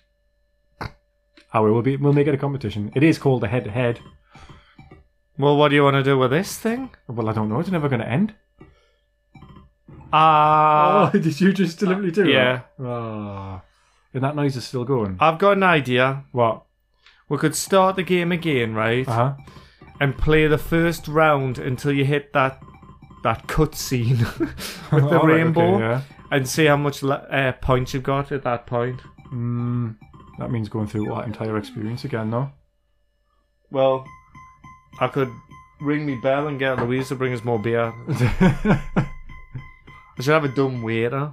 [SPEAKER 1] Oh, we will be. We'll make it a competition. It is called a head-to-head.
[SPEAKER 2] Well, what do you want to do with this thing?
[SPEAKER 1] Well, I don't know. It's never going to end.
[SPEAKER 2] [LAUGHS] Ah,
[SPEAKER 1] oh, did you just deliberately do
[SPEAKER 2] yeah.
[SPEAKER 1] that?
[SPEAKER 2] Ah.
[SPEAKER 1] Oh. And that noise is still going.
[SPEAKER 2] I've got an idea.
[SPEAKER 1] what?
[SPEAKER 2] We could start the game again, right?
[SPEAKER 1] Uh huh.
[SPEAKER 2] And play the first round until you hit that that cutscene
[SPEAKER 1] [LAUGHS]
[SPEAKER 2] [LAUGHS] [LAUGHS] with the rainbow,
[SPEAKER 1] yeah.
[SPEAKER 2] and see how much le- uh, points you've got at that point.
[SPEAKER 1] Mm, that means going through that entire experience again,
[SPEAKER 2] [LAUGHS]
[SPEAKER 1] though.
[SPEAKER 2] Well, I could ring me bell and get Louise to bring us more beer. I should have a dumb waiter.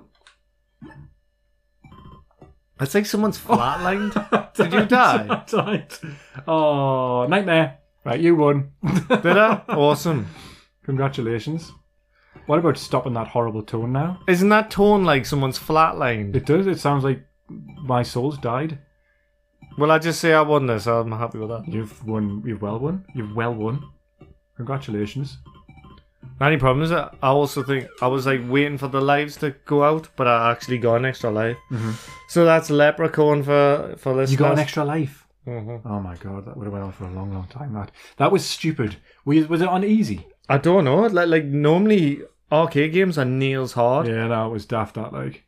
[SPEAKER 2] It's like someone's
[SPEAKER 1] Oh.
[SPEAKER 2] flatlined. Did you die?
[SPEAKER 1] [LAUGHS] I died. Oh, nightmare. Right, you won.
[SPEAKER 2] [LAUGHS]
[SPEAKER 1] [LAUGHS]
[SPEAKER 2] Did I? Awesome.
[SPEAKER 1] Congratulations. What about stopping that horrible tone now?
[SPEAKER 2] Isn't that tone like someone's flatlined?
[SPEAKER 1] It does. It sounds like my soul's died.
[SPEAKER 2] Well, I just say I won this. I'm happy with that.
[SPEAKER 1] You've won. You've well won. You've well won. Congratulations.
[SPEAKER 2] Any problems? I I also think I was like waiting for the lives to go out, but I actually got an extra life. So that's leprechaun for for
[SPEAKER 1] Mm-hmm.
[SPEAKER 2] this.
[SPEAKER 1] You got an
[SPEAKER 2] last-
[SPEAKER 1] extra life.
[SPEAKER 2] Mhm.
[SPEAKER 1] Oh my god, that would have went on for a long, long time. That that was stupid. Was, was it on easy?
[SPEAKER 2] I don't know. Like, like normally arcade games are nails hard.
[SPEAKER 1] Yeah, no, it was daft. That like.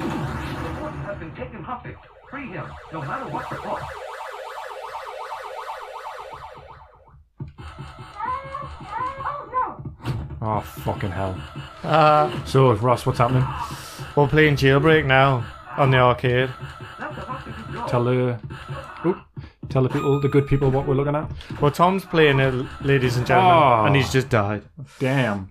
[SPEAKER 5] has been taken hostage. Free him, no matter what the cost.
[SPEAKER 1] Oh fucking hell. so Ross, what's happening?
[SPEAKER 2] We're playing Jailbreak now on the arcade.
[SPEAKER 5] Now the hostage is yours.
[SPEAKER 1] Tell the, oop, tell the people, the good people, what we're looking at.
[SPEAKER 2] Well, Tom's playing it, ladies and gentlemen,
[SPEAKER 1] Oh.
[SPEAKER 2] and he's just died.
[SPEAKER 1] Damn.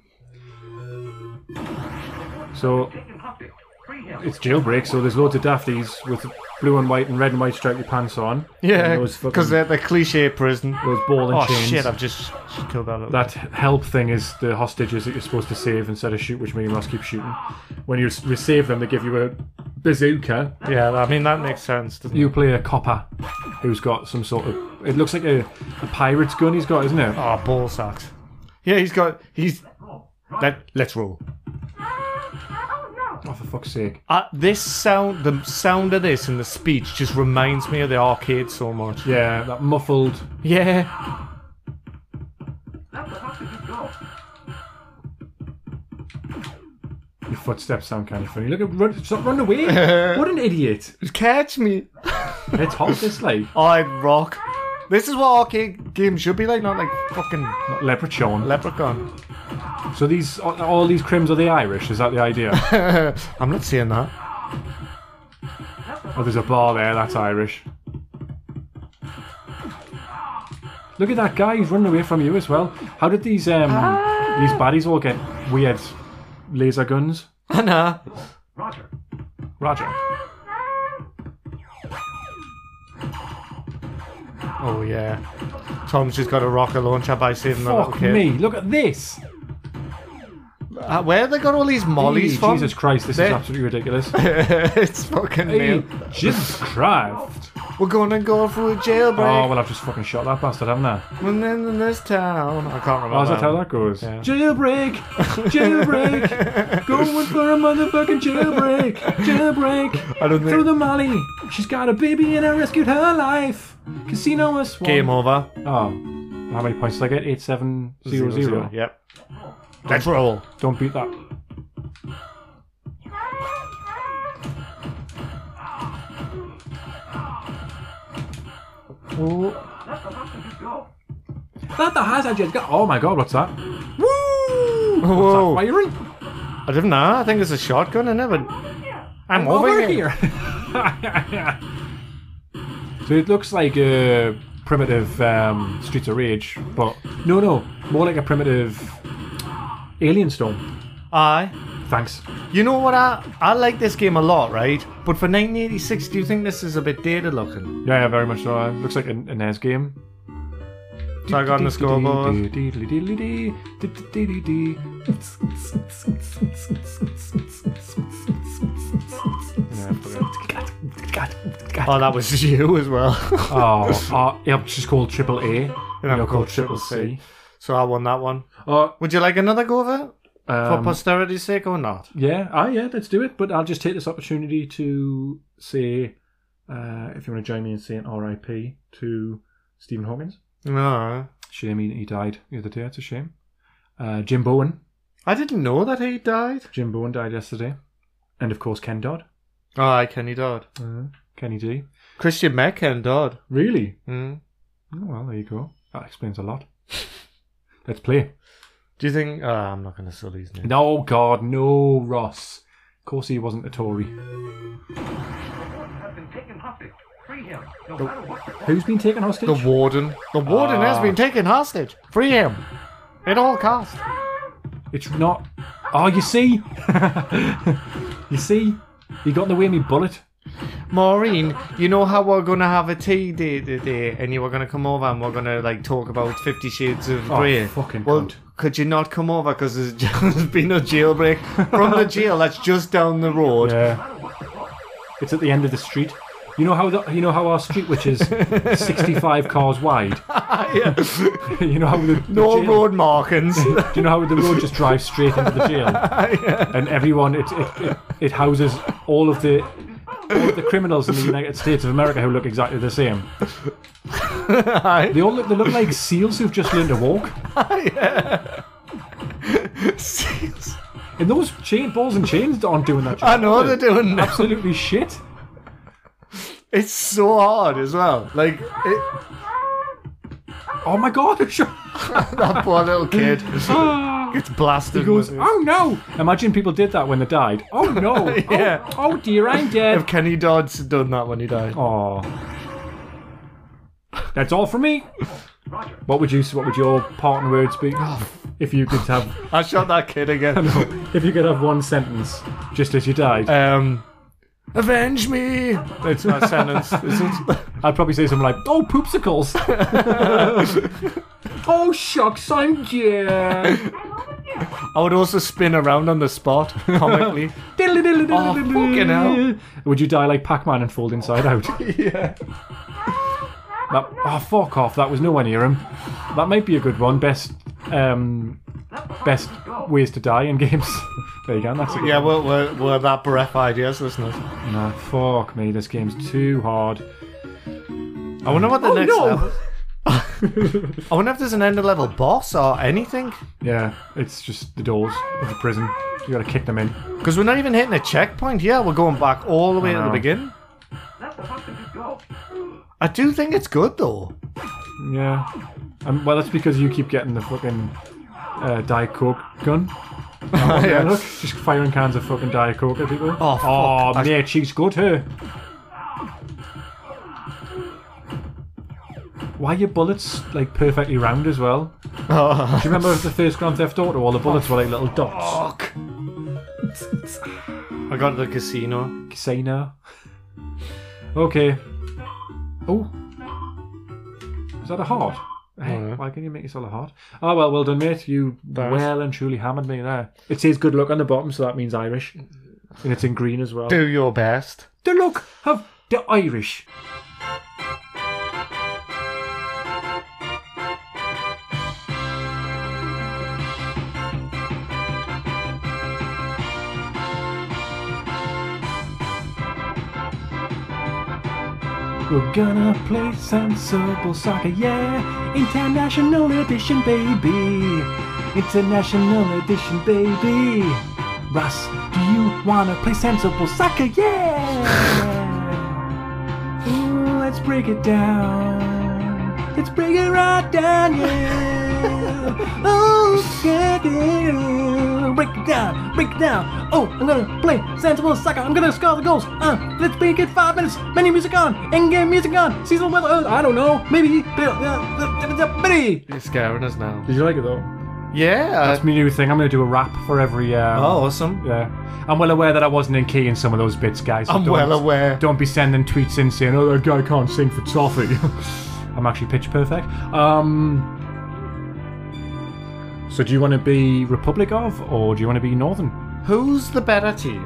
[SPEAKER 1] So
[SPEAKER 5] Taken hostage. Free him.
[SPEAKER 1] it's jailbreak. So there's loads of dafties with blue and white and red and white striped pants on.
[SPEAKER 2] Yeah,
[SPEAKER 1] And those fucking
[SPEAKER 2] because they're the cliche prison.
[SPEAKER 1] those ball and
[SPEAKER 2] Oh
[SPEAKER 1] chains.
[SPEAKER 2] shit! I've just killed that. Little.
[SPEAKER 1] That help thing is the hostages that you're supposed to save instead of shoot, which means you must keep shooting. When you s- save them, they give you a bazooka.
[SPEAKER 2] yeah, I mean that makes sense, doesn't
[SPEAKER 1] You
[SPEAKER 2] it?
[SPEAKER 1] play a copper who's got some sort of. It looks like a, a pirate's gun he's got, isn't it?
[SPEAKER 2] Oh, ball sacks. Yeah, he's got. He's. Let Let's roll.
[SPEAKER 1] Oh, for fuck's sake.
[SPEAKER 2] Uh, this sound, the sound of this and the speech just reminds me of the arcade so much.
[SPEAKER 1] Yeah, that muffled.
[SPEAKER 2] Yeah.
[SPEAKER 5] Now the hostage is yours.
[SPEAKER 1] Your footsteps sound kind of funny. Look at. Run, stop, run
[SPEAKER 2] [LAUGHS]
[SPEAKER 1] away! what an idiot!
[SPEAKER 2] Catch me.
[SPEAKER 1] It's hot, this like.
[SPEAKER 2] I rock. This is what arcade games should be like, not like fucking
[SPEAKER 1] Leprechaun.
[SPEAKER 2] leprechaun.
[SPEAKER 1] So these. All, all these crims are they Irish? Is that the idea?
[SPEAKER 2] I'm not saying that.
[SPEAKER 1] Oh, there's a bar there. That's Irish. Look at that guy. He's running away from you as well. How did these um these baddies all get weird laser guns?
[SPEAKER 2] Anna.
[SPEAKER 5] Roger.
[SPEAKER 1] Roger.
[SPEAKER 2] Oh yeah. Tom's just got a rocket launcher by saving the little
[SPEAKER 1] Fuck
[SPEAKER 2] kid.
[SPEAKER 1] me. Look at this.
[SPEAKER 2] Uh, where they got all these mollies
[SPEAKER 1] Hey,
[SPEAKER 2] from?
[SPEAKER 1] Jesus Christ. This is
[SPEAKER 2] They-
[SPEAKER 1] absolutely
[SPEAKER 2] [LAUGHS]
[SPEAKER 1] ridiculous.
[SPEAKER 2] it's fucking
[SPEAKER 1] Hey,
[SPEAKER 2] me.
[SPEAKER 1] Jesus Christ.
[SPEAKER 2] We're gonna go through a
[SPEAKER 1] Oh,
[SPEAKER 2] jailbreak.
[SPEAKER 1] well, I've just fucking shot that bastard, haven't I?
[SPEAKER 2] and then in this town, I can't remember.
[SPEAKER 1] Oh, is that how that goes?
[SPEAKER 2] Yeah.
[SPEAKER 1] Jailbreak! [LAUGHS] Jailbreak! Going for a motherfucking jailbreak! Jailbreak!
[SPEAKER 2] I don't think-
[SPEAKER 1] Through the molly! She's got a baby and I rescued her life! Casino was swan.
[SPEAKER 2] Game over.
[SPEAKER 1] Oh. How many points did I get? 8700.
[SPEAKER 2] Yep. Let's roll.
[SPEAKER 1] Don't beat that.
[SPEAKER 2] Oh.
[SPEAKER 5] Now the hostage is go.
[SPEAKER 2] Oh.
[SPEAKER 1] That the has actually got. Oh my god, what's that? Woo!
[SPEAKER 2] Whoa.
[SPEAKER 1] What's that firing?
[SPEAKER 2] I didn't know. I think it's a shotgun, isn't it? But I'm over, here.
[SPEAKER 1] [LAUGHS] so it looks like a primitive um, Streets of Rage, but no, no, more like a primitive Alien Storm.
[SPEAKER 2] Aye.
[SPEAKER 1] Thanks.
[SPEAKER 2] You know what? I I like this game a lot, right? But for 1986, do you think this is a bit dated looking?
[SPEAKER 1] Yeah, yeah very much so. Uh, looks like a, a NES game.
[SPEAKER 2] So I got on the scoreboard.
[SPEAKER 1] Oh,
[SPEAKER 2] Oh, that was [LAUGHS] you as well.
[SPEAKER 1] oh, yeah, she's called Triple A.
[SPEAKER 2] And
[SPEAKER 1] You're
[SPEAKER 2] I'm called
[SPEAKER 1] called Triple
[SPEAKER 2] Triple
[SPEAKER 1] C.
[SPEAKER 2] so I won that one.
[SPEAKER 1] Oh,
[SPEAKER 2] Would you like another go of it for
[SPEAKER 1] um,
[SPEAKER 2] posterity's sake or not?
[SPEAKER 1] yeah, ah, yeah, let's do it. But I'll just take this opportunity to say, uh, if you want to join me in saying R.I.P. to Stephen Hawkins.
[SPEAKER 2] No.
[SPEAKER 1] Shame he, he died the other day. It's a shame. Uh, Jim Bowen.
[SPEAKER 2] I didn't know that he died.
[SPEAKER 1] Jim Bowen died yesterday, and of course Ken Dodd,
[SPEAKER 2] Oh, Aye, Kenny Dodd.
[SPEAKER 1] uh, Kenny D.
[SPEAKER 2] Christian Mack, Ken Dodd.
[SPEAKER 1] Really?
[SPEAKER 2] Mm.
[SPEAKER 1] Oh, well, there you go. That explains a lot. [LAUGHS] Let's play.
[SPEAKER 2] Do you think? Oh, I'm not going to sell these names.
[SPEAKER 1] No, God, no, Ross. Of course, he wasn't a Tory.
[SPEAKER 5] Have been taken hostage. Free him. No
[SPEAKER 1] The-
[SPEAKER 5] matter what the cost.
[SPEAKER 1] Who's been taken hostage?
[SPEAKER 2] The warden. The warden has
[SPEAKER 1] Ah.
[SPEAKER 2] been taken hostage. Free him. At all costs.
[SPEAKER 1] It's not. Oh, you see? [LAUGHS] you see? He got in the way of me bullet.
[SPEAKER 2] Maureen, you know how we're gonna have a tea day today, and you were gonna come over, and we're gonna like talk about Fifty Shades of
[SPEAKER 1] Oh,
[SPEAKER 2] Grey.
[SPEAKER 1] fucking
[SPEAKER 2] well,
[SPEAKER 1] cunt.
[SPEAKER 2] could you not come over because there's [LAUGHS] just been a jailbreak from the jail that's just down the road?
[SPEAKER 1] Yeah. uh, It's at the end of the street. You know how the, you know how our street, which
[SPEAKER 2] [LAUGHS]
[SPEAKER 1] is 65 cars wide.
[SPEAKER 2] Yeah.
[SPEAKER 1] You know how the, the
[SPEAKER 2] no
[SPEAKER 1] jail-
[SPEAKER 2] road markings. [LAUGHS]
[SPEAKER 1] Do you know how the road just drives straight into the jail? And everyone, it, it, it, it houses all of the all of the criminals in the United States of America who look exactly the
[SPEAKER 2] [LAUGHS]
[SPEAKER 1] same. They all look, they look like seals who've just learned to
[SPEAKER 2] [LAUGHS]
[SPEAKER 1] walk.
[SPEAKER 2] Seals.
[SPEAKER 1] And those chain balls and chains aren't doing that.
[SPEAKER 2] I
[SPEAKER 1] job,
[SPEAKER 2] know
[SPEAKER 1] are
[SPEAKER 2] they're doing that.
[SPEAKER 1] absolutely shit.
[SPEAKER 2] It's so hard as well. Like it,
[SPEAKER 1] Oh my god! they're sure-
[SPEAKER 2] that poor
[SPEAKER 1] [LAUGHS]
[SPEAKER 2] little kid gets blasted.
[SPEAKER 1] He goes,
[SPEAKER 2] with it.
[SPEAKER 1] oh no! Imagine people did that when they died. Oh
[SPEAKER 2] [LAUGHS]
[SPEAKER 1] no!
[SPEAKER 2] Yeah.
[SPEAKER 1] Oh, oh dear, I'm dead.
[SPEAKER 2] If Kenny Dodds had done that when he died.
[SPEAKER 1] Oh. That's all for me. What would you? What would your parting words be?
[SPEAKER 2] Oh.
[SPEAKER 1] If you could have,
[SPEAKER 2] I shot that
[SPEAKER 1] [LAUGHS]
[SPEAKER 2] kid again.
[SPEAKER 1] if you could have one sentence, just as you died,
[SPEAKER 2] Um, avenge me. That's my sentence. Is it?
[SPEAKER 1] [LAUGHS]
[SPEAKER 2] [LAUGHS]
[SPEAKER 1] I'd probably say something like, "Oh, poopsicles." [LAUGHS] oh shucks, I'm dead.
[SPEAKER 2] I would also spin around on the spot comically.
[SPEAKER 1] oh,
[SPEAKER 2] fucking hell.
[SPEAKER 1] [LAUGHS] Would you die like Pac-Man and fold inside out?
[SPEAKER 2] [LAUGHS] yeah.
[SPEAKER 1] That, oh, fuck off! That was nowhere near him. That might be a good one. Best, um, best ways to die in games. [LAUGHS] there you go. That's it.
[SPEAKER 2] [LAUGHS] Yeah, we're, we're, we're that bereft yes, listeners.
[SPEAKER 1] Nah, fuck me. This game's too hard.
[SPEAKER 2] I wonder what the
[SPEAKER 1] Oh,
[SPEAKER 2] next
[SPEAKER 1] no.
[SPEAKER 2] level. I wonder if there's an end of level boss or anything.
[SPEAKER 1] Yeah, it's just the doors of the prison. You gotta kick them in.
[SPEAKER 2] Because we're not even hitting a checkpoint. Yeah, we're going back all the way to
[SPEAKER 1] know.
[SPEAKER 2] the beginning.
[SPEAKER 5] Let the hostages go.
[SPEAKER 2] I do think it's good [LAUGHS] though.
[SPEAKER 1] Yeah. Um, well, that's because you keep getting the fucking uh, Diet Coke gun. Yeah,
[SPEAKER 2] [LAUGHS]
[SPEAKER 1] look, just firing cans of fucking Diet Coke at people.
[SPEAKER 2] Oh, fuck.
[SPEAKER 1] oh
[SPEAKER 2] I-
[SPEAKER 1] mate, she's good, her. Why are your bullets like perfectly round as well?
[SPEAKER 2] Oh.
[SPEAKER 1] Do you remember the first Grand Theft Auto? All the bullets were like little dots.
[SPEAKER 2] Fuck. I got to the casino.
[SPEAKER 1] Casino. Okay. Oh. Is that a heart? Hey,
[SPEAKER 2] Oh, yeah.
[SPEAKER 1] why can you make yourself a heart? Oh, well, well done, mate. You
[SPEAKER 2] Thanks.
[SPEAKER 1] well and truly hammered me there. It says good luck on the bottom, so that means Irish. And it's in green as well.
[SPEAKER 2] Do your best.
[SPEAKER 1] The luck of the Irish. We're gonna play sensible soccer, yeah. International edition, baby. International edition, baby. Russ, do you wanna play sensible soccer, [LAUGHS] yeah? Ooh, let's break it down.
[SPEAKER 6] It's bringing right down, yeah. Oh, yeah, yeah. Break it down, break it down. Oh, I'm gonna play sensible soccer. I'm gonna score the goals. Uh, let's be get five minutes. Menu music on, end game music on. Seasonal weather. Uh, I don't know. Maybe. Maybe.
[SPEAKER 2] You're scaring us now.
[SPEAKER 1] Did you like it though?
[SPEAKER 2] Yeah. uh,
[SPEAKER 1] That's my new thing. I'm going to do a rap for every. Um,
[SPEAKER 2] oh, awesome.
[SPEAKER 1] Yeah. I'm well aware that I wasn't in key in some of those bits, guys.
[SPEAKER 2] I'm
[SPEAKER 1] Don't-
[SPEAKER 2] well aware.
[SPEAKER 1] Don't be sending tweets in saying, oh, that guy can't sing for toffee. [LAUGHS] I'm actually pitch perfect. Um, so, do you want to be Republic of, or do you want to be Northern?
[SPEAKER 2] Who's the better team?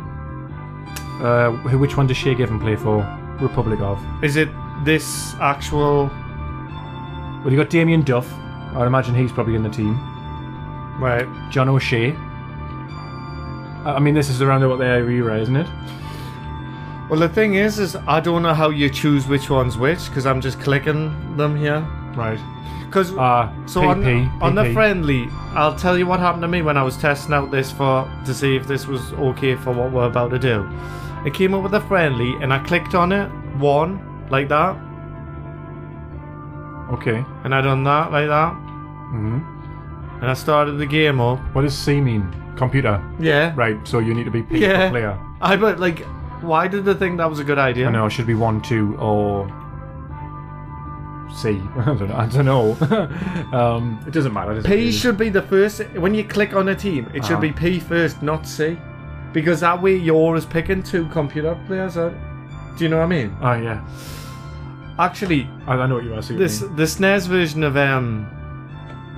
[SPEAKER 1] Uh, who, which one does Shea Given play for? Republic of.
[SPEAKER 2] Is it this actual?
[SPEAKER 1] Well, you got Damien Duff. I'd imagine he's probably in the team.
[SPEAKER 2] Right.
[SPEAKER 1] John O'Shea. I I mean, this is around about the era, isn't it?
[SPEAKER 2] Well, the thing is, is I don't know how you choose which one's which because I'm just clicking them here.
[SPEAKER 1] Right.
[SPEAKER 2] Because
[SPEAKER 1] Uh,
[SPEAKER 2] so
[SPEAKER 1] PP,
[SPEAKER 2] on, on the
[SPEAKER 1] PP.
[SPEAKER 2] friendly, I'll tell you what happened to me when I was testing out this for to see if this was okay for what we're about to do. It came up with a friendly, and I clicked on it one like that,
[SPEAKER 1] Okay.
[SPEAKER 2] and I done that like that,
[SPEAKER 1] hmm
[SPEAKER 2] and I started the game up.
[SPEAKER 1] What does C mean? Computer.
[SPEAKER 2] Yeah,
[SPEAKER 1] Right, so you need to be P
[SPEAKER 2] Yeah.
[SPEAKER 1] for player.
[SPEAKER 2] I but like, why did they think that was a good idea?
[SPEAKER 1] I know, it should be 1, 2, or C. [LAUGHS] I don't know. I don't know. [LAUGHS] um, it doesn't matter. does it
[SPEAKER 2] P
[SPEAKER 1] really?
[SPEAKER 2] should be the first when you click on a team. It should be P first, not C, because that way you're is picking two computer players. Out. Do you know what I mean?
[SPEAKER 1] Oh, yeah.
[SPEAKER 2] Actually,
[SPEAKER 1] I, I know what you are saying.
[SPEAKER 2] this the SNES version of um,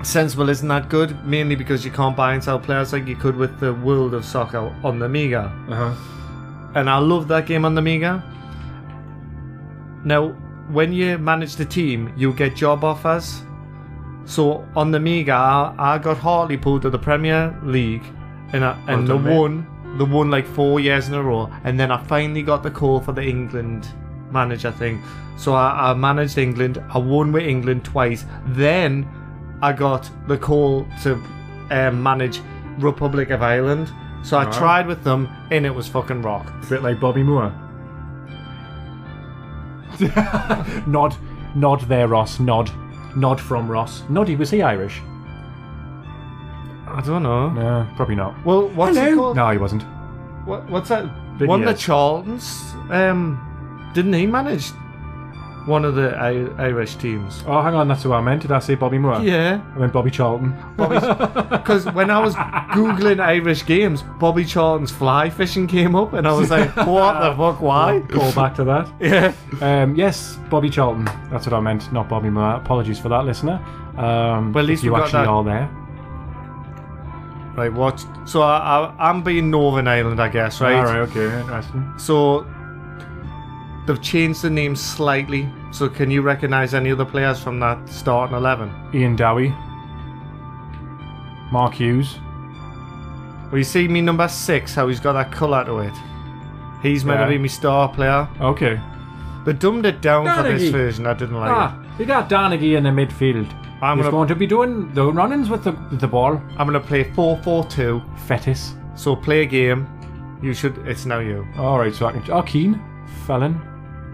[SPEAKER 2] Sensible isn't that good, mainly because you can't buy and sell players like you could with the World of Soccer on the Amiga.
[SPEAKER 1] Uh-huh.
[SPEAKER 2] And I love that game on the Amiga. Now, when you manage the team, you get job offers. So on the Amiga, I, I got hardly pulled to the Premier League, and I,
[SPEAKER 1] Well done,
[SPEAKER 2] and the
[SPEAKER 1] mate.
[SPEAKER 2] one, the one like four years in a row, and then I finally got the call for the England manager thing. So I, I managed England. I won with England twice. Then I got the call to um, manage Republic of Ireland. So I tried with them, and it was fucking rock.
[SPEAKER 1] A bit like Bobby Moore. [LAUGHS] nod. Nod there, Ross. Nod. Nod from Ross. Noddy, was he Irish?
[SPEAKER 2] I don't know.
[SPEAKER 1] No, probably not.
[SPEAKER 2] Well, what's it called?
[SPEAKER 1] No, he wasn't.
[SPEAKER 2] What, what's that?
[SPEAKER 1] Big
[SPEAKER 2] one of the
[SPEAKER 1] years.
[SPEAKER 2] Charltons? Um, didn't he manage one of the I- Irish teams?
[SPEAKER 1] Oh, hang on, that's who I meant. Did I say Bobby Moore?
[SPEAKER 2] Yeah,
[SPEAKER 1] I meant Bobby Charlton.
[SPEAKER 2] because when I was googling Irish games, Bobby Charlton's fly fishing came up, and I was [LAUGHS] like, "What the fuck? Why?"
[SPEAKER 1] Call back to that.
[SPEAKER 2] [LAUGHS] Yeah,
[SPEAKER 1] Um, yes, Bobby Charlton. That's what I meant, not Bobby Moore. Apologies for that, listener. Um,
[SPEAKER 2] Well, at least
[SPEAKER 1] if you
[SPEAKER 2] we got
[SPEAKER 1] actually
[SPEAKER 2] that.
[SPEAKER 1] are there.
[SPEAKER 2] right. Watch. So I, I, I'm being Northern Ireland, I guess, right?
[SPEAKER 1] All right, okay, interesting.
[SPEAKER 2] So they've changed the name slightly. So can you recognise any other players from that starting eleven?
[SPEAKER 1] Ian Dowie, Mark Hughes.
[SPEAKER 2] Well, you see me number six, how he's got that colour to it. He's meant
[SPEAKER 1] Yeah.
[SPEAKER 2] to be my star player.
[SPEAKER 1] Okay.
[SPEAKER 2] They dumbed it down for
[SPEAKER 1] Donaghy.
[SPEAKER 2] this version. I didn't like
[SPEAKER 1] Ah, we got Donaghy in the midfield.
[SPEAKER 2] I'm
[SPEAKER 1] He's
[SPEAKER 2] gonna-
[SPEAKER 1] going to be doing the run-ins with the with the ball.
[SPEAKER 2] it. I'm gonna play 4-4-2.
[SPEAKER 1] Fetis.
[SPEAKER 2] So play a game. You should. It's now you.
[SPEAKER 1] All right, so I can. Oh, Keane, Felon,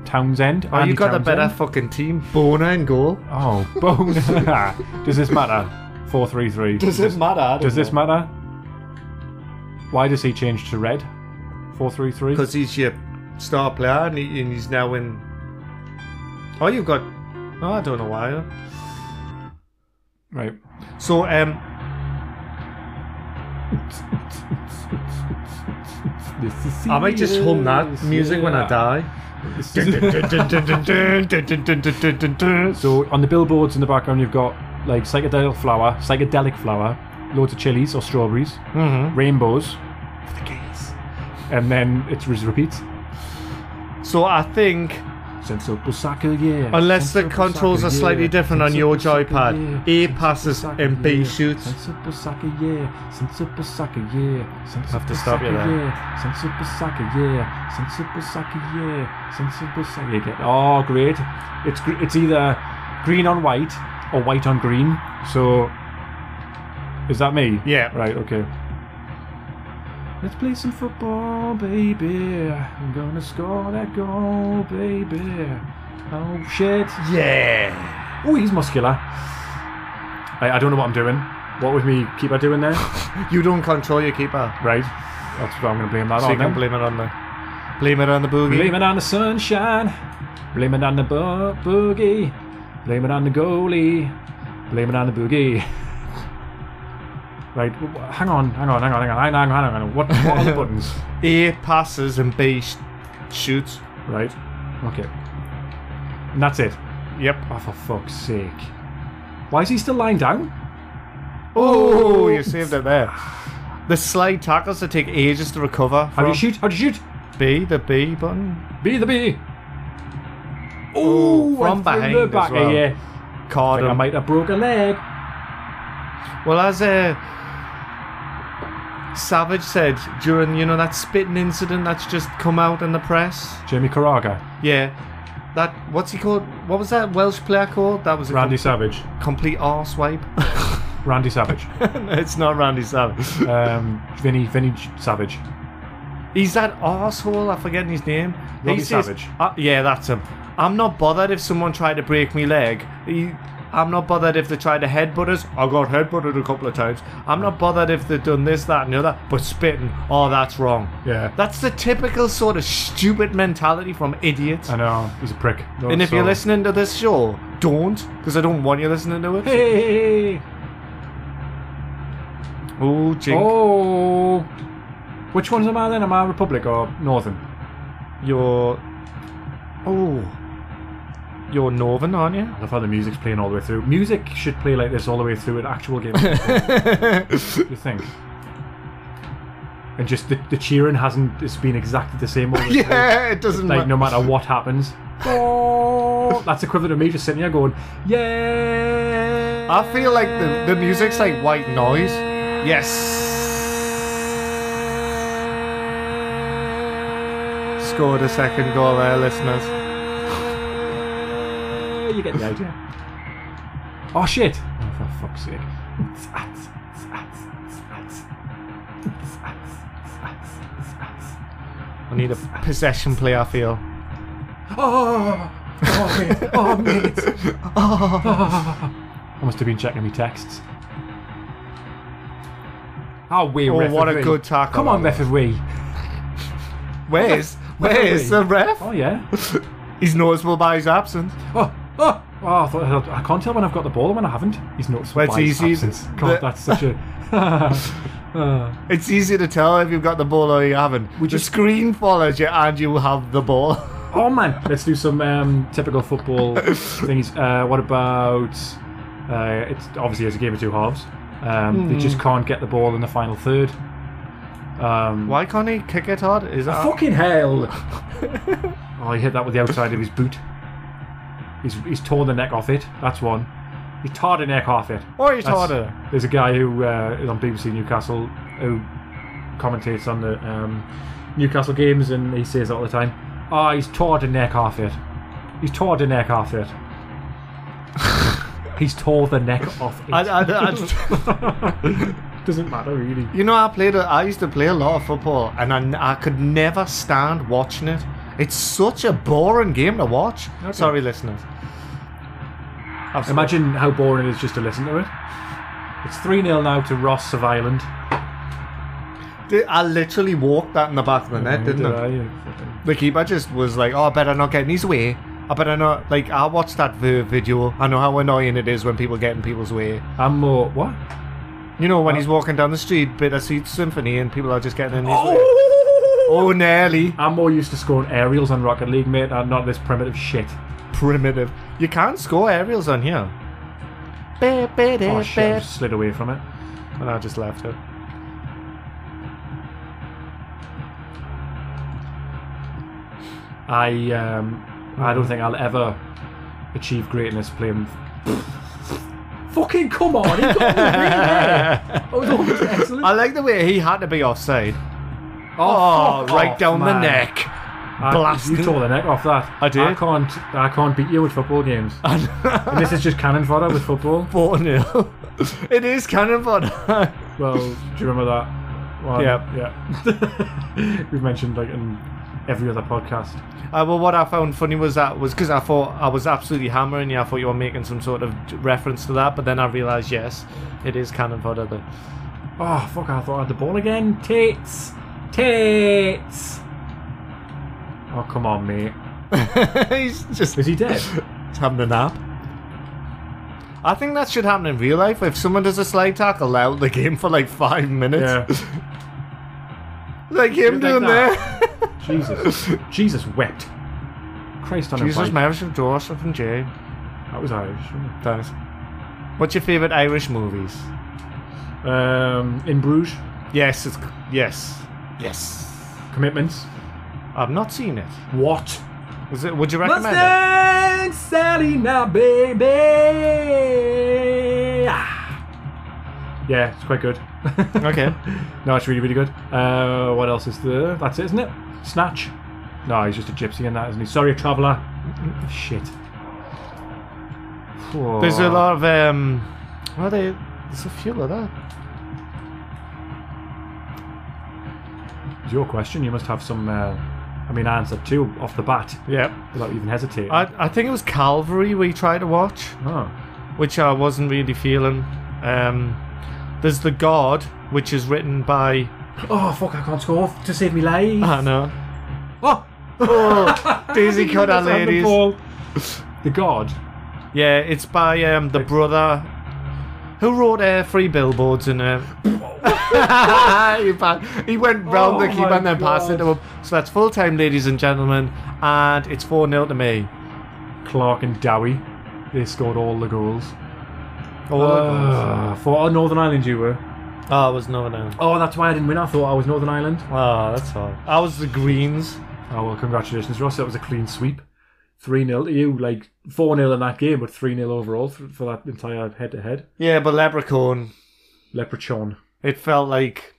[SPEAKER 1] Townsend.
[SPEAKER 2] Oh,
[SPEAKER 1] Andy
[SPEAKER 2] you got a better
[SPEAKER 1] Townsend.
[SPEAKER 2] fucking team. Bona and goal.
[SPEAKER 1] Oh,
[SPEAKER 2] [LAUGHS]
[SPEAKER 1] bone. [LAUGHS] Does this matter? Four three three.
[SPEAKER 2] matter?
[SPEAKER 1] [LAUGHS] Does this matter? Why does he change to red? 433?
[SPEAKER 2] Because he's your star player, and, he, and he's now in. Oh, you've got. Oh, I don't know why.
[SPEAKER 1] Right.
[SPEAKER 2] So um, I might just hum that music when
[SPEAKER 1] [LAUGHS]
[SPEAKER 2] I die. [LAUGHS]
[SPEAKER 1] So on the billboards in the background, you've got like psychedelic flower, psychedelic flower, loads of chilies or strawberries,
[SPEAKER 2] Mhm.
[SPEAKER 1] rainbows, for the gays. and then it just repeats.
[SPEAKER 2] So I think
[SPEAKER 1] Senso Busaka, yeah.
[SPEAKER 2] Unless the
[SPEAKER 1] Senso
[SPEAKER 2] controls
[SPEAKER 1] Busaka,
[SPEAKER 2] are slightly
[SPEAKER 1] yeah.
[SPEAKER 2] different on
[SPEAKER 1] Senso
[SPEAKER 2] your
[SPEAKER 1] Busaka,
[SPEAKER 2] joypad.
[SPEAKER 1] yeah.
[SPEAKER 2] A passes
[SPEAKER 1] Senso Busaka,
[SPEAKER 2] and B
[SPEAKER 1] yeah.
[SPEAKER 2] shoots.
[SPEAKER 1] Senso Busaka, yeah. Senso Busaka, yeah. Senso
[SPEAKER 2] have to stop you
[SPEAKER 1] Busaka,
[SPEAKER 2] there.
[SPEAKER 1] yeah. Senso Busaka, yeah. Senso Busaka, yeah. Senso Busaka. You get- Oh, great. It's, gr- it's either green on white or white on green. So, is that me?
[SPEAKER 2] Yeah.
[SPEAKER 1] Right, okay. Let's play some football, baby. I'm gonna score that goal, baby. Oh shit.
[SPEAKER 2] Yeah.
[SPEAKER 1] Oh, he's muscular. I, I don't know what I'm doing. What with me keeper doing
[SPEAKER 2] [LAUGHS]
[SPEAKER 1] there?
[SPEAKER 2] You don't control your keeper.
[SPEAKER 1] right. That's what I'm going to blame that
[SPEAKER 2] So
[SPEAKER 1] on.
[SPEAKER 2] you can
[SPEAKER 1] then.
[SPEAKER 2] blame it on the blame it on the boogie.
[SPEAKER 1] Blame it on the sunshine. Blame it on the bo- boogie. Blame it on the goalie. Blame it on the boogie. [LAUGHS] Right, w- w- hang on, hang on, hang on, hang on, hang on, hang on. Hang on. What, what
[SPEAKER 2] [LAUGHS]
[SPEAKER 1] are the buttons?
[SPEAKER 2] A passes and B sh- shoots.
[SPEAKER 1] Right, okay. And that's it.
[SPEAKER 2] Yep.
[SPEAKER 1] Oh, for fuck's sake. Why is he still lying down?
[SPEAKER 2] Oh, you saved it there. The slide tackles that take ages to recover.
[SPEAKER 1] How do you
[SPEAKER 2] from.
[SPEAKER 1] shoot? How do you shoot?
[SPEAKER 2] B, the B button.
[SPEAKER 1] Be the bee. Oh,
[SPEAKER 2] from behind as well.
[SPEAKER 1] Yeah, I,
[SPEAKER 2] Card
[SPEAKER 1] think I
[SPEAKER 2] him.
[SPEAKER 1] might have broke a leg.
[SPEAKER 2] Well, as uh, Savage said during you know that spitting incident that's just come out in the press.
[SPEAKER 1] Jamie Carragher,
[SPEAKER 2] Yeah. That what's he called? What was that Welsh player called? That was a
[SPEAKER 1] Randy
[SPEAKER 2] com-
[SPEAKER 1] Savage,
[SPEAKER 2] complete
[SPEAKER 1] [LAUGHS]
[SPEAKER 2] arse wipe.
[SPEAKER 1] Randy
[SPEAKER 2] [LAUGHS]
[SPEAKER 1] Savage,
[SPEAKER 2] it's not Randy Savage.
[SPEAKER 1] um, Vinny Vinny Savage.
[SPEAKER 2] [LAUGHS] He's that asshole. I forget his name.
[SPEAKER 1] Robbie
[SPEAKER 2] he says-
[SPEAKER 1] Savage.
[SPEAKER 2] Uh, yeah, that's him. I'm not bothered if someone tried to break me leg. He, I'm not bothered if they tried to headbutt us. I got headbutted a couple of times. I'm not bothered if they've done this, that, and the other. But spitting, oh, that's wrong.
[SPEAKER 1] Yeah.
[SPEAKER 2] That's the typical sort of stupid mentality from idiots.
[SPEAKER 1] I know he's a prick. No,
[SPEAKER 2] and if
[SPEAKER 1] so-
[SPEAKER 2] you're listening to this show, don't, because I don't want you listening to it.
[SPEAKER 1] hey,
[SPEAKER 2] Oh, jink.
[SPEAKER 1] oh, which ones am I then? Am I Republic or Northern?
[SPEAKER 2] You're. Oh. You're Northern, aren't you?
[SPEAKER 1] I love how the music's playing all the way through. Music should play like this all the way through an actual game. you think? And just the, the cheering hasn't. It's been exactly the same. All the way through.
[SPEAKER 2] Yeah, it doesn't
[SPEAKER 1] Like
[SPEAKER 2] ma-
[SPEAKER 1] no matter what happens. That's equivalent to me just sitting here going, yeah.
[SPEAKER 2] I feel like the, the music's like white noise. Yes. Scored a second goal there, listeners.
[SPEAKER 1] You get the idea. [LAUGHS] Oh shit! Oh, for fuck's sake.
[SPEAKER 2] I need a possession play, I feel.
[SPEAKER 1] [LAUGHS] Oh, oh, mate. oh, mate. Oh. I must have been checking me texts. Oh, we
[SPEAKER 2] Oh,
[SPEAKER 1] referee.
[SPEAKER 2] what a good tackle
[SPEAKER 1] Come on,
[SPEAKER 2] that was.
[SPEAKER 1] referee.
[SPEAKER 2] [LAUGHS] Where's where's the ref?
[SPEAKER 1] Oh, yeah.
[SPEAKER 2] He's noticeable by his absence.
[SPEAKER 1] Oh, oh, oh I, thought, I can't tell when I've got the ball and when I haven't. He's not
[SPEAKER 2] Well, it's
[SPEAKER 1] by his
[SPEAKER 2] easy.
[SPEAKER 1] absence. God,
[SPEAKER 2] The-
[SPEAKER 1] that's such a. [LAUGHS] Uh,
[SPEAKER 2] It's easy to tell if you've got the ball or you haven't.
[SPEAKER 1] We
[SPEAKER 2] the
[SPEAKER 1] just-
[SPEAKER 2] screen follows you and you have the ball. [LAUGHS]
[SPEAKER 1] oh man, let's do some um, typical football things. Uh, what about? Uh, it's obviously it's a game of two halves. Um,
[SPEAKER 2] Hmm.
[SPEAKER 1] They just can't get the ball in the final third. Um,
[SPEAKER 2] Why can't he kick it hard? Is that
[SPEAKER 1] Fucking hell! [LAUGHS] oh, he hit that with the outside of his boot. He's, he's torn the neck off it. That's one. He tore the neck off it.
[SPEAKER 2] Or he's
[SPEAKER 1] That's-
[SPEAKER 2] harder.
[SPEAKER 1] There's a guy who uh, is on BBC Newcastle who commentates on the um, Newcastle games, and he says all the time, "Ah, he's tore the neck off it. He's tore the neck off [LAUGHS] it. he's tore the neck off it.
[SPEAKER 2] I, I, [LAUGHS] I,
[SPEAKER 1] Doesn't matter really.
[SPEAKER 2] You know, I played. a- I used to play a lot of football, and I, I could never stand watching it. It's such a boring game to watch. Sorry, listeners. I've-
[SPEAKER 1] Imagine how boring it is just to listen to it. It's 3 0 now to Ross of Ireland.
[SPEAKER 2] Di- I literally walked that in the back of the net, didn't Oh, I? The keeper just was like, "Oh, I better not get in his way. I better not." Like, I watched that vi- video. I know how annoying it is when people get in people's way.
[SPEAKER 1] I'm more. What?
[SPEAKER 2] You know, when he's walking down the street, Bittersweet Symphony, and people are just getting in his way.
[SPEAKER 1] Oh!
[SPEAKER 2] Oh, nearly.
[SPEAKER 1] I'm more used to scoring aerials on Rocket League, mate, and not this primitive shit.
[SPEAKER 2] primitive. You can't score aerials on here.
[SPEAKER 1] Oh, shit, I just slid away from it.
[SPEAKER 2] And I just left it.
[SPEAKER 1] I um, I don't think I'll ever achieve greatness playing. Fucking come on! He got me there.
[SPEAKER 2] [LAUGHS]
[SPEAKER 1] Oh, That was almost excellent.
[SPEAKER 2] I like the way he had to be offside.
[SPEAKER 1] Oh,
[SPEAKER 2] Oh,
[SPEAKER 1] fuck
[SPEAKER 2] right
[SPEAKER 1] off,
[SPEAKER 2] down
[SPEAKER 1] man.
[SPEAKER 2] the neck.
[SPEAKER 1] I-
[SPEAKER 2] Blasted.
[SPEAKER 1] You tore the neck off that.
[SPEAKER 2] I did.
[SPEAKER 1] I can't. I can't beat you at football games.
[SPEAKER 2] [LAUGHS]
[SPEAKER 1] and this is just cannon fodder with football.
[SPEAKER 2] 4 0. [LAUGHS] it is cannon [LAUGHS] fodder.
[SPEAKER 1] Well, do you remember that? One?
[SPEAKER 2] Yep.
[SPEAKER 1] [LAUGHS] Yeah. We've mentioned like in every other podcast.
[SPEAKER 2] Uh, well, what I found funny was that was because I thought I was absolutely hammering you. I thought you were making some sort of j- reference to that, but then I realised yes, it is cannon fodder. The,
[SPEAKER 1] Oh, fuck, I thought I had the ball again. Tits! Tits! Oh, come on, mate.
[SPEAKER 2] [LAUGHS] he's just
[SPEAKER 1] Is he
[SPEAKER 2] [LAUGHS]
[SPEAKER 1] dead?
[SPEAKER 2] he's having a nap. I think that should happen in real life. If someone does a slide tackle out the game for like five minutes, [LAUGHS] like him
[SPEAKER 1] Like
[SPEAKER 2] doing
[SPEAKER 1] that.
[SPEAKER 2] [LAUGHS] there.
[SPEAKER 1] Jesus. Jesus wept. Christ on a
[SPEAKER 2] Jesus,
[SPEAKER 1] bike.
[SPEAKER 2] Mary and Joseph and Jay.
[SPEAKER 1] That was Irish, wasn't
[SPEAKER 2] Thanks. What's your favourite Irish movies?
[SPEAKER 1] it? Um, in Bruges,
[SPEAKER 2] Yes, it's yes, yes.
[SPEAKER 1] commitments.
[SPEAKER 2] I've not seen it.
[SPEAKER 1] What?
[SPEAKER 2] Is it? Would you recommend it?
[SPEAKER 1] Mustang Sally now, baby. Ah. Yeah, it's quite good. [LAUGHS]
[SPEAKER 2] Okay.
[SPEAKER 1] no, it's really, really good. Uh, what else is there? That's it, isn't it? Snatch. No, he's just a gypsy in that, isn't he? Sorry, traveller. Shit.
[SPEAKER 2] There's a lot of um. Well, they, there's a few of that.
[SPEAKER 1] It's your question. You must have some. Uh, I mean, answer two off the bat
[SPEAKER 2] Yeah.
[SPEAKER 1] without even hesitating.
[SPEAKER 2] I I think it was Calvary we tried to watch,
[SPEAKER 1] oh,
[SPEAKER 2] which I wasn't really feeling. Um, there's the God, which is written by
[SPEAKER 1] oh fuck! I can't score to save me life.
[SPEAKER 2] I know
[SPEAKER 1] oh,
[SPEAKER 2] [LAUGHS] Daisy Cutter
[SPEAKER 1] Just hand the
[SPEAKER 2] ladies.
[SPEAKER 1] ball. The god.
[SPEAKER 2] Yeah, it's by um the brother who wrote uh, Free Billboards and.
[SPEAKER 1] [LAUGHS]
[SPEAKER 2] Uh, [LAUGHS] he, pa- he went round the
[SPEAKER 1] Oh
[SPEAKER 2] keeper and
[SPEAKER 1] my
[SPEAKER 2] then passed it to
[SPEAKER 1] God.
[SPEAKER 2] him. So that's full time, ladies and gentlemen, and it's 4 0 to me.
[SPEAKER 1] Clark and Dowie. They scored all the goals. Oh
[SPEAKER 2] All of
[SPEAKER 1] Uh, for oh, Northern Ireland, you were.
[SPEAKER 2] those. Oh, it was no one.
[SPEAKER 1] Oh, that's why I didn't win. I thought I was Northern Ireland.
[SPEAKER 2] Oh, that's all. I was the Greens.
[SPEAKER 1] Oh, well, congratulations, Ross. That was a clean sweep. 3 0 to you, like 4 0 in that game, but 3 0 overall for, for that entire head to head.
[SPEAKER 2] Yeah, but Leprechaun,
[SPEAKER 1] Leprechaun.
[SPEAKER 2] it felt like.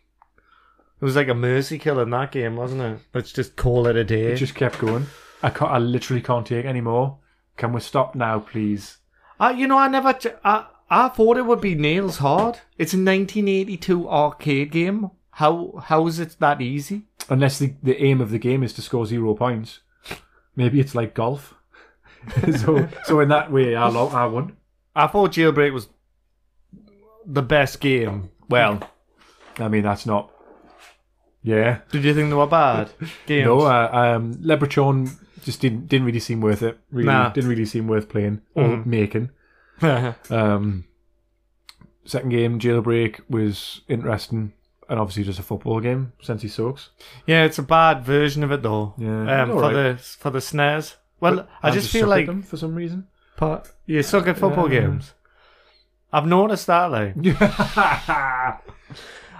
[SPEAKER 2] It was like a mercy kill in that game, wasn't it? Let's just call it a day.
[SPEAKER 1] It just kept going. I, can't, I literally can't take any more. Can we stop now, please?
[SPEAKER 2] I, you know, I never. Ch- I, I thought it would be nails hard. It's a 1982 arcade game. How how is it that easy?
[SPEAKER 1] Unless the, the aim of the game is to score zero points. Maybe it's like golf. [LAUGHS] so, so in that way, I, lo- I won.
[SPEAKER 2] I thought Jailbreak was the best game. Well,
[SPEAKER 1] I mean, that's not. Yeah.
[SPEAKER 2] did you think they were bad
[SPEAKER 1] [LAUGHS]
[SPEAKER 2] games?
[SPEAKER 1] No, uh, um, Leprechaun just didn't didn't really seem worth it. Really,
[SPEAKER 2] Nah.
[SPEAKER 1] didn't really seem worth playing or making. Um, second game, Jailbreak was interesting, and obviously just a football game. Sensi soaks.
[SPEAKER 2] [LAUGHS] yeah, it's a bad version of it though.
[SPEAKER 1] Yeah,
[SPEAKER 2] um,
[SPEAKER 1] all
[SPEAKER 2] for
[SPEAKER 1] right.
[SPEAKER 2] the for the snares. Well, I
[SPEAKER 1] And
[SPEAKER 2] just, feel
[SPEAKER 1] suck at
[SPEAKER 2] like
[SPEAKER 1] them for some reason.
[SPEAKER 2] part, you suck at football
[SPEAKER 1] Yeah.
[SPEAKER 2] games. I've noticed that like. I'll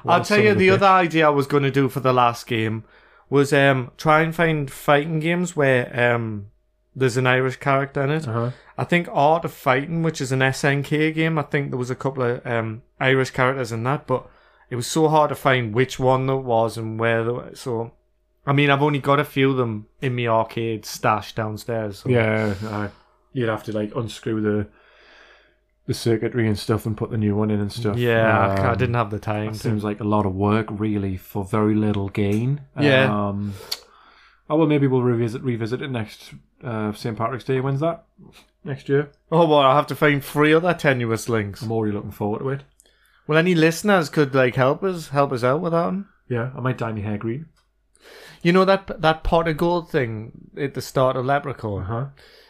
[SPEAKER 1] a
[SPEAKER 2] tell
[SPEAKER 1] son
[SPEAKER 2] you
[SPEAKER 1] of a
[SPEAKER 2] the
[SPEAKER 1] bitch.
[SPEAKER 2] other idea I was going to do for the last game was um try and find fighting games where um there's an Irish character in it.
[SPEAKER 1] Uh-huh.
[SPEAKER 2] I think Art of Fighting, which is an SNK game, I think there was a couple of um Irish characters in that, but it was so hard to find which one that was and where. They were. So, I mean, I've only got a few of them in my arcade stash downstairs. So.
[SPEAKER 1] Yeah, uh, you'd have to like unscrew the the circuitry and stuff and put the new one in and stuff.
[SPEAKER 2] Yeah, I ca- I
[SPEAKER 1] Um,
[SPEAKER 2] didn't have the time.
[SPEAKER 1] It
[SPEAKER 2] To.
[SPEAKER 1] seems like a lot of work, really, for very little gain.
[SPEAKER 2] Yeah.
[SPEAKER 1] Um, oh well, maybe we'll revisit revisit it next uh, St Patrick's Day. When's that? Next year.
[SPEAKER 2] Oh well, I have to find three other tenuous links.
[SPEAKER 1] I'm already looking forward to it.
[SPEAKER 2] Well, any listeners could like help us help us out with that. One.
[SPEAKER 1] Yeah, I might dye my hair green.
[SPEAKER 2] You know that that pot of gold thing at the start of Leprechaun.
[SPEAKER 1] Uh-huh.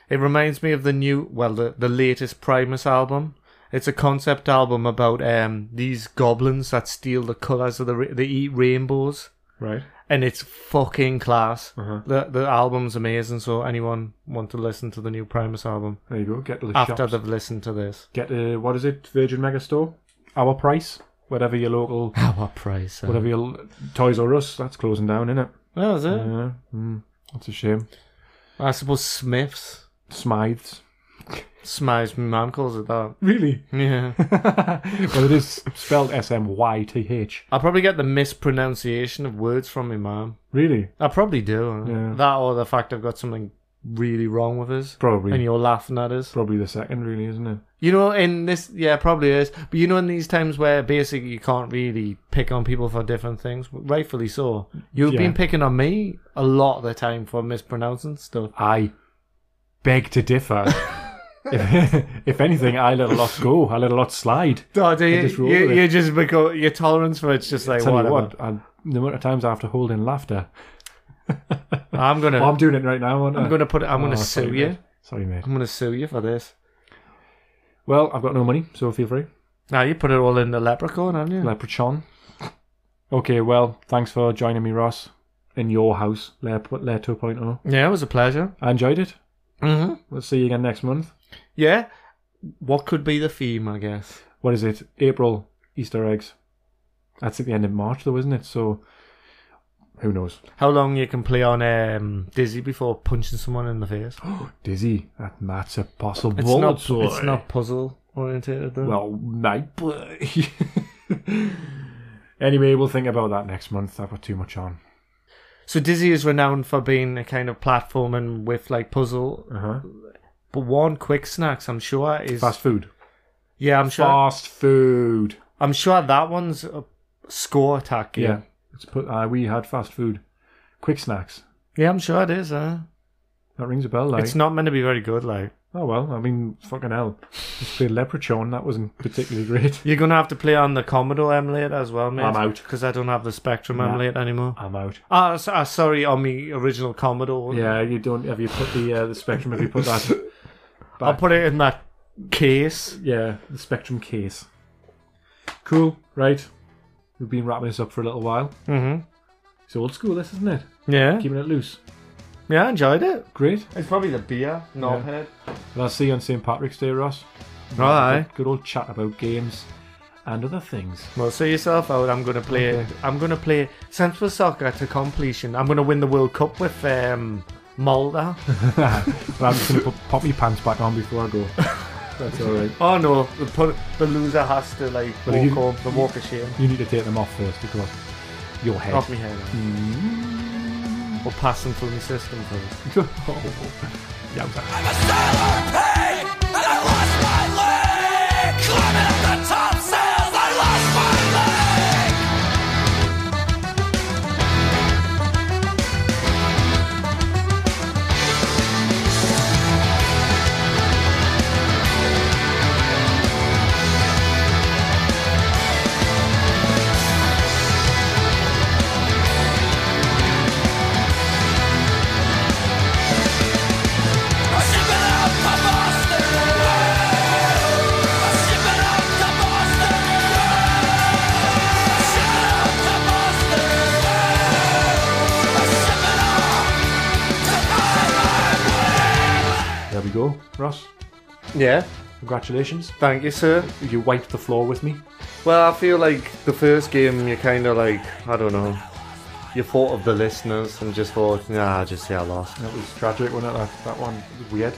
[SPEAKER 2] It reminds me of the new, well, the, the latest Primus album. It's a concept album about um these goblins that steal the colors of the ra- they eat rainbows,
[SPEAKER 1] Right.
[SPEAKER 2] and it's fucking class.
[SPEAKER 1] Uh-huh.
[SPEAKER 2] The the album's amazing. So anyone want to listen to the new Primus album
[SPEAKER 1] There you go. Get to the
[SPEAKER 2] after
[SPEAKER 1] shops.
[SPEAKER 2] they've listened to this?
[SPEAKER 1] Get to what is it? Virgin Mega Store. Our price. Whatever your local,
[SPEAKER 2] Our price. uh,
[SPEAKER 1] whatever your l- Toys R Us. That's closing down, isn't it?
[SPEAKER 2] That was it.
[SPEAKER 1] Yeah. Mm, that's a shame.
[SPEAKER 2] I suppose Smiths.
[SPEAKER 1] Smythe's.
[SPEAKER 2] Smiles, my mum calls it that. [LAUGHS]
[SPEAKER 1] Really? [LAUGHS]
[SPEAKER 2] Yeah.
[SPEAKER 1] well, it is spelled S M Y T H.
[SPEAKER 2] I'll probably get the mispronunciation of words from my mum.
[SPEAKER 1] Really?
[SPEAKER 2] I probably do.
[SPEAKER 1] Yeah.
[SPEAKER 2] That or the fact I've got something really wrong with us.
[SPEAKER 1] Probably.
[SPEAKER 2] And you're laughing at us.
[SPEAKER 1] Probably the second, really, isn't it?
[SPEAKER 2] You know, in this, yeah, probably is. But you know, in these times where basically you can't really pick on people for different things, rightfully so. You've
[SPEAKER 1] Yeah.
[SPEAKER 2] been picking on me a lot of the time for mispronouncing stuff.
[SPEAKER 1] I beg to
[SPEAKER 2] [LAUGHS]
[SPEAKER 1] differ. if, if anything, I let a lot go. I let a lot slide.
[SPEAKER 2] Oh, do you,
[SPEAKER 1] just roll
[SPEAKER 2] you,
[SPEAKER 1] with it.
[SPEAKER 2] you just because your tolerance for it's just like
[SPEAKER 1] Tell
[SPEAKER 2] whatever.
[SPEAKER 1] you what, I, the amount of times I have to hold in laughter.
[SPEAKER 2] I'm gonna,
[SPEAKER 1] Well, I'm doing it right now. Aren't I?
[SPEAKER 2] I'm gonna put, it- I'm
[SPEAKER 1] Oh,
[SPEAKER 2] gonna
[SPEAKER 1] sorry,
[SPEAKER 2] sue
[SPEAKER 1] mate.
[SPEAKER 2] you.
[SPEAKER 1] Sorry, mate.
[SPEAKER 2] I'm gonna sue you for this.
[SPEAKER 1] Well, I've got no money, so feel free.
[SPEAKER 2] Now you put it all in the leprechaun, haven't you?
[SPEAKER 1] Leprechaun. Okay, well, thanks for joining me, Ross, in your house, Layer, p- layer 2.0.
[SPEAKER 2] yeah, it was a pleasure.
[SPEAKER 1] oh. I enjoyed it.
[SPEAKER 2] Mm-hmm.
[SPEAKER 1] We'll see you again next month.
[SPEAKER 2] Yeah. What could be the theme? I guess.
[SPEAKER 1] What is it? April Easter eggs. That's at the end of March, though, isn't it? So, who knows?
[SPEAKER 2] How long you can play on um, Dizzy before punching someone in
[SPEAKER 1] [GASPS]
[SPEAKER 2] the face?
[SPEAKER 1] Dizzy, that, that's a possible.
[SPEAKER 2] It's not.
[SPEAKER 1] boy.
[SPEAKER 2] It's not puzzle oriented though.
[SPEAKER 1] Well, my boy. [LAUGHS] anyway, we'll think about that next month. I've got too much on.
[SPEAKER 2] so Dizzy is renowned for being a kind of platforming with like puzzle,
[SPEAKER 1] Uh-huh.
[SPEAKER 2] but one quick snacks. I'm sure is
[SPEAKER 1] Fast food.
[SPEAKER 2] yeah. I'm sure.
[SPEAKER 1] Fast food.
[SPEAKER 2] I'm sure that one's a score attack.
[SPEAKER 1] Yeah.
[SPEAKER 2] Yeah.
[SPEAKER 1] It's put, uh, we had fast food. Quick snacks.
[SPEAKER 2] Yeah, I'm sure it is. Huh?
[SPEAKER 1] That rings a bell, like.
[SPEAKER 2] It's not meant to be very good. Like
[SPEAKER 1] Oh, well, I mean, fucking hell. Just played Leprechaun. That wasn't particularly great.
[SPEAKER 2] you're gonna have to play on the Commodore emulator as well, mate.
[SPEAKER 1] I'm out.
[SPEAKER 2] because I don't have the Spectrum emulator anymore.
[SPEAKER 1] [LAUGHS] I'm out.
[SPEAKER 2] Ah, so- ah, sorry, on the original Commodore.
[SPEAKER 1] Yeah, you don't. Have you put the uh, the Spectrum? Have you put that? [LAUGHS]
[SPEAKER 2] I'll put it in that case.
[SPEAKER 1] Yeah, the Spectrum case. Cool, right. We've been wrapping this up for a little while.
[SPEAKER 2] Mm-hmm.
[SPEAKER 1] It's old school, this, isn't it?
[SPEAKER 2] Yeah,
[SPEAKER 1] Keeping it loose.
[SPEAKER 2] yeah, I enjoyed it.
[SPEAKER 1] Great.
[SPEAKER 2] It's probably the beer,
[SPEAKER 1] knob
[SPEAKER 2] head.
[SPEAKER 1] Well, I'll see you on St. Patrick's Day, Ross.
[SPEAKER 2] Right.
[SPEAKER 1] Good old chat about games and other things.
[SPEAKER 2] Well, see yourself out. I'm gonna play. I'm gonna play sensible soccer to completion. I'm gonna win the World Cup with um, Malta.
[SPEAKER 1] But I'm just going to pop my pants back on before I [LAUGHS] go. That's all right.
[SPEAKER 2] oh no, the, pu- the loser has to like
[SPEAKER 1] Well,
[SPEAKER 2] walk
[SPEAKER 1] you-
[SPEAKER 2] home the walk of shame.
[SPEAKER 1] You need to take them off first because your head.
[SPEAKER 2] Off me head. Or pass them through my system first.
[SPEAKER 1] Yeah, okay. There we go, Ross.
[SPEAKER 2] Yeah.
[SPEAKER 1] Congratulations.
[SPEAKER 2] Thank you, sir.
[SPEAKER 1] You wiped the floor with me.
[SPEAKER 2] Well, I feel like the first game you kind of like I don't know. You thought of the listeners and just thought, nah, just say I lost.
[SPEAKER 1] That was tragic, wasn't it? That, that one It was weird.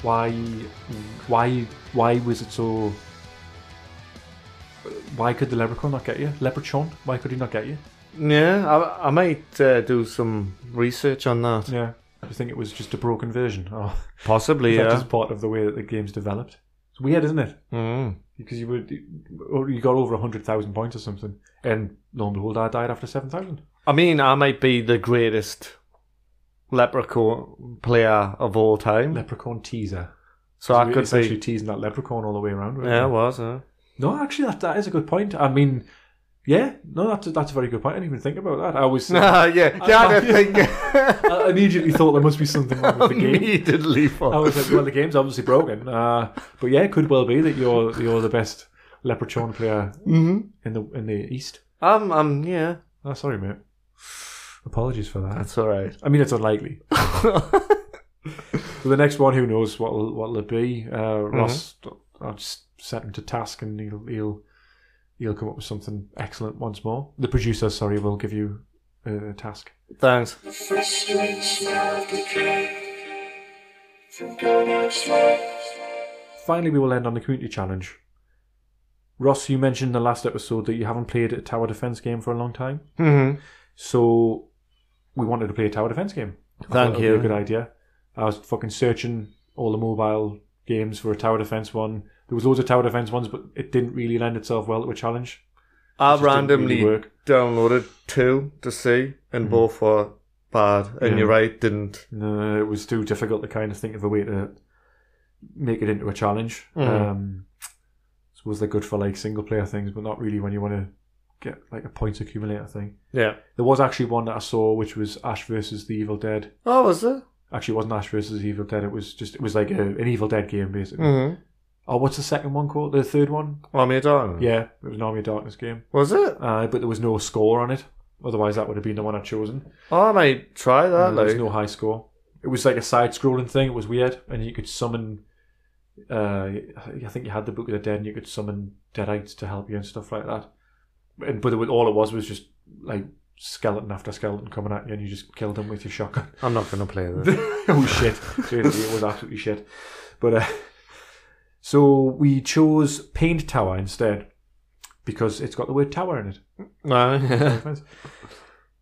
[SPEAKER 1] Why, why, why was it so? Why could the leprechaun not get you? Leprechaun? Why could he not get you?
[SPEAKER 2] Yeah, I, I might uh, do some research on that.
[SPEAKER 1] Yeah. I think it was just a broken version. Oh, [LAUGHS]
[SPEAKER 2] Possibly,
[SPEAKER 1] yeah.
[SPEAKER 2] yeah.
[SPEAKER 1] that is part of the way that the game's developed. It's weird, isn't it?
[SPEAKER 2] Mm.
[SPEAKER 1] Because you were, you got over hundred thousand points or something, and lo and behold, I died after seven thousand.
[SPEAKER 2] I mean, I might be the greatest leprechaun player of all time.
[SPEAKER 1] Leprechaun teaser.
[SPEAKER 2] so I
[SPEAKER 1] We
[SPEAKER 2] could
[SPEAKER 1] essentially
[SPEAKER 2] be.
[SPEAKER 1] teasing that leprechaun all the way around. weren't
[SPEAKER 2] Yeah, it
[SPEAKER 1] we?
[SPEAKER 2] was. Yeah.
[SPEAKER 1] No, actually, that, that is a good point. I mean, yeah, no, that's a, that's a very good point. I didn't even think about that. I
[SPEAKER 2] [LAUGHS]
[SPEAKER 1] was [LAUGHS] I
[SPEAKER 2] yeah, yeah,
[SPEAKER 1] [LAUGHS]
[SPEAKER 2] I didn't think. [LAUGHS]
[SPEAKER 1] immediately thought there must be something wrong with the game.
[SPEAKER 2] Immediately for.
[SPEAKER 1] I was like, well, the game's obviously broken. Uh, but yeah, it could well be that you're you're the best leprechaun player in the in the East.
[SPEAKER 2] Mm-hmm. Um, um, yeah.
[SPEAKER 1] Oh, sorry, mate. Apologies for that.
[SPEAKER 2] That's alright.
[SPEAKER 1] I mean, it's unlikely. So the next one, who knows what what'll it be? Uh, Ross, I'll just set him to task, and he'll he'll he'll come up with something excellent once more. The producer, sorry, will give you a, a task.
[SPEAKER 2] Thanks.
[SPEAKER 3] The frustrating smell of decay from donuts left.
[SPEAKER 1] Finally, we will end on the community challenge. Ross, you mentioned in the last episode that you haven't played a tower defense game for a long time,
[SPEAKER 2] Mm-hmm.
[SPEAKER 1] so we wanted to play a tower defense game. I thought
[SPEAKER 2] Thank
[SPEAKER 1] that would be
[SPEAKER 2] you.
[SPEAKER 1] a good idea. I was fucking searching all the mobile games for a tower defense one. There was loads of tower defense ones, but it didn't really lend itself well to a challenge.
[SPEAKER 2] I
[SPEAKER 1] just didn't
[SPEAKER 2] randomly
[SPEAKER 1] really work.
[SPEAKER 2] downloaded two to see, and both were bad. And you're right, didn't.
[SPEAKER 1] No, it was too difficult to kind of think of a way to make it into a challenge.
[SPEAKER 2] Mm.
[SPEAKER 1] Um, I suppose they're good for like single player things, but not really when you want to get like a points accumulator thing.
[SPEAKER 2] Yeah.
[SPEAKER 1] There was actually one that I saw, which was Ash versus the Evil Dead.
[SPEAKER 2] Oh, was it?
[SPEAKER 1] Actually, it wasn't Ash versus the Evil Dead. It was just it was like a, an Evil Dead game basically.
[SPEAKER 2] Mm-hmm.
[SPEAKER 1] Oh, what's the second one called? The third one?
[SPEAKER 2] Army of Darkness.
[SPEAKER 1] Yeah, it was an Army of Darkness game.
[SPEAKER 2] Was it?
[SPEAKER 1] Uh, but there was no score on it. Otherwise, that would have been the one I'd chosen.
[SPEAKER 2] Oh, I might try that.
[SPEAKER 1] Uh, there
[SPEAKER 2] like.
[SPEAKER 1] was no high score. It was like a side-scrolling thing. It was weird, and you could summon. Uh, I think you had the Book of the Dead, and you could summon deadites to help you and stuff like that. And but it, was- all it was was just like skeleton after skeleton coming at you, and you just killed them with your shotgun. [LAUGHS]
[SPEAKER 2] I'm not going to play this.
[SPEAKER 1] oh shit! Seriously, it was absolutely shit. But uh, so we chose Paint Tower instead because it's got the word tower in it.
[SPEAKER 2] [LAUGHS] no.
[SPEAKER 1] Nice.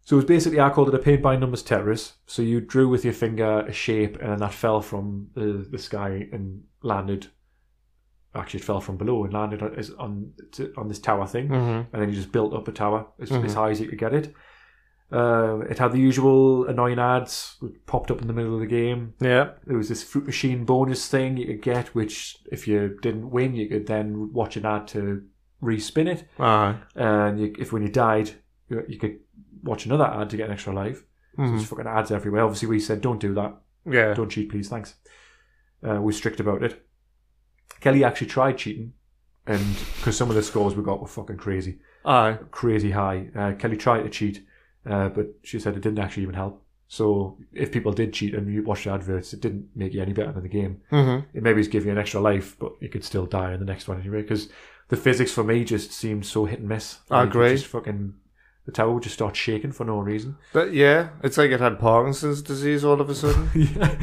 [SPEAKER 1] So it was basically I called it a paint by numbers Tetris. So you drew with your finger a shape, and then that fell from the, the sky and landed. Actually, it fell from below and landed on is- on, to- on this tower thing,
[SPEAKER 2] Mhm.
[SPEAKER 1] and then you just built up a tower as, as high as you could get it. Uh, it had the usual annoying ads which popped up in the middle of the game.
[SPEAKER 2] [LAUGHS] Yeah.
[SPEAKER 1] There was this fruit machine bonus thing you could get, which if you didn't win, you could then watch an ad to re-spin it
[SPEAKER 2] Aye.
[SPEAKER 1] and you, if when you died, you, you could watch another ad to get an extra life. So
[SPEAKER 2] Mm-hmm.
[SPEAKER 1] there's fucking ads everywhere. Obviously, we said don't do that.
[SPEAKER 2] Yeah.
[SPEAKER 1] Don't cheat, please. Thanks. Uh, we're strict about it. Kelly actually tried cheating, and because some of the scores we got were fucking crazy,
[SPEAKER 2] Aye.
[SPEAKER 1] crazy high. Uh, Kelly tried to cheat, uh, but she said it didn't actually even help. So if people did cheat and you watched the adverts, it didn't make you any better than the game
[SPEAKER 2] Mm-hmm.
[SPEAKER 1] it maybe give you an extra life, but you could still die in the next one anyway. Because the physics for me just seemed so hit and miss.
[SPEAKER 2] I
[SPEAKER 1] Like, it
[SPEAKER 2] agree.
[SPEAKER 1] Just fucking the tower would just start shaking for no
[SPEAKER 2] [LAUGHS]
[SPEAKER 1] reason.
[SPEAKER 2] But yeah, it's like it had Parkinson's disease all of a sudden. [LAUGHS]
[SPEAKER 1] yeah.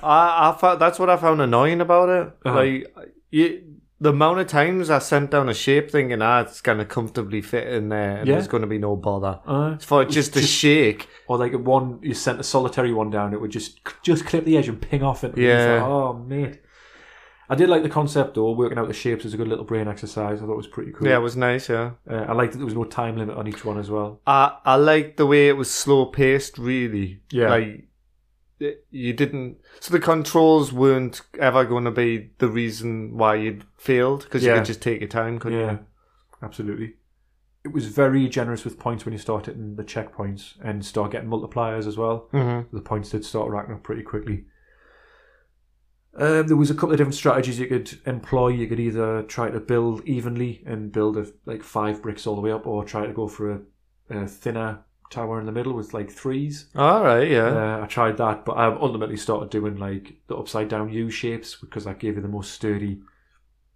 [SPEAKER 2] I, I found, that's what I found annoying about it.
[SPEAKER 1] Uh-huh.
[SPEAKER 2] Like, you, the amount of times I sent down a shape thinking, ah, it's going to comfortably fit in there and
[SPEAKER 1] Yeah.
[SPEAKER 2] there's going to be no bother.
[SPEAKER 1] Uh,
[SPEAKER 2] For just a shake.
[SPEAKER 1] or like one, you sent a solitary one down, it would just just clip the edge and ping off it.
[SPEAKER 2] Yeah.
[SPEAKER 1] oh mate. I did like the concept though. Working out the shapes was a good little brain exercise. I thought it was pretty cool.
[SPEAKER 2] Yeah, it was nice, yeah.
[SPEAKER 1] Uh, I liked that there was no time limit on each one as well.
[SPEAKER 2] I, I liked the way it was slow paced, really.
[SPEAKER 1] Yeah.
[SPEAKER 2] Like, it- you didn't. So the controls weren't ever going to be the reason why you'd failed because you
[SPEAKER 1] Yeah.
[SPEAKER 2] could just take your time, couldn't
[SPEAKER 1] Yeah,
[SPEAKER 2] you?
[SPEAKER 1] absolutely. It was very generous with points when you start hitting the checkpoints and start getting multipliers as well.
[SPEAKER 2] Mm-hmm.
[SPEAKER 1] The points did start racking up pretty quickly. Um, there was a couple of different strategies you could employ. You could either try to build evenly and build a, like five bricks all the way up, or try to go for a, a thinner tower in the middle with like threes.
[SPEAKER 2] All right, yeah.
[SPEAKER 1] Uh, I tried that, but I ultimately started doing like the upside down U shapes because that gave you the most sturdy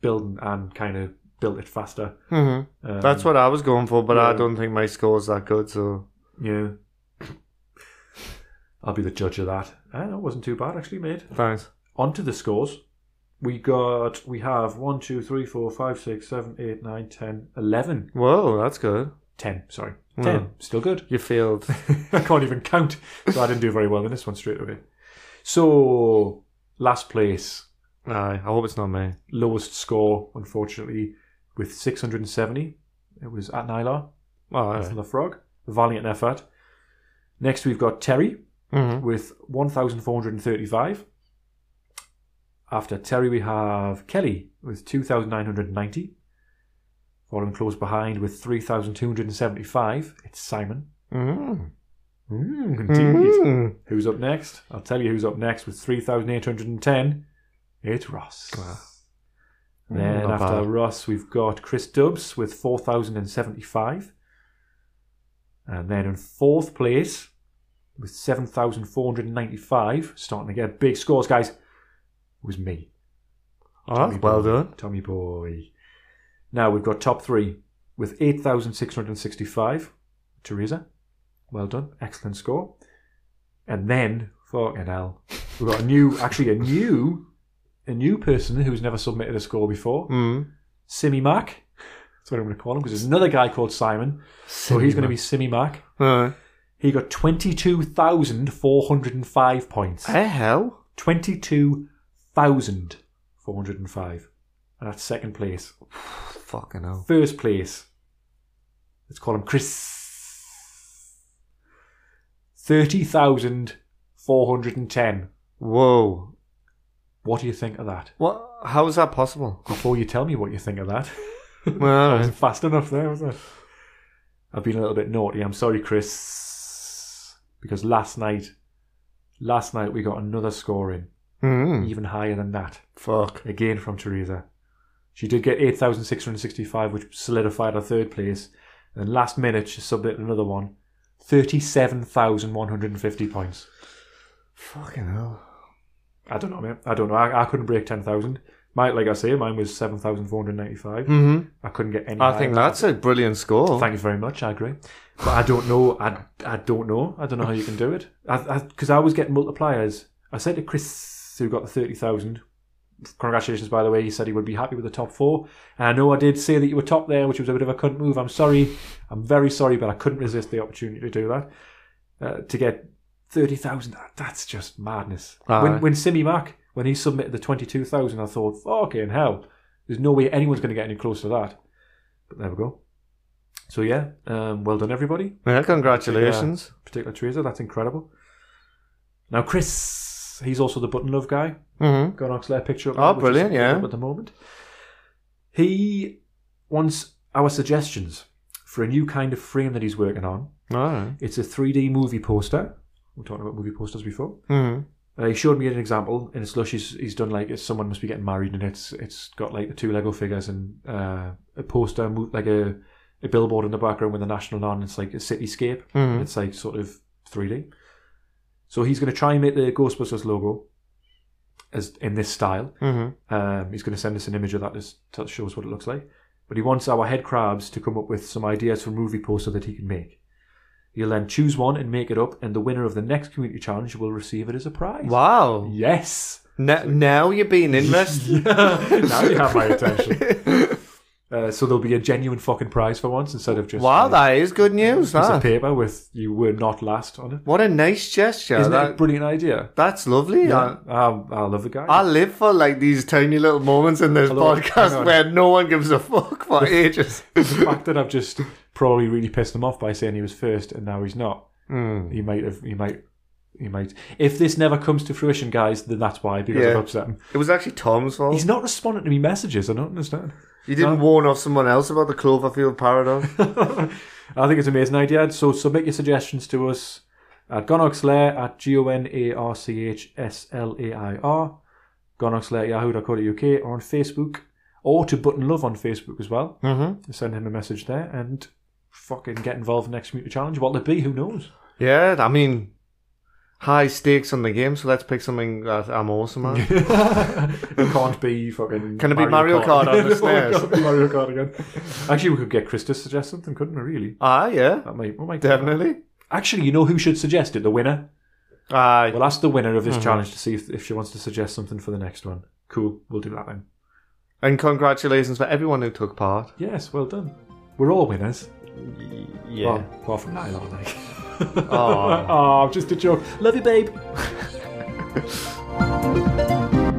[SPEAKER 1] building and kind of built it faster.
[SPEAKER 2] hmm
[SPEAKER 1] Um,
[SPEAKER 2] That's what I was going for, but I
[SPEAKER 1] yeah.
[SPEAKER 2] don't think my score's that good, so.
[SPEAKER 1] Yeah. I'll be the judge of that. I don't know, it wasn't too bad actually, mate.
[SPEAKER 2] Thanks.
[SPEAKER 1] On to the scores. We got, we have 1, 2, 3, 4, 5, 6, 7, 8, 9, 10, 11.
[SPEAKER 2] Whoa, that's good.
[SPEAKER 1] 10, sorry.
[SPEAKER 2] Hmm.
[SPEAKER 1] 10. Still good. [LAUGHS]
[SPEAKER 2] You failed.
[SPEAKER 1] I can't even count. So I didn't do very well in this one straight away. So, last place,
[SPEAKER 2] Aye, I hope it's not me.
[SPEAKER 1] lowest score, unfortunately, with 670. It was at Nylar
[SPEAKER 2] All
[SPEAKER 1] from the Frog. Valiant effort. Next, we've got Terry.
[SPEAKER 2] Mm-hmm.
[SPEAKER 1] with 1,435. After Terry, we have Kelly with 2,990. Following close behind with 3,275, it's Simon.
[SPEAKER 2] Mm-hmm.
[SPEAKER 1] Mm,
[SPEAKER 2] Mm-hmm.
[SPEAKER 1] Who's up next? I'll tell you who's up next with 3,810. It's Ross. Then
[SPEAKER 2] Not
[SPEAKER 1] after
[SPEAKER 2] bad.
[SPEAKER 1] Ross, we've got Chris Dubbs with 4,075. And then in fourth place with 7,495, starting to get big scores, guys, was me.
[SPEAKER 2] Oh,
[SPEAKER 1] Tommy
[SPEAKER 2] that's well
[SPEAKER 1] boy.
[SPEAKER 2] done.
[SPEAKER 1] Tommy boy. Now we've got top three with 8,665. Teresa, well done. Excellent score. And then, fucking hell, we've got a new, actually a new, a new person who's never submitted a score before.
[SPEAKER 2] Mm.
[SPEAKER 1] Simmy Mac. That's what I'm going to call him because there's another guy called Simon. So he's going to be Simmy Mac.
[SPEAKER 2] Aye.
[SPEAKER 1] He got 22,405 points.
[SPEAKER 2] Eh, hell?
[SPEAKER 1] 22,405. And that's second place.
[SPEAKER 2] Fucking hell.
[SPEAKER 1] First place, let's call him Chris. 30,410.
[SPEAKER 2] Whoa.
[SPEAKER 1] What do you think of that?
[SPEAKER 2] What? How is that possible?
[SPEAKER 1] Before you tell me what you think of that. [LAUGHS]
[SPEAKER 2] Well,
[SPEAKER 1] Wasn't fast enough there, was I? I've been a little bit naughty. I'm sorry, Chris. Because last night, last night we got another score in,
[SPEAKER 2] mm,
[SPEAKER 1] even higher than that.
[SPEAKER 2] fuck.
[SPEAKER 1] Again from Teresa. She did get 8,665, which solidified her third place. And then last minute, she subbed in another one 37,150 points.
[SPEAKER 2] Fucking hell.
[SPEAKER 1] I don't know, man. I don't know. I, I couldn't break 10,000. My, like I say, mine was 7,495.
[SPEAKER 2] Mm-hmm.
[SPEAKER 1] I couldn't get any.
[SPEAKER 2] I
[SPEAKER 1] higher
[SPEAKER 2] think
[SPEAKER 1] than that.
[SPEAKER 2] that's a brilliant score.
[SPEAKER 1] Thank you very much. I agree, but I don't know. I, I don't know. I don't know how you can do it. Because I, because I was getting multipliers. I said to Chris, who got the thirty thousand. Congratulations, by the way. He said he would be happy with the top four. And I know I did say that you were top there, which was a bit of a cunt move. I'm sorry. I'm very sorry, but I couldn't resist the opportunity to do that. Uh, to get thirty thousand, that's just madness.
[SPEAKER 2] Aye.
[SPEAKER 1] When when Simi Mac when he submitted the twenty two thousand, I thought, fucking hell, there's no way anyone's going to get any close to that. But there we go. So yeah, um, well done everybody,
[SPEAKER 2] Yeah, congratulations.
[SPEAKER 1] particular Teresa. That's incredible. Now Chris, he's also the button love guy.
[SPEAKER 2] Mm-hmm.
[SPEAKER 1] Got an Oxlair picture up.
[SPEAKER 2] Oh,
[SPEAKER 1] there, which is
[SPEAKER 2] brilliant, yeah.
[SPEAKER 1] up At the moment, he wants our suggestions for a new kind of frame that he's working on.
[SPEAKER 2] All right.
[SPEAKER 1] It's a 3D movie poster. We talked about movie posters before.
[SPEAKER 2] Mm-hmm.
[SPEAKER 1] Uh, he showed me an example, and it's lush. He's, he's done like it's someone must be getting married, and it's it's got like the two Lego figures and uh, a poster, mo- like a, a billboard in the background with the national on. It's like a cityscape.
[SPEAKER 2] Mm-hmm.
[SPEAKER 1] It's like sort of 3D. So he's going to try and make the Ghostbusters logo as in this style.
[SPEAKER 2] Mm-hmm.
[SPEAKER 1] Um, he's going to send us an image of that just to show us what it looks like. But he wants our head crabs to come up with some ideas for movie poster that he can make. He'll then choose one and make it up, and the winner of the next community challenge will receive it as a prize.
[SPEAKER 2] Wow.
[SPEAKER 1] Yes. [LAUGHS]
[SPEAKER 2] Now, now you're being interested.
[SPEAKER 1] now you have my
[SPEAKER 2] [LAUGHS]
[SPEAKER 1] attention. Uh, so there'll be a genuine fucking prize for once instead of just
[SPEAKER 2] wow,
[SPEAKER 1] like,
[SPEAKER 2] that is good news.
[SPEAKER 1] a piece of
[SPEAKER 2] That.
[SPEAKER 1] paper with "You were not last" on it.
[SPEAKER 2] What a nice gesture.
[SPEAKER 1] Isn't that,
[SPEAKER 2] that,
[SPEAKER 1] a brilliant idea?
[SPEAKER 2] that's lovely. I-
[SPEAKER 1] Um, I love the guy.
[SPEAKER 2] I live for like these tiny little moments in this
[SPEAKER 1] Hello, hang
[SPEAKER 2] podcast
[SPEAKER 1] on.
[SPEAKER 2] where no one gives a
[SPEAKER 1] [LAUGHS]
[SPEAKER 2] fuck for ages.
[SPEAKER 1] the fact that I've just probably really pissed him off by saying he was first and now he's not. He might have. He might. He might. If this never comes to fruition, guys, then that's why because I've
[SPEAKER 2] Yeah.
[SPEAKER 1] upset him.
[SPEAKER 2] It was actually Tom's fault.
[SPEAKER 1] He's not responding to me messages. I don't understand. [LAUGHS]
[SPEAKER 2] He didn't warn off someone else about the Cloverfield paradox.
[SPEAKER 1] I think it's an amazing idea. So submit your suggestions to us at gonoxlair at G O N A R C H S L A I R, gonoxlair at yahoo.co.uk or on Facebook, or to Button Love on Facebook as well.
[SPEAKER 2] [LAUGHS] mm-hmm.
[SPEAKER 1] Send him a message there and fucking get involved in the next community challenge. What'll it be? Who knows?
[SPEAKER 2] Yeah, I mean, high stakes on the game, so let's pick something that I'm awesome at.
[SPEAKER 1] [LAUGHS]
[SPEAKER 2] [LAUGHS]
[SPEAKER 1] it can't be fucking.
[SPEAKER 2] Can it be Mario Kart on the
[SPEAKER 1] No, [LAUGHS] it
[SPEAKER 2] stairs?
[SPEAKER 1] can't be Mario Kart again. Actually, we could get Chris to suggest something, couldn't we? Really?
[SPEAKER 2] ah, yeah,
[SPEAKER 1] That might, we might
[SPEAKER 2] definitely.
[SPEAKER 1] Actually, you know who should suggest it? The winner.
[SPEAKER 2] Aye.
[SPEAKER 1] We'll ask the winner of this
[SPEAKER 2] Mm-hmm.
[SPEAKER 1] challenge to see if, if she wants to suggest something for the next one. Cool, we'll do that then.
[SPEAKER 2] and congratulations for everyone who took part.
[SPEAKER 1] Yes, well done. We're all winners.
[SPEAKER 2] Yeah.
[SPEAKER 1] Well, apart from Lyle, aren't
[SPEAKER 2] [LAUGHS]
[SPEAKER 1] they?
[SPEAKER 2] Aw.
[SPEAKER 1] [LAUGHS] oh, just a joke. Love you, babe. [LAUGHS]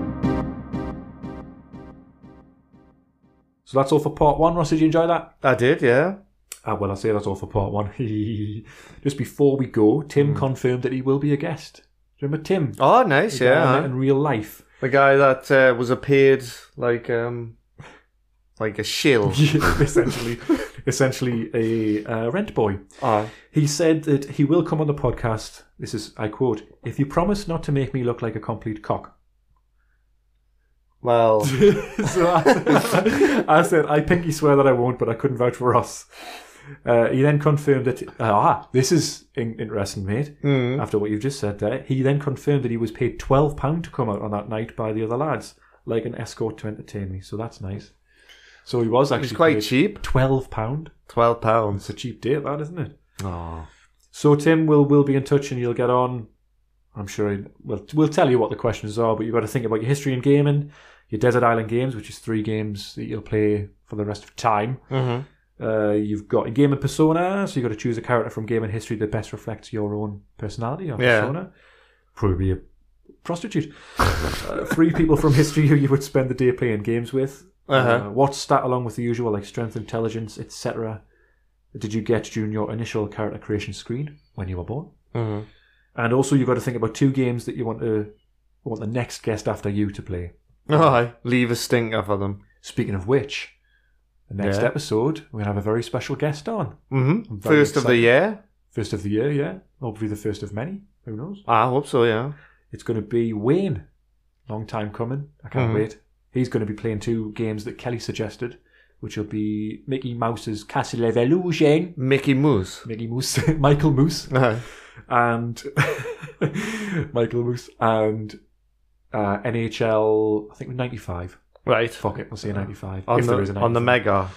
[SPEAKER 1] so that's all for part one. Ross, did you enjoy that?
[SPEAKER 2] I did, yeah.
[SPEAKER 1] Ah, well, I say that's all for part one. [LAUGHS] just before we go, Tim confirmed that he will be a guest. Do you remember Tim?
[SPEAKER 2] Oh, nice,
[SPEAKER 1] The guy I
[SPEAKER 2] yeah.
[SPEAKER 1] met in real life. [LAUGHS]
[SPEAKER 2] The guy that uh, was appeared like um, like a [LAUGHS] shill.
[SPEAKER 1] Yeah, essentially, essentially a uh, rent boy.
[SPEAKER 2] Aye.
[SPEAKER 1] He said that he will come on the podcast. This is, I quote, "If you promise not to make me look like a complete cock."
[SPEAKER 2] [LAUGHS] Well,
[SPEAKER 1] so I, I said, "I pinky swear that I won't," but I couldn't vouch for Ross. Uh, he then confirmed that ah, this is in- interesting, mate.
[SPEAKER 2] mm,
[SPEAKER 1] After what you've just said there, he then confirmed that he was paid twelve pound to come out on that night by the other lads, like an escort to entertain me. So that's nice. So he was actually
[SPEAKER 2] it's quite
[SPEAKER 1] paid
[SPEAKER 2] cheap.
[SPEAKER 1] Twelve pound.
[SPEAKER 2] Twelve pounds.
[SPEAKER 1] It's a cheap date, that isn't it?
[SPEAKER 2] Oh.
[SPEAKER 1] So Tim, we'll we'll be in touch, and you'll get on. I'm sure. he- We'll we'll tell you what the questions are, but you've got to think about your history in gaming, your Desert Island games, which is three games that you'll play for the rest of time.
[SPEAKER 2] Mm-hmm.
[SPEAKER 1] Uh, you've got a gaming persona, so you've got to choose a character from gaming history that best reflects your own personality or
[SPEAKER 2] Yeah.
[SPEAKER 1] persona. Probably a prostitute. [LAUGHS] uh, three people from history who you would spend the day playing games with.
[SPEAKER 2] Uh-huh.
[SPEAKER 1] Uh, what stat along with the usual, like strength, intelligence, etc., did you get during your initial character creation screen when you were born?
[SPEAKER 2] Mhm.
[SPEAKER 1] And also, you've got to think about two games that you want to want the next guest after you to play.
[SPEAKER 2] Aye. Oh, Leave a stinker for them.
[SPEAKER 1] Speaking of which, the next
[SPEAKER 2] Yeah.
[SPEAKER 1] episode we're gonna have a very special guest on.
[SPEAKER 2] Mm-hmm.
[SPEAKER 1] very
[SPEAKER 2] First of the
[SPEAKER 1] excited.
[SPEAKER 2] year.
[SPEAKER 1] First of the year, yeah. Hopefully the first of many. Who knows?
[SPEAKER 2] Ah, I hope so. Yeah.
[SPEAKER 1] It's gonna be Wayne. Long time coming. I can't
[SPEAKER 2] Mhm.
[SPEAKER 1] wait. He's gonna be playing two games that Kelly suggested, which will be Mickey Mouse's Castle of Illusion.
[SPEAKER 2] Mickey [LAUGHS] Moose.
[SPEAKER 1] Mickey Moose [LAUGHS] Michael Moose
[SPEAKER 2] Aye.
[SPEAKER 1] and [LAUGHS] Michael Moose and uh, NHL I think ninety five.
[SPEAKER 2] Right.
[SPEAKER 1] Fuck it, we'll say ninety five.
[SPEAKER 2] On
[SPEAKER 1] if
[SPEAKER 2] the
[SPEAKER 1] there is a 95.
[SPEAKER 2] on the Mega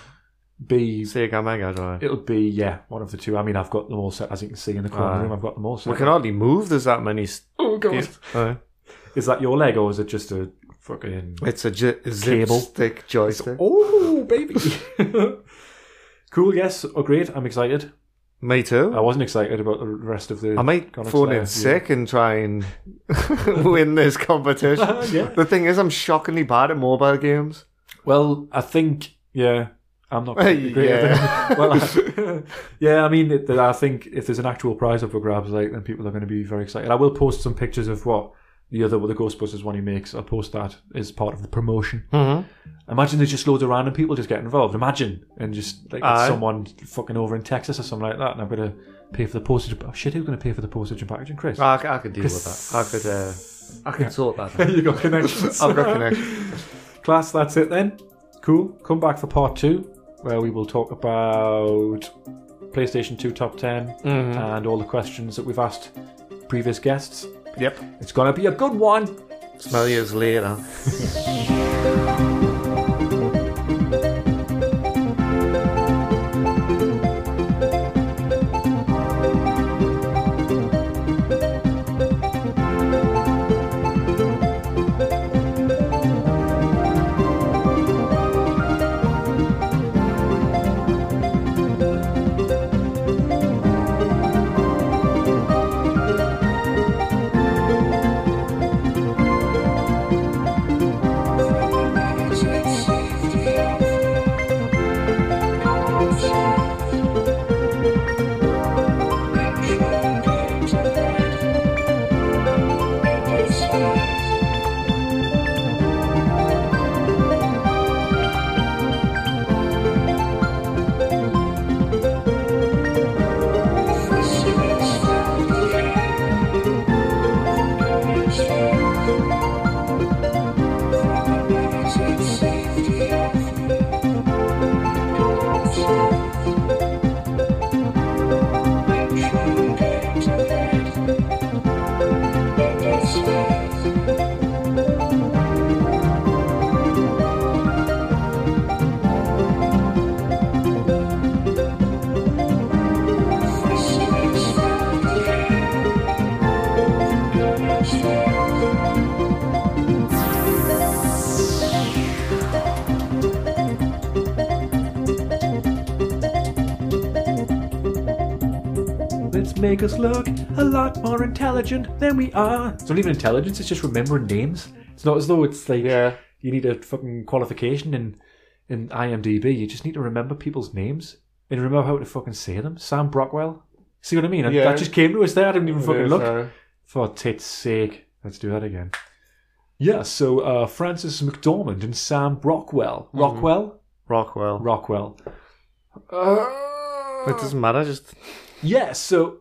[SPEAKER 1] B's
[SPEAKER 2] Sega Mega Drive.
[SPEAKER 1] It'll be yeah, one of the two. I mean, I've got them all set as you can see in the corner
[SPEAKER 2] Aye.
[SPEAKER 1] room. I've got them all set.
[SPEAKER 2] we can hardly move. There's that many. St-
[SPEAKER 1] oh god,
[SPEAKER 2] games. Aye.
[SPEAKER 1] is that your leg or is it just a fucking?
[SPEAKER 2] It's a j- zip
[SPEAKER 1] Cable.
[SPEAKER 2] stick joystick.
[SPEAKER 1] Oh baby, [LAUGHS] cool. Yes, oh great. I'm excited.
[SPEAKER 2] Me too.
[SPEAKER 1] I wasn't excited about the rest of the.
[SPEAKER 2] I might
[SPEAKER 1] Comics
[SPEAKER 2] phone
[SPEAKER 1] there,
[SPEAKER 2] in
[SPEAKER 1] yeah.
[SPEAKER 2] sick and try and [LAUGHS] win this competition. [LAUGHS]
[SPEAKER 1] Yeah.
[SPEAKER 2] The thing is, I'm shockingly bad at mobile games.
[SPEAKER 1] Well, I think yeah. I'm not particularly great at
[SPEAKER 2] Yeah.
[SPEAKER 1] them. [LAUGHS] well, I, yeah, I mean, it, I think if there's an actual prize up for grabs, like then people are going to be very excited. I will post some pictures of what the other, what the Ghostbusters one he makes. I'll post that as part of the promotion.
[SPEAKER 2] Mm-hmm.
[SPEAKER 1] Imagine there's just loads of random people just get involved. Imagine and just like it's
[SPEAKER 2] Aye.
[SPEAKER 1] someone fucking over in Texas or something like that, and I've got to pay for the postage. Oh shit, who's going to pay for the postage and packaging, Chris?
[SPEAKER 2] I, c- I could deal with that. I could. Uh, I could sort that.
[SPEAKER 1] [LAUGHS]
[SPEAKER 2] out.
[SPEAKER 1] you got connections.
[SPEAKER 2] [LAUGHS] I've got connections.
[SPEAKER 1] Class, that's it then. Cool. Come back for part two, where we will talk about PlayStation 2 top 10
[SPEAKER 2] Mm-hmm.
[SPEAKER 1] and all the questions that we've asked previous guests.
[SPEAKER 2] Yep.
[SPEAKER 1] It's going to be a good one.
[SPEAKER 2] Smell years later.
[SPEAKER 1] Let's make us look a lot more intelligent than we are. It's not even intelligence, it's just remembering names. It's not as though it's like
[SPEAKER 2] Yeah.
[SPEAKER 1] you need a fucking qualification in, in IMDb. You just need to remember people's names and remember how to fucking say them. Sam Brockwell. See what I mean? And
[SPEAKER 2] Yeah.
[SPEAKER 1] That just came to us there. I didn't even fucking
[SPEAKER 2] Yes,
[SPEAKER 1] look.
[SPEAKER 2] uh,
[SPEAKER 1] For tit's sake. Let's do that again. Yeah, so uh, Francis McDormand and Sam Brockwell. Rockwell?
[SPEAKER 2] Rockwell.
[SPEAKER 1] Rockwell. Uh,
[SPEAKER 2] It doesn't matter. Just
[SPEAKER 1] Yeah, so